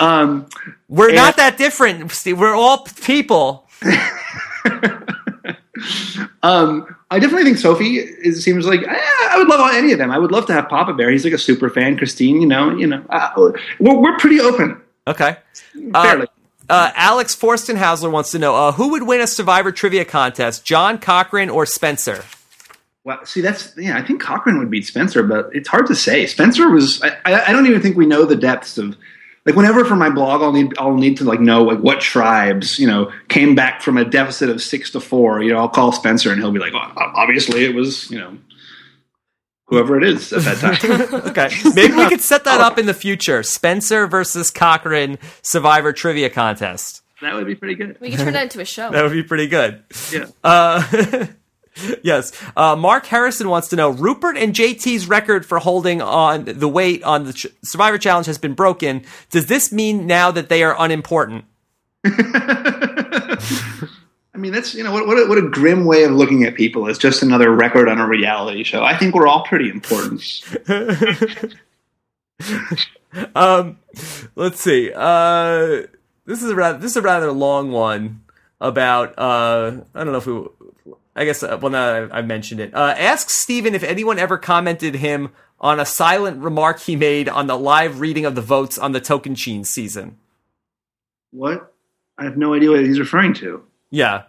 Speaker 3: Um,
Speaker 1: We're not that different. Steve. We're all p- people.
Speaker 3: Um, I definitely think Sophie is, seems like eh, I would love any of them. I would love to have Papa Bear. He's like a super fan. Christine, you know, you know, uh, we're, we're pretty open.
Speaker 1: Okay.
Speaker 3: Fairly.
Speaker 1: Uh, Alex Forstenhausler wants to know uh, who would win a Survivor trivia contest, John Cochran or Spencer?
Speaker 3: well, see, that's yeah. I think Cochran would beat Spencer, but it's hard to say. Spencer was. I, I, I don't even think we know the depths of. Like whenever for my blog, I'll need I'll need to like know like what tribes you know came back from a deficit of six to four. You know, I'll call Spencer and he'll be like, well, obviously it was you know whoever it is at that time.
Speaker 1: Okay. Maybe we could set that up in the future. Spencer versus Cochran Survivor trivia contest.
Speaker 3: that would be pretty good.
Speaker 2: We can turn that into a show.
Speaker 1: That would be pretty good.
Speaker 3: Yeah.
Speaker 1: Uh, yes. Uh, Mark Harrison wants to know Rupert and JT's record for holding on the weight on the ch- Survivor Challenge has been broken. Does this mean now that they are unimportant?
Speaker 3: I mean, that's you know what what a, what a grim way of looking at people is just another record on a reality show. I think we're all pretty important.
Speaker 1: um, let's see. Uh, this is a rather this is a rather long one about. Uh, I don't know if we. I guess uh, well now that I, I mentioned it. Uh, ask Steven if anyone ever commented him on a silent remark he made on the live reading of the votes on the Token Sheen season.
Speaker 3: what? I have no idea what he's referring to.
Speaker 1: Yeah.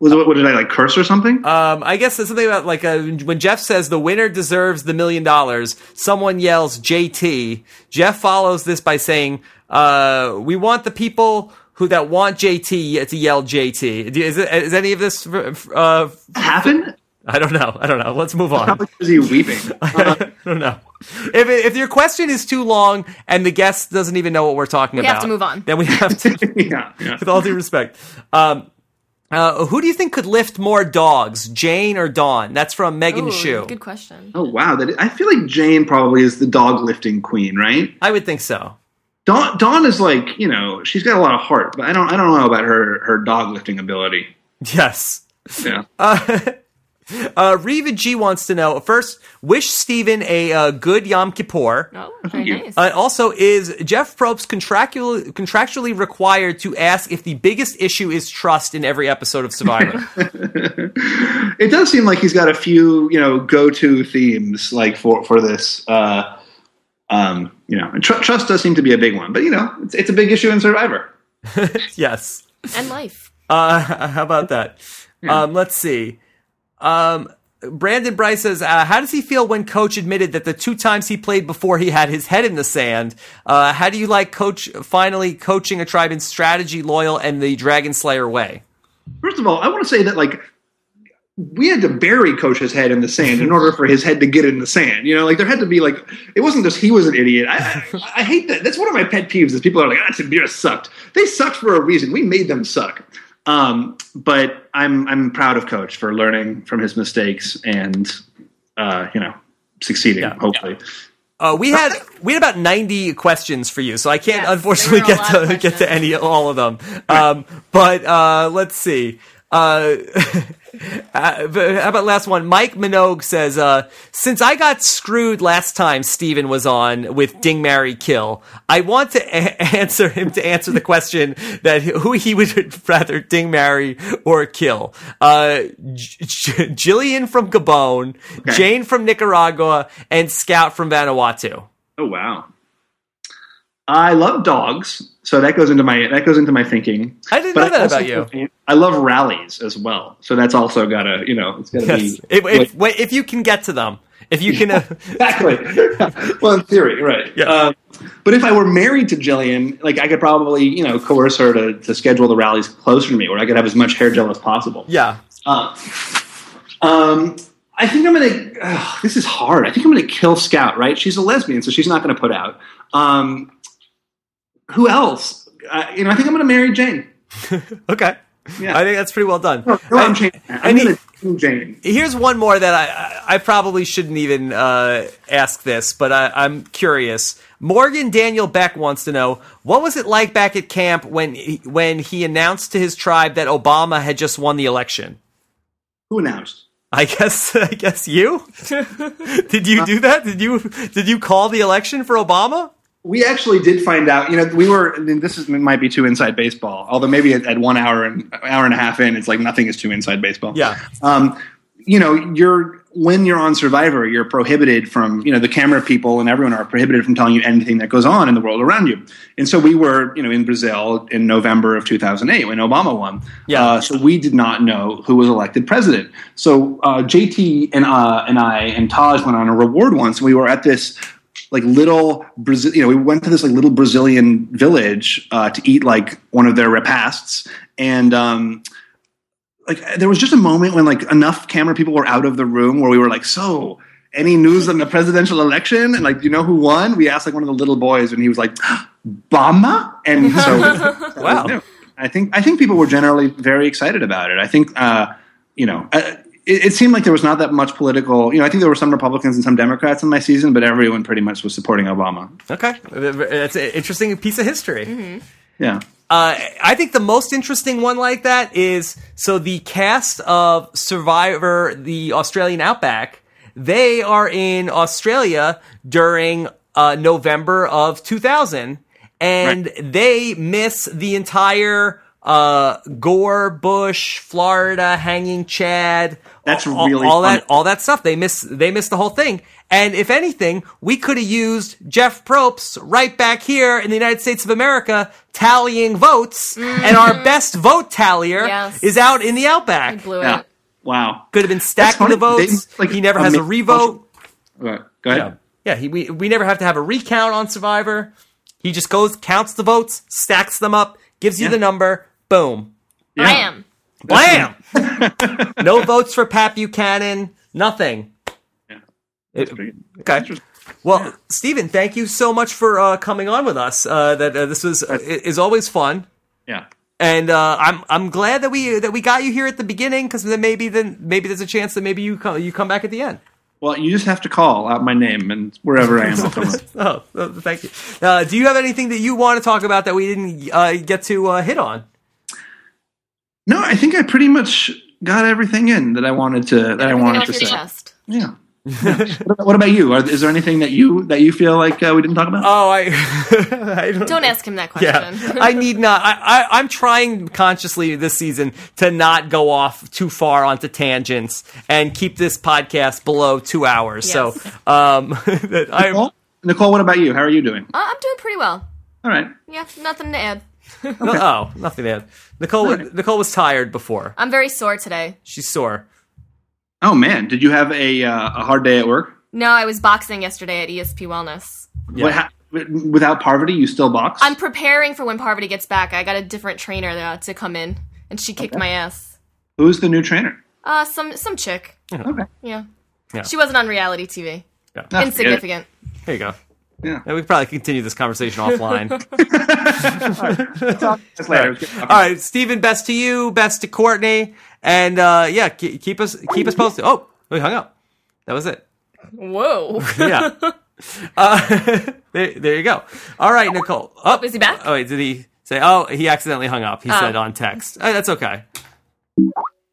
Speaker 3: Was it, what did I like curse or something?
Speaker 1: Um, I guess there's something about like uh, when Jeff says the winner deserves the million dollars, someone yells JT. Jeff follows this by saying, uh, "We want the people who that want JT to yell JT." Do- Is, it, is any of this? Uh,
Speaker 3: Happen?
Speaker 1: I don't know. I don't know. Let's move on.
Speaker 3: Probably because he weeping.
Speaker 1: I don't know. If it, if your question is too long and the guest doesn't even know what we're talking
Speaker 2: We
Speaker 1: about,
Speaker 2: have to move on.
Speaker 1: Then we have to.
Speaker 3: yeah, yeah.
Speaker 1: with all due respect. Um, uh, who do you think could lift more dogs, Jane or Dawn? That's from Megan
Speaker 2: Ooh,
Speaker 1: Shu.
Speaker 2: Good question.
Speaker 3: Oh wow, that I feel like Jane probably is the dog lifting queen, right?
Speaker 1: I would think so.
Speaker 3: Dawn, Dawn is like you know she's got a lot of heart, but I don't I don't know about her her dog lifting ability.
Speaker 1: Yes.
Speaker 3: Yeah.
Speaker 1: Uh, uh, Reva G wants to know first, wish Steven a uh, good Yom Kippur.
Speaker 2: Oh, very
Speaker 3: you.
Speaker 2: nice.
Speaker 1: Uh, also, is Jeff Probst contractual, contractually required to ask if the biggest issue is trust in every episode of Survivor?
Speaker 3: it does seem like he's got a few you know go-to themes like for for this uh um you know and tr- trust does seem to be a big one but you know it's, it's a big issue in survivor
Speaker 1: yes.
Speaker 2: and life.
Speaker 1: Uh, how about that? Um, let's see. Um, Brandon Bryce says, uh, "How does he feel when Coach admitted that the two times he played before he had his head in the sand? Uh, how do you like Coach finally coaching a tribe in strategy, loyal, and the Dragon Slayer way?"
Speaker 3: first of all i want to say that like we had to bury coach's head in the sand in order for his head to get in the sand you know like there had to be like it wasn't just he was an idiot i i, I hate that that's one of my pet peeves is people are like ah Sabira sucked they sucked for a reason we made them suck um but i'm i'm proud of coach for learning from his mistakes and uh you know succeeding hopefully
Speaker 1: Uh, we had we had about ninety questions for you, so I can't
Speaker 2: Yes,
Speaker 1: unfortunately
Speaker 2: there were a
Speaker 1: get
Speaker 2: lot of
Speaker 1: to get to
Speaker 2: questions.
Speaker 1: any all of them. Um, but uh, let's see. Uh, uh, but how about last one? Mike Minogue says, uh, "Since I got screwed last time Steven was on with Ding Mary Kill, I want to a- answer him to answer the question that he- who he would rather Ding Mary or kill. Uh, J- J- Jillian from Gabon, Jane from Nicaragua, and Scout from Vanuatu."
Speaker 3: Oh wow. Oh, I love dogs, so that goes into my that goes into my thinking.
Speaker 1: I didn't know
Speaker 3: I
Speaker 1: that
Speaker 3: also
Speaker 1: about you.
Speaker 3: think- I love rallies as well, so that's also gotta you know it's gotta
Speaker 1: Yes.
Speaker 3: be
Speaker 1: If, if, wait, if you can get to them, if you can, uh,
Speaker 3: exactly. well, in theory, right?
Speaker 1: Yeah.
Speaker 3: Um, but if I were married to Jillian, like I could probably you know coerce her to, to schedule the rallies closer to me, where I could have as much hair gel as possible.
Speaker 1: yeah.
Speaker 3: Uh, um, I think I'm gonna. ugh, this is hard. I think I'm gonna kill Scout. Right? She's a lesbian, so she's not gonna put out. Um, who else? Uh, you know, I think I'm gonna marry Jane.
Speaker 1: Okay.
Speaker 3: Yeah.
Speaker 1: I think that's pretty well done.
Speaker 3: No, no, I'm
Speaker 1: I-
Speaker 3: changing. that. I'm
Speaker 1: any-
Speaker 3: gonna do Jane.
Speaker 1: Here's one more that I I I probably shouldn't even uh, ask this, but I, I'm curious. Morgan Daniel Beck wants to know what was it like back at camp when he, when he announced to his tribe that Obama had just won the election.
Speaker 3: Who announced?
Speaker 1: I guess I guess you did you do that? Did you did you call the election for Obama?
Speaker 3: We actually did find out. You know, we were. I mean, this is might be too inside baseball. Although maybe at, at one hour and hour and a half in, it's like nothing is too inside baseball.
Speaker 1: Yeah.
Speaker 3: Um, you know, you're when you're on Survivor, you're prohibited from. You know, the camera people and everyone are prohibited from telling you anything that goes on in the world around you. And so we were, you know, in Brazil in November of 2008 when Obama won.
Speaker 1: Yeah.
Speaker 3: Uh, so we did not know who was elected president. So uh, JT and uh, and I and Taj went on a reward once. We were at this like little Brazil. You know, we went to this like little Brazilian village uh, to eat like one of their repasts, and um, like there was just a moment when like enough camera people were out of the room where we were like, so. Any news on the presidential election? And like, do you know who won? We asked like one of the little boys, and he was like, "Obama." And so, that was
Speaker 1: Wow.
Speaker 3: new. I think I think people were generally very excited about it. I think uh, you know. Uh, it, it seemed like there was not that much political. You know, I think there were some Republicans and some Democrats in my season, but everyone pretty much was supporting Obama.
Speaker 1: Okay, that's an interesting piece of history.
Speaker 3: Yeah,
Speaker 1: Uh, I think the most interesting one like that is so the cast of Survivor, the Australian Outback, they are in Australia during uh, November of 2000, and they miss the entire uh, Gore, Bush, Florida, Hanging Chad.
Speaker 3: That's
Speaker 1: all,
Speaker 3: really
Speaker 1: all that
Speaker 3: funny.
Speaker 1: all that stuff. They miss they miss the whole thing. And if anything, we could have used Jeff Probst right back here in the United States of America tallying votes, and our best vote tallier
Speaker 2: Mm. Yes.
Speaker 1: is out in the outback.
Speaker 2: Blew
Speaker 3: yeah,
Speaker 2: it.
Speaker 3: wow.
Speaker 1: Could have been stacking
Speaker 3: funny.
Speaker 1: the votes.
Speaker 3: They, like,
Speaker 1: he never has a
Speaker 3: amazing-
Speaker 1: revote.
Speaker 3: Go ahead.
Speaker 1: Yeah, yeah. He, we we never have to have a recount on Survivor. He just goes, counts the votes, stacks them up, gives you
Speaker 3: Yeah.
Speaker 1: the number. Boom.
Speaker 3: Yeah.
Speaker 2: Bam.
Speaker 1: Blam! no votes for Pat Buchanan. Nothing. It- okay. Well, Stephen, thank you so much for uh, coming on with us. Uh, that uh, this was uh, is always fun,
Speaker 3: Yeah.
Speaker 1: and uh, I'm I'm glad that we that we got you here at the beginning because then maybe then maybe there's a chance that maybe you come you come back at the end.
Speaker 3: Well, you just have to call out my name and wherever I am. I'll come up.
Speaker 1: Oh, uh, thank you. Uh, do you have anything that you want to talk about that we didn't uh, get to uh, hit on?
Speaker 3: no, I think I pretty much got everything in that I wanted to that I
Speaker 2: Everything
Speaker 3: wanted
Speaker 2: off
Speaker 3: to
Speaker 2: your
Speaker 3: say.
Speaker 2: chest.
Speaker 3: Yeah. what, about, what about you? Are, is there anything that you that you feel like uh, we didn't talk about?
Speaker 1: Oh, I, I don't,
Speaker 2: Don't ask him that
Speaker 1: Yeah,
Speaker 2: question. Uh,
Speaker 1: I need not. I, I I'm trying consciously this season to not go off too far onto tangents and keep this podcast below two hours. So,
Speaker 2: Yes.
Speaker 1: um, that I'm
Speaker 3: Nicole? Nicole, what about you? How are you doing?
Speaker 2: Uh, I'm doing pretty well.
Speaker 3: All right.
Speaker 2: Yeah, nothing to add.
Speaker 1: no, oh nothing bad. Nicole
Speaker 3: Alright.
Speaker 1: Nicole was tired before.
Speaker 2: I'm very sore today.
Speaker 1: She's sore.
Speaker 3: Oh man, did you have a uh, a hard day at work?
Speaker 2: No, I was boxing yesterday at ESP Wellness.
Speaker 3: What hap- without poverty, you still box.
Speaker 2: I'm preparing for when Parvati gets back. I got a different trainer uh, to come in, and she kicked my ass.
Speaker 3: Who's the new trainer?
Speaker 2: Uh, some some chick.
Speaker 3: Okay.
Speaker 2: Yeah.
Speaker 1: Yeah.
Speaker 2: She wasn't on reality TV.
Speaker 3: Ah,
Speaker 2: Insignificant.
Speaker 1: There you go.
Speaker 3: Yeah.
Speaker 1: And we could probably continue this conversation offline.
Speaker 3: That's later.
Speaker 1: All right, Stephen. Best to you. Best to Courtney. And uh, yeah, ke- keep us keep us posted. Oh, we hung up. That was it.
Speaker 2: Whoa.
Speaker 1: yeah. Uh, there, there you go. All right, Nicole. Oh,
Speaker 2: Is he back?
Speaker 1: Oh, wait, did he say? Oh, he accidentally hung up. He said on text. Oh, that's okay.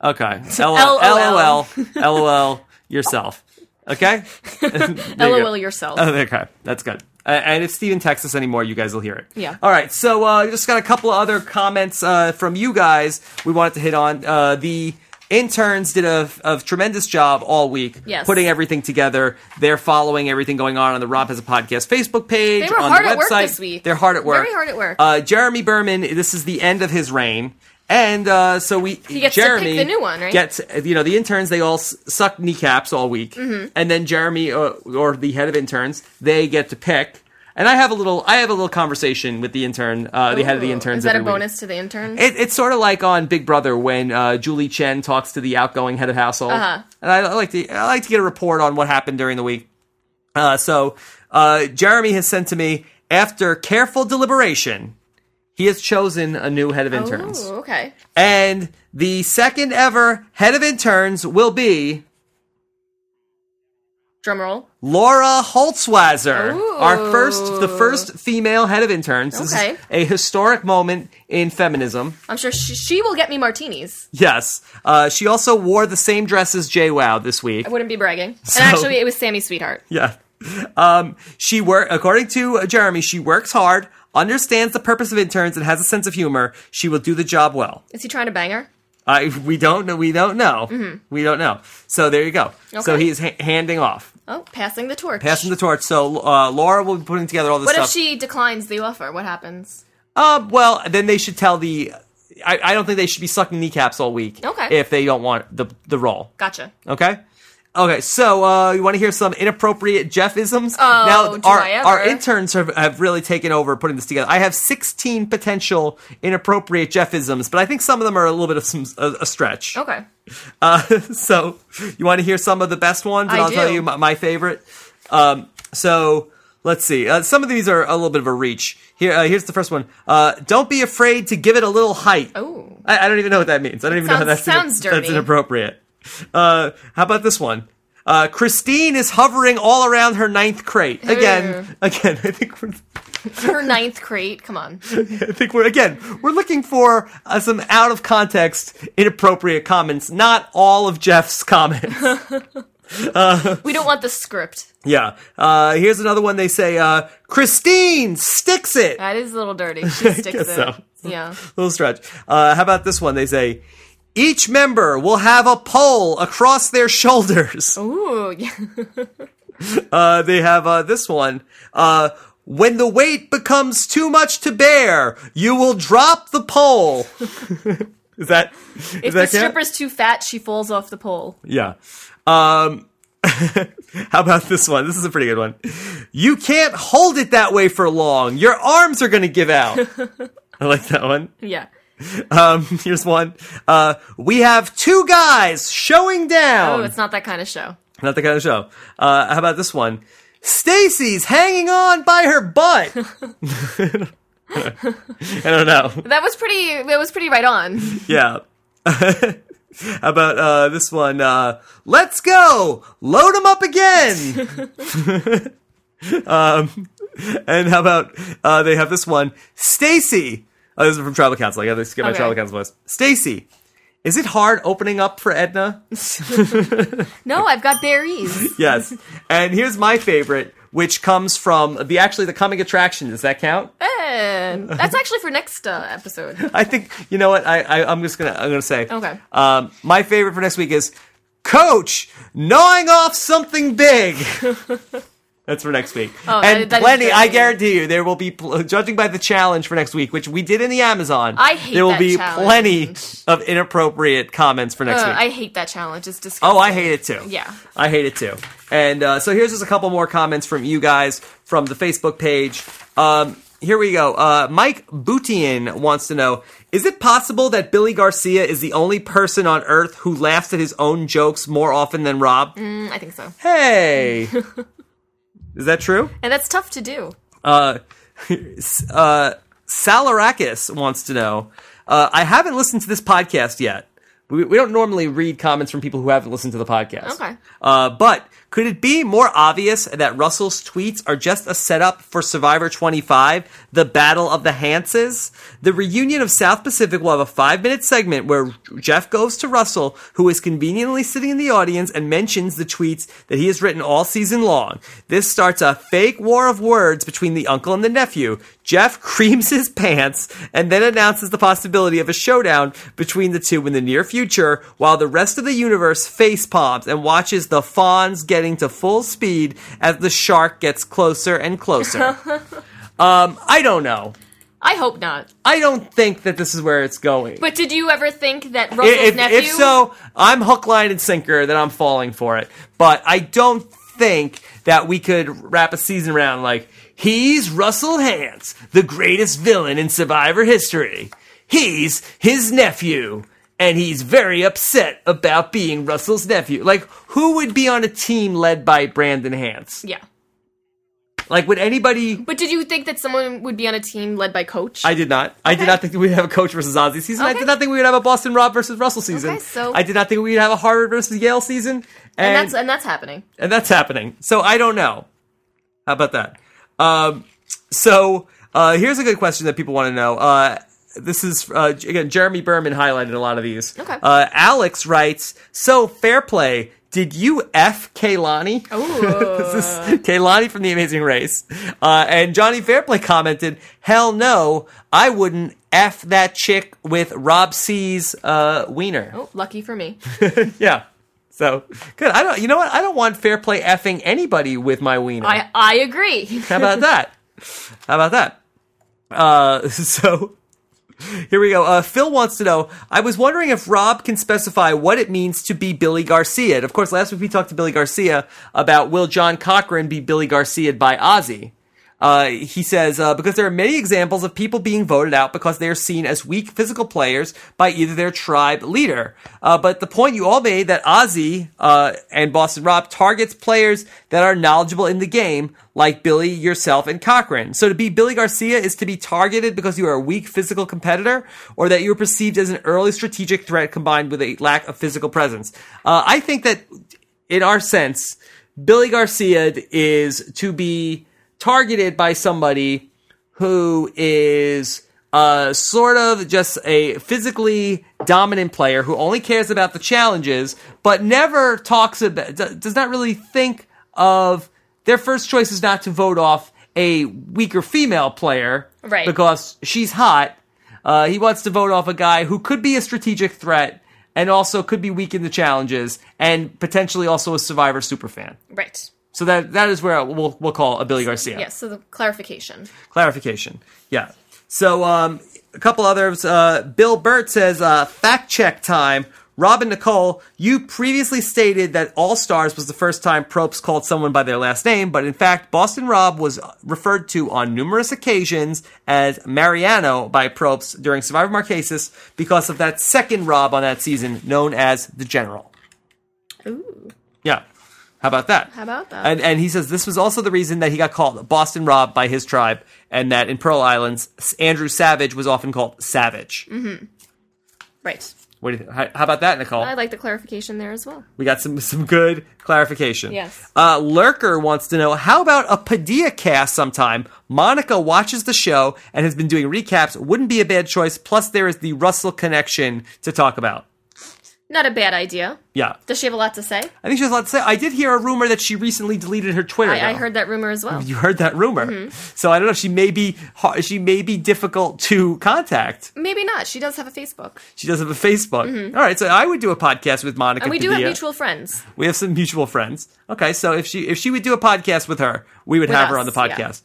Speaker 1: Okay. LOL. LOL.
Speaker 2: LOL.
Speaker 1: LOL yourself. Okay. There you go.
Speaker 2: LOL yourself.
Speaker 1: Oh, okay. That's good. Uh, and if Steven texts us anymore, you guys will hear it.
Speaker 2: Yeah.
Speaker 1: All right. So uh, just got a couple of other comments uh, from you guys we wanted to hit on. Uh, the interns did a, a tremendous job all week
Speaker 2: Yes.
Speaker 1: putting everything together. They're following everything going on on the Romp as a Podcast Facebook page,
Speaker 2: They were
Speaker 1: on
Speaker 2: hard
Speaker 1: the
Speaker 2: at work
Speaker 1: website.
Speaker 2: this week.
Speaker 1: They're hard at work.
Speaker 2: Very hard at work.
Speaker 1: Uh, Jeremy Berman, this is the end of his reign. And uh, so we, he
Speaker 2: gets to pick
Speaker 1: Jeremy
Speaker 2: the new one, right?
Speaker 1: Gets you know the interns. They all s- suck kneecaps all week,
Speaker 2: Mm-hmm.
Speaker 1: and then Jeremy uh, or the head of interns they get to pick. And I have a little, I have a little conversation with the intern, uh, the head of the
Speaker 2: Ooh,
Speaker 1: interns.
Speaker 2: Is that
Speaker 1: every
Speaker 2: a
Speaker 1: week.
Speaker 2: bonus to the intern?
Speaker 1: It, it's sort of like on Big Brother when uh, Julie Chen talks to the outgoing head of household,
Speaker 2: Uh-huh.
Speaker 1: and I, I like to I like to get a report on what happened during the week. Uh, so uh, Jeremy has sent to me after careful deliberation, he has chosen a new
Speaker 2: Oh.
Speaker 1: head of interns,
Speaker 2: Ooh, okay.
Speaker 1: and the second ever head of interns will be
Speaker 2: Drum roll.
Speaker 1: Laura Holtzwasser,
Speaker 2: Ooh.
Speaker 1: our first, the first female head of interns. This is
Speaker 2: Okay.
Speaker 1: a historic moment in feminism.
Speaker 2: I'm sure she, she will get me martinis.
Speaker 1: Yes. Uh, she also wore the same dress as Jay Wow this week.
Speaker 2: I wouldn't be bragging.
Speaker 1: So-
Speaker 2: and actually, it was Sammy's sweetheart.
Speaker 1: Yeah. Um, she work according to uh, Jeremy. She works hard, understands the purpose of interns, and has a sense of humor. She will do the job well.
Speaker 2: Is he trying to bang her?
Speaker 1: I we don't know. We don't know. We don't know. So there you go. So
Speaker 2: Mm-hmm. Okay.
Speaker 1: he's ha- handing off,
Speaker 2: Oh, passing the torch.
Speaker 1: passing the torch. So uh, Laura will be putting together all this
Speaker 2: What
Speaker 1: stuff.
Speaker 2: if she declines the offer? What happens?
Speaker 1: Uh, well, then they should tell the. I, I don't think they should be sucking kneecaps all week.
Speaker 2: Okay.
Speaker 1: If they don't want the the role.
Speaker 2: Gotcha.
Speaker 1: Okay. Okay, so uh, you want to hear some inappropriate Jeffisms?
Speaker 2: Oh,
Speaker 1: now
Speaker 2: do
Speaker 1: our
Speaker 2: I ever.
Speaker 1: our interns have, have really taken over putting this together. I have 16 potential inappropriate Jeffisms, but I think some of them are a little bit of some a, a stretch.
Speaker 2: Okay.
Speaker 1: Uh, so you want to hear some of the best ones, and
Speaker 2: I
Speaker 1: will tell
Speaker 2: do.
Speaker 1: you my, my favorite. Um, so let's see. Uh, some of these are a little bit of a reach. Here, uh, here's the first one. Uh, don't be afraid to give it a little height.
Speaker 2: Oh.
Speaker 1: I, I don't even know what that means. I don't even know how
Speaker 2: sounds-
Speaker 1: that's ina-
Speaker 2: sounds dirty.
Speaker 1: that's inappropriate. Uh, how about this one? Uh, Christine is hovering all around her ninth crate again.
Speaker 2: Ew.
Speaker 1: Again, I think we're,
Speaker 2: Her ninth crate. Come on.
Speaker 1: I think we're again we're looking for uh, some out of context, inappropriate comments. Not all of Jeff's comments.
Speaker 2: We don't want the script.
Speaker 1: yeah. Uh, here's another one. They say uh, Christine sticks it.
Speaker 2: That is a little dirty. She sticks
Speaker 1: guess
Speaker 2: it.
Speaker 1: so.
Speaker 2: Yeah.
Speaker 1: little stretch. Uh, how about this one? They say each member will have a pole across their shoulders.
Speaker 2: Ooh. Yeah.
Speaker 1: Uh, they have uh, this one. Uh, when the weight becomes too much to bear, you will drop the pole. is that? Is
Speaker 2: If the
Speaker 1: that count?
Speaker 2: stripper's too fat, she falls off the pole.
Speaker 1: Yeah. Um, how about this one? This is a pretty good one. You can't hold it that way for long. Your arms are going to give out. I like that one.
Speaker 2: Yeah.
Speaker 1: Um, here's one. Uh, we have two guys showing down.
Speaker 2: Oh, it's not that kind of show.
Speaker 1: Not the kind of show. Uh, how about this one? Stacy's hanging on by her butt. I don't know.
Speaker 2: That was pretty. That was pretty right on.
Speaker 1: Yeah. how about uh, this one? Uh, Let's go. Load 'em up again. um, and how about uh, they have this one? Stacy. Oh, this is from Travel Council. I got to skip my
Speaker 2: Okay.
Speaker 1: Travel Council list. Stacy, is it hard opening up for Edna?
Speaker 2: No, I've got berries.
Speaker 1: yes. And here's my favorite, which comes from the actually the coming attraction. Does that count?
Speaker 2: Man, that's actually for next uh, episode.
Speaker 1: I think you know what I, I I'm just gonna I'm gonna say.
Speaker 2: Okay.
Speaker 1: Um, my favorite for next week is Coach gnawing off something big. That's for next week.
Speaker 2: Oh, that-
Speaker 1: and
Speaker 2: that is
Speaker 1: plenty,
Speaker 2: very
Speaker 1: I
Speaker 2: mean.
Speaker 1: guarantee you, there will be, pl- judging by the challenge for next week, which we did in the Amazon,
Speaker 2: I hate
Speaker 1: there will
Speaker 2: that
Speaker 1: be
Speaker 2: challenge.
Speaker 1: plenty of inappropriate comments for next
Speaker 2: Uh,
Speaker 1: week.
Speaker 2: I hate that challenge. It's disgusting.
Speaker 1: Oh, I hate it too.
Speaker 2: Yeah.
Speaker 1: I hate it too. And uh, so here's just a couple more comments from you guys from the Facebook page. Um, here we go. Uh, Mike Boutian wants to know Is it possible that Billy Garcia is the only person on earth who laughs at his own jokes more often than Rob?
Speaker 2: Mm, I think so.
Speaker 1: Hey! is that true?
Speaker 2: And that's tough to do.
Speaker 1: Uh, s- uh, Salarakis wants to know. Uh, I haven't listened to this podcast yet. We, we don't normally read comments from people who haven't listened to the podcast.
Speaker 2: Okay.
Speaker 1: Uh, but could it be more obvious that Russell's tweets are just a setup for Survivor 25 The Battle of the Hanses. The reunion of South Pacific will have a five minute segment where Jeff goes to Russell, who is conveniently sitting in the audience and mentions the tweets that he has written all season long. This starts a fake war of words between the uncle and the nephew. Jeff creams his pants and then announces the possibility of a showdown between the two in the near future while the rest of the universe face palms and watches the fawns getting to full speed as the shark gets closer and closer. um, I don't know.
Speaker 2: I hope not.
Speaker 1: I don't think that this is where it's going.
Speaker 2: But did you ever think that
Speaker 1: I-
Speaker 2: Russell's
Speaker 1: if,
Speaker 2: nephew?
Speaker 1: if so, I'm hook, line, and sinker that I'm falling for it. But I don't think that we could wrap a season around like, he's Russell Hance, the greatest villain in Survivor history. He's his nephew, and he's very upset about being Russell's nephew. Like, who would be on a team led by Brandon Hance?
Speaker 2: yeah.
Speaker 1: Like, would anybody.
Speaker 2: But did you think that someone would be on a team led by Coach?
Speaker 1: I did not. I did
Speaker 2: Okay.
Speaker 1: not think that we'd have a Coach versus Ozzy season. I
Speaker 2: Okay.
Speaker 1: did not think we would have a Boston Rob versus Russell season.
Speaker 2: Okay, so-
Speaker 1: I did not think we'd have a Harvard versus Yale season.
Speaker 2: and
Speaker 1: And,
Speaker 2: that's and that's happening.
Speaker 1: and that's happening. So I don't know. How about that? Um, so uh, here's a good question that people want to know. Uh, this is uh, again Jeremy Berman highlighted a lot of these.
Speaker 2: Okay.
Speaker 1: Uh, Alex writes, "So fair play. Did you f Kaylani? this
Speaker 2: Oh,
Speaker 1: is Kaylani from The Amazing Race. Uh, and Johnny Fairplay commented, "Hell no, I wouldn't f that chick with Rob C's uh, wiener."
Speaker 2: oh lucky for me.
Speaker 1: Yeah. So good. I don't. You know what? I don't want fair play effing anybody with my wiener.
Speaker 2: I I agree.
Speaker 1: How about that? How about that? Uh, so here we go. Uh, Phil wants to know. I was wondering if Rob can specify what it means to be Billy Garcia. And of course, last week we talked to Billy Garcia about will John Cochran be Billy Garcia by Ozzy. Uh, he says uh, because there are many examples of people being voted out because they are seen as weak physical players by either their tribe leader. Uh, but the point you all made that Ozzy uh, and Boston Rob targets players that are knowledgeable in the game, like Billy, yourself, and Cochran. So to be Billy Garcia is to be targeted because you are a weak physical competitor, or that you are perceived as an early strategic threat combined with a lack of physical presence. Uh, I think that in our sense, Billy Garcia is to be targeted by somebody who is uh, sort of just a physically dominant player who only cares about the challenges, but never talks about, d- does not really think of their first choice is not to vote off a weaker female player
Speaker 2: Right.
Speaker 1: because she's hot. Uh, he wants to vote off a guy who could be a strategic threat and also could be weak in the challenges and potentially also a Survivor superfan.
Speaker 2: right.
Speaker 1: So that that is where we'll we'll call a Billy Garcia
Speaker 2: Yes. So the clarification.
Speaker 1: clarification. Yeah. So um, a couple others. Uh, Bill Burt says uh, fact check time. Robin Nicole, you previously stated that All Stars was the first time Probst called someone by their last name, but in fact, Boston Rob was referred to on numerous occasions as Mariano by Probst during Survivor Marquesas because of that second Rob on that season, known as the General.
Speaker 2: Ooh.
Speaker 1: Yeah. How about that?
Speaker 2: How about that?
Speaker 1: And and he says this was also the reason that he got called Boston Rob by his tribe, and that in Pearl Islands, S- Andrew Savage was often called Savage.
Speaker 2: Mm-hmm. Right.
Speaker 1: What do you, how, how about that, Nicole?
Speaker 2: I like the clarification there as well.
Speaker 1: we got some some good clarification.
Speaker 2: Yes.
Speaker 1: Uh, Lurker wants to know how about a Padilla cast sometime? Monica watches the show and has been doing recaps. Wouldn't be a bad choice. Plus, there is the Russell connection to talk about.
Speaker 2: Not a bad idea.
Speaker 1: Yeah,
Speaker 2: Does she have a lot to say?
Speaker 1: I think she has a lot to say. I did hear a rumor that she recently deleted her Twitter.
Speaker 2: I, I
Speaker 1: though.
Speaker 2: heard that rumor as well.
Speaker 1: You heard that rumor.
Speaker 2: Mm-hmm.
Speaker 1: So I don't know. She may be har- she may be difficult to contact.
Speaker 2: Maybe not. She does have a Facebook,
Speaker 1: She does have a Facebook. All right, so I would do a podcast with Monica.
Speaker 2: Mm-hmm. and we do have
Speaker 1: Padilla.
Speaker 2: mutual friends.
Speaker 1: We have some mutual friends. Okay, so if she if she would do a podcast with her, we would
Speaker 2: With
Speaker 1: have her
Speaker 2: us,
Speaker 1: on the
Speaker 2: yeah.
Speaker 1: podcast.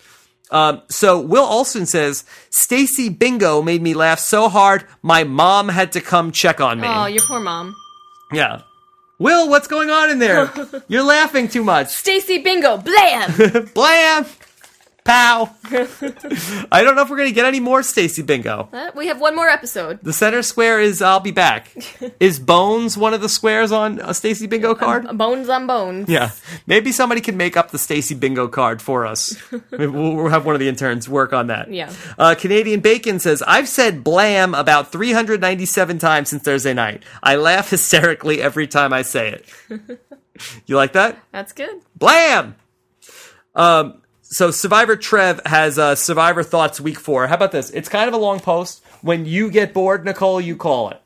Speaker 1: Um, so Will Olson says Stacy Bingo made me laugh so hard my mom had to come check on me.
Speaker 2: Oh, your poor mom.
Speaker 1: yeah. Will, what's going on in there? You're laughing too much.
Speaker 2: Stacy Bingo, blam.
Speaker 1: Blam! Pow! I don't know if we're going to get any more Stacy Bingo.
Speaker 2: Uh, we have one more episode.
Speaker 1: The center square is I'll be back. Is Bones one of the squares on a Stacy Bingo card?
Speaker 2: Bones on bones.
Speaker 1: Yeah. Maybe somebody can make up the Stacy Bingo card for us. Maybe we'll, we'll have one of the interns work on that.
Speaker 2: Yeah.
Speaker 1: Uh, Canadian Bacon says, I've said blam about 397 times since Thursday night. I laugh hysterically every time I say it. you like that?
Speaker 2: That's good.
Speaker 1: Blam! Um, So Survivor Trev has uh, Survivor Thoughts Week 4. How about this? It's kind of a long post. When you get bored, Nicole, you call it.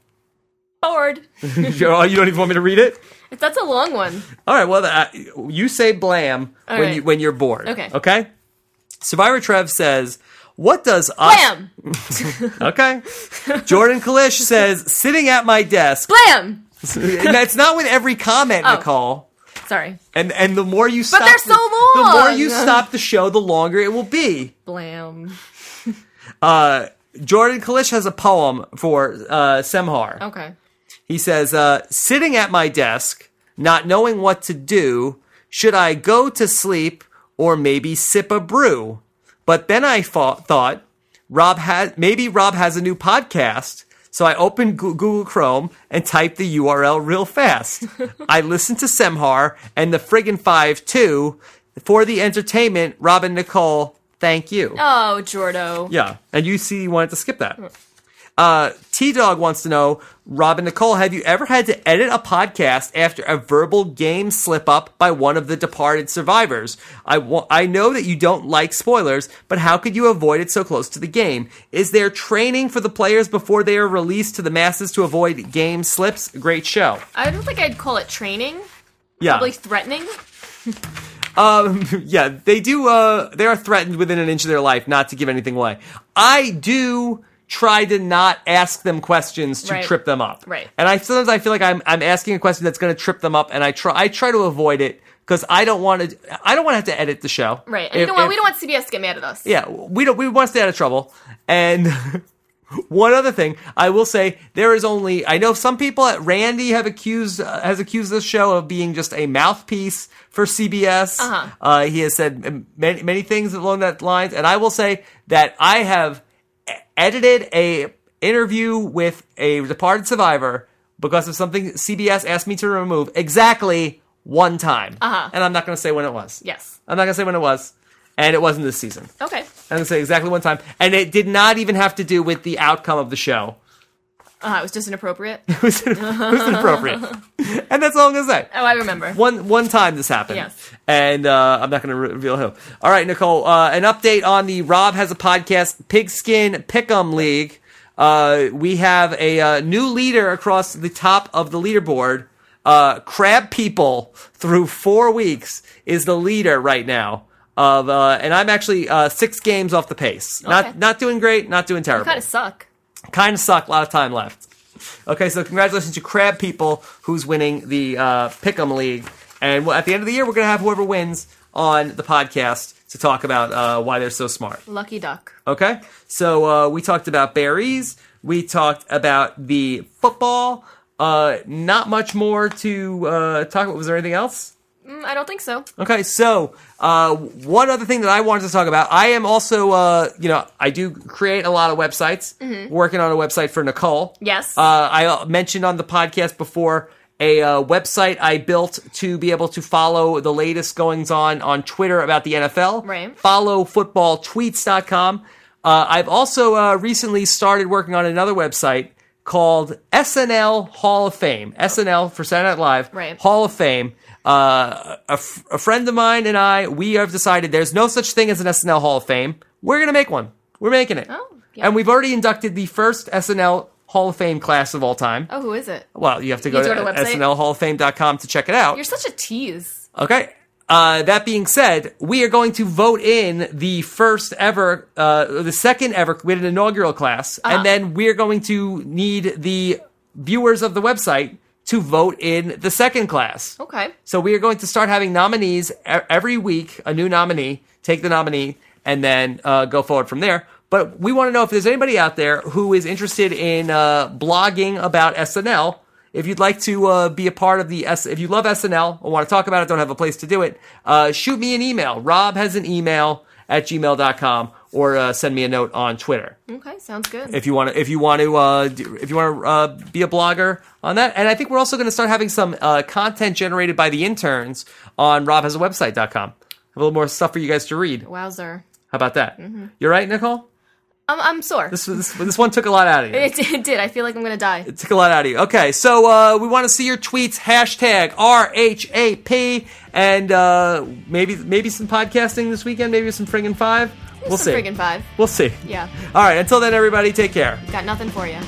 Speaker 2: Bored.
Speaker 1: oh, you don't even want me to read it?
Speaker 2: That's a long one.
Speaker 1: All right. Well, uh, you say blam
Speaker 2: All
Speaker 1: when
Speaker 2: right.
Speaker 1: you when you're bored.
Speaker 2: Okay.
Speaker 1: Okay. Survivor Trev says, "What does us?"
Speaker 2: Blam!
Speaker 1: Okay. Jordan Kalish says, "Sitting at my desk."
Speaker 2: Blam!
Speaker 1: And that's not with every comment,
Speaker 2: Oh.
Speaker 1: Nicole.
Speaker 2: Sorry.
Speaker 1: And and the more you stop,
Speaker 2: they're
Speaker 1: the-
Speaker 2: so
Speaker 1: The more
Speaker 2: long.
Speaker 1: you stop the show, the longer it will be.
Speaker 2: Blam.
Speaker 1: Uh, Jordan Kalish has a poem for uh, Semhar.
Speaker 2: Okay.
Speaker 1: He says, uh, sitting at my desk, not knowing what to do, should I go to sleep or maybe sip a brew? But then I thought, thought Rob has, maybe Rob has a new podcast. So I opened Goo- Google Chrome and typed the URL real fast. I listened to Semhar and the friggin' five too for the entertainment. Robin Nicole, thank you.
Speaker 2: Oh, Jordo.
Speaker 1: Yeah, and you see, you wanted to skip that. Uh, T Dog wants to know, Robin Nicole, have you ever had to edit a podcast after a verbal game slip up by one of the departed survivors? I wa- I know that you don't like spoilers, but how could you avoid it so close to the game? Is there training for the players before they are released to the masses to avoid game slips? Great show.
Speaker 2: I don't think I'd call it training.
Speaker 1: Yeah,
Speaker 2: Probably threatening.
Speaker 1: yeah, they do. Uh, they are threatened within an inch of their life not to give anything away. I do try to not ask them questions to
Speaker 2: Right.
Speaker 1: trip them up.
Speaker 2: Right.
Speaker 1: And I sometimes I feel like I'm I'm asking a question that's going to trip them up, and I try I try to avoid it because I don't want to I don't want to have to edit the show.
Speaker 2: Right. And
Speaker 1: If-
Speaker 2: you know what?
Speaker 1: if-
Speaker 2: we don't want CBS to get mad at us.
Speaker 1: yeah, we don't. We want to stay out of trouble. And one other thing, I will say there is only. I know some people at Randy have accused uh, has accused this show of being just a mouthpiece for CBS.
Speaker 2: Uh-huh.
Speaker 1: Uh, he has said um, many many things along that lines, and I will say that I have e- edited a interview with a departed survivor because of something CBS asked me to remove exactly one time,
Speaker 2: Uh-huh.
Speaker 1: and I'm not going to say when it was.
Speaker 2: Yes.
Speaker 1: I'm not going to say when it was, and it wasn't this season.
Speaker 2: Okay.
Speaker 1: I'm gonna say exactly one time, and it did not even have to do with the outcome of the show.
Speaker 2: Uh, it was just inappropriate.
Speaker 1: It was, it was inappropriate, and that's all I'm gonna say.
Speaker 2: Oh, I remember.
Speaker 1: One one time this happened,
Speaker 2: Yes.
Speaker 1: and uh, I'm not gonna re- reveal who. All right, Nicole, uh, an update on the Rob has a podcast, Pigskin Pick'em League. Uh, we have a uh, new leader across the top of the leaderboard. Uh, Crab People through four weeks is the leader right now. Of uh, and I'm actually uh, six games off the pace.
Speaker 2: Okay.
Speaker 1: Not not doing great, not doing terrible
Speaker 2: Kind of suck.
Speaker 1: kind of suck. A lot of time left. Okay, so congratulations to Crab People, who's winning the uh, Pick'em League. And well, at the end of the year, we're gonna have whoever wins on the podcast to talk about uh, why they're so smart.
Speaker 2: Lucky duck.
Speaker 1: Okay, so uh, we talked about berries. We talked about the football. Uh, not much more to uh, talk about. Was there anything else?
Speaker 2: Mm, I don't think so.
Speaker 1: Okay, so uh, one other thing that I wanted to talk about, I am also, uh, you know, I do create a lot of websites. Working on a website for Nicole.
Speaker 2: Yes.
Speaker 1: Uh, I uh, mentioned on the podcast before a uh, website I built to be able to follow the latest goings on on Twitter about the NFL.
Speaker 2: Right.
Speaker 1: Follow footballtweets.com. Uh, I've also uh, recently started working on another website called SNL Hall of Fame. SNL for Saturday Night Live.
Speaker 2: Right.
Speaker 1: Hall of Fame. Uh, a, f- a friend of mine and I, we have decided there's no such thing as an SNL Hall of Fame. We're going to make one. We're making it.
Speaker 2: Oh, yeah.
Speaker 1: And we've already inducted the first SNL Hall of Fame class of all time.
Speaker 2: oh, who is it?
Speaker 1: Well, you have to go
Speaker 2: You
Speaker 1: to,
Speaker 2: go to the website?
Speaker 1: SNLHallOfFame.com to check it out.
Speaker 2: You're such a tease.
Speaker 1: Okay. Uh, that being said, we are going to vote in the first ever, uh, the second ever, we had an inaugural class,
Speaker 2: Ah.
Speaker 1: and then we're going to need the viewers of the website to vote in the second class.
Speaker 2: Okay.
Speaker 1: So we are going to start having nominees e- every week. A new nominee, take the nominee, and then uh, go forward from there. But we want to know if there's anybody out there who is interested in uh, blogging about SNL. If you'd like to uh, be a part of the S, if you love SNL or want to talk about it, don't have a place to do it, uh, shoot me an email. Rob has an email at gmail.com or uh, send me a note on Twitter
Speaker 2: Okay. Sounds good.
Speaker 1: if you want to if you want to uh, do, if you want to uh, be a blogger on that and i think we're also going to start having some uh, content generated by the interns on robhasawebsite.com have a little more stuff for you guys to read how
Speaker 2: Wowzer.
Speaker 1: about that you're right nicole
Speaker 2: I'm, I'm sore.
Speaker 1: This this this one took a lot out of you.
Speaker 2: it, it did. I feel like I'm gonna die.
Speaker 1: It took a lot out of you. Okay, so uh, we want to see your tweets. Hashtag RHAP, and uh, maybe maybe some podcasting this weekend. Maybe some friggin' five. we'll
Speaker 2: Some
Speaker 1: see.
Speaker 2: friggin' five.
Speaker 1: We'll see.
Speaker 2: Yeah.
Speaker 1: All right. Until then, everybody, take care.
Speaker 2: Got nothing for you.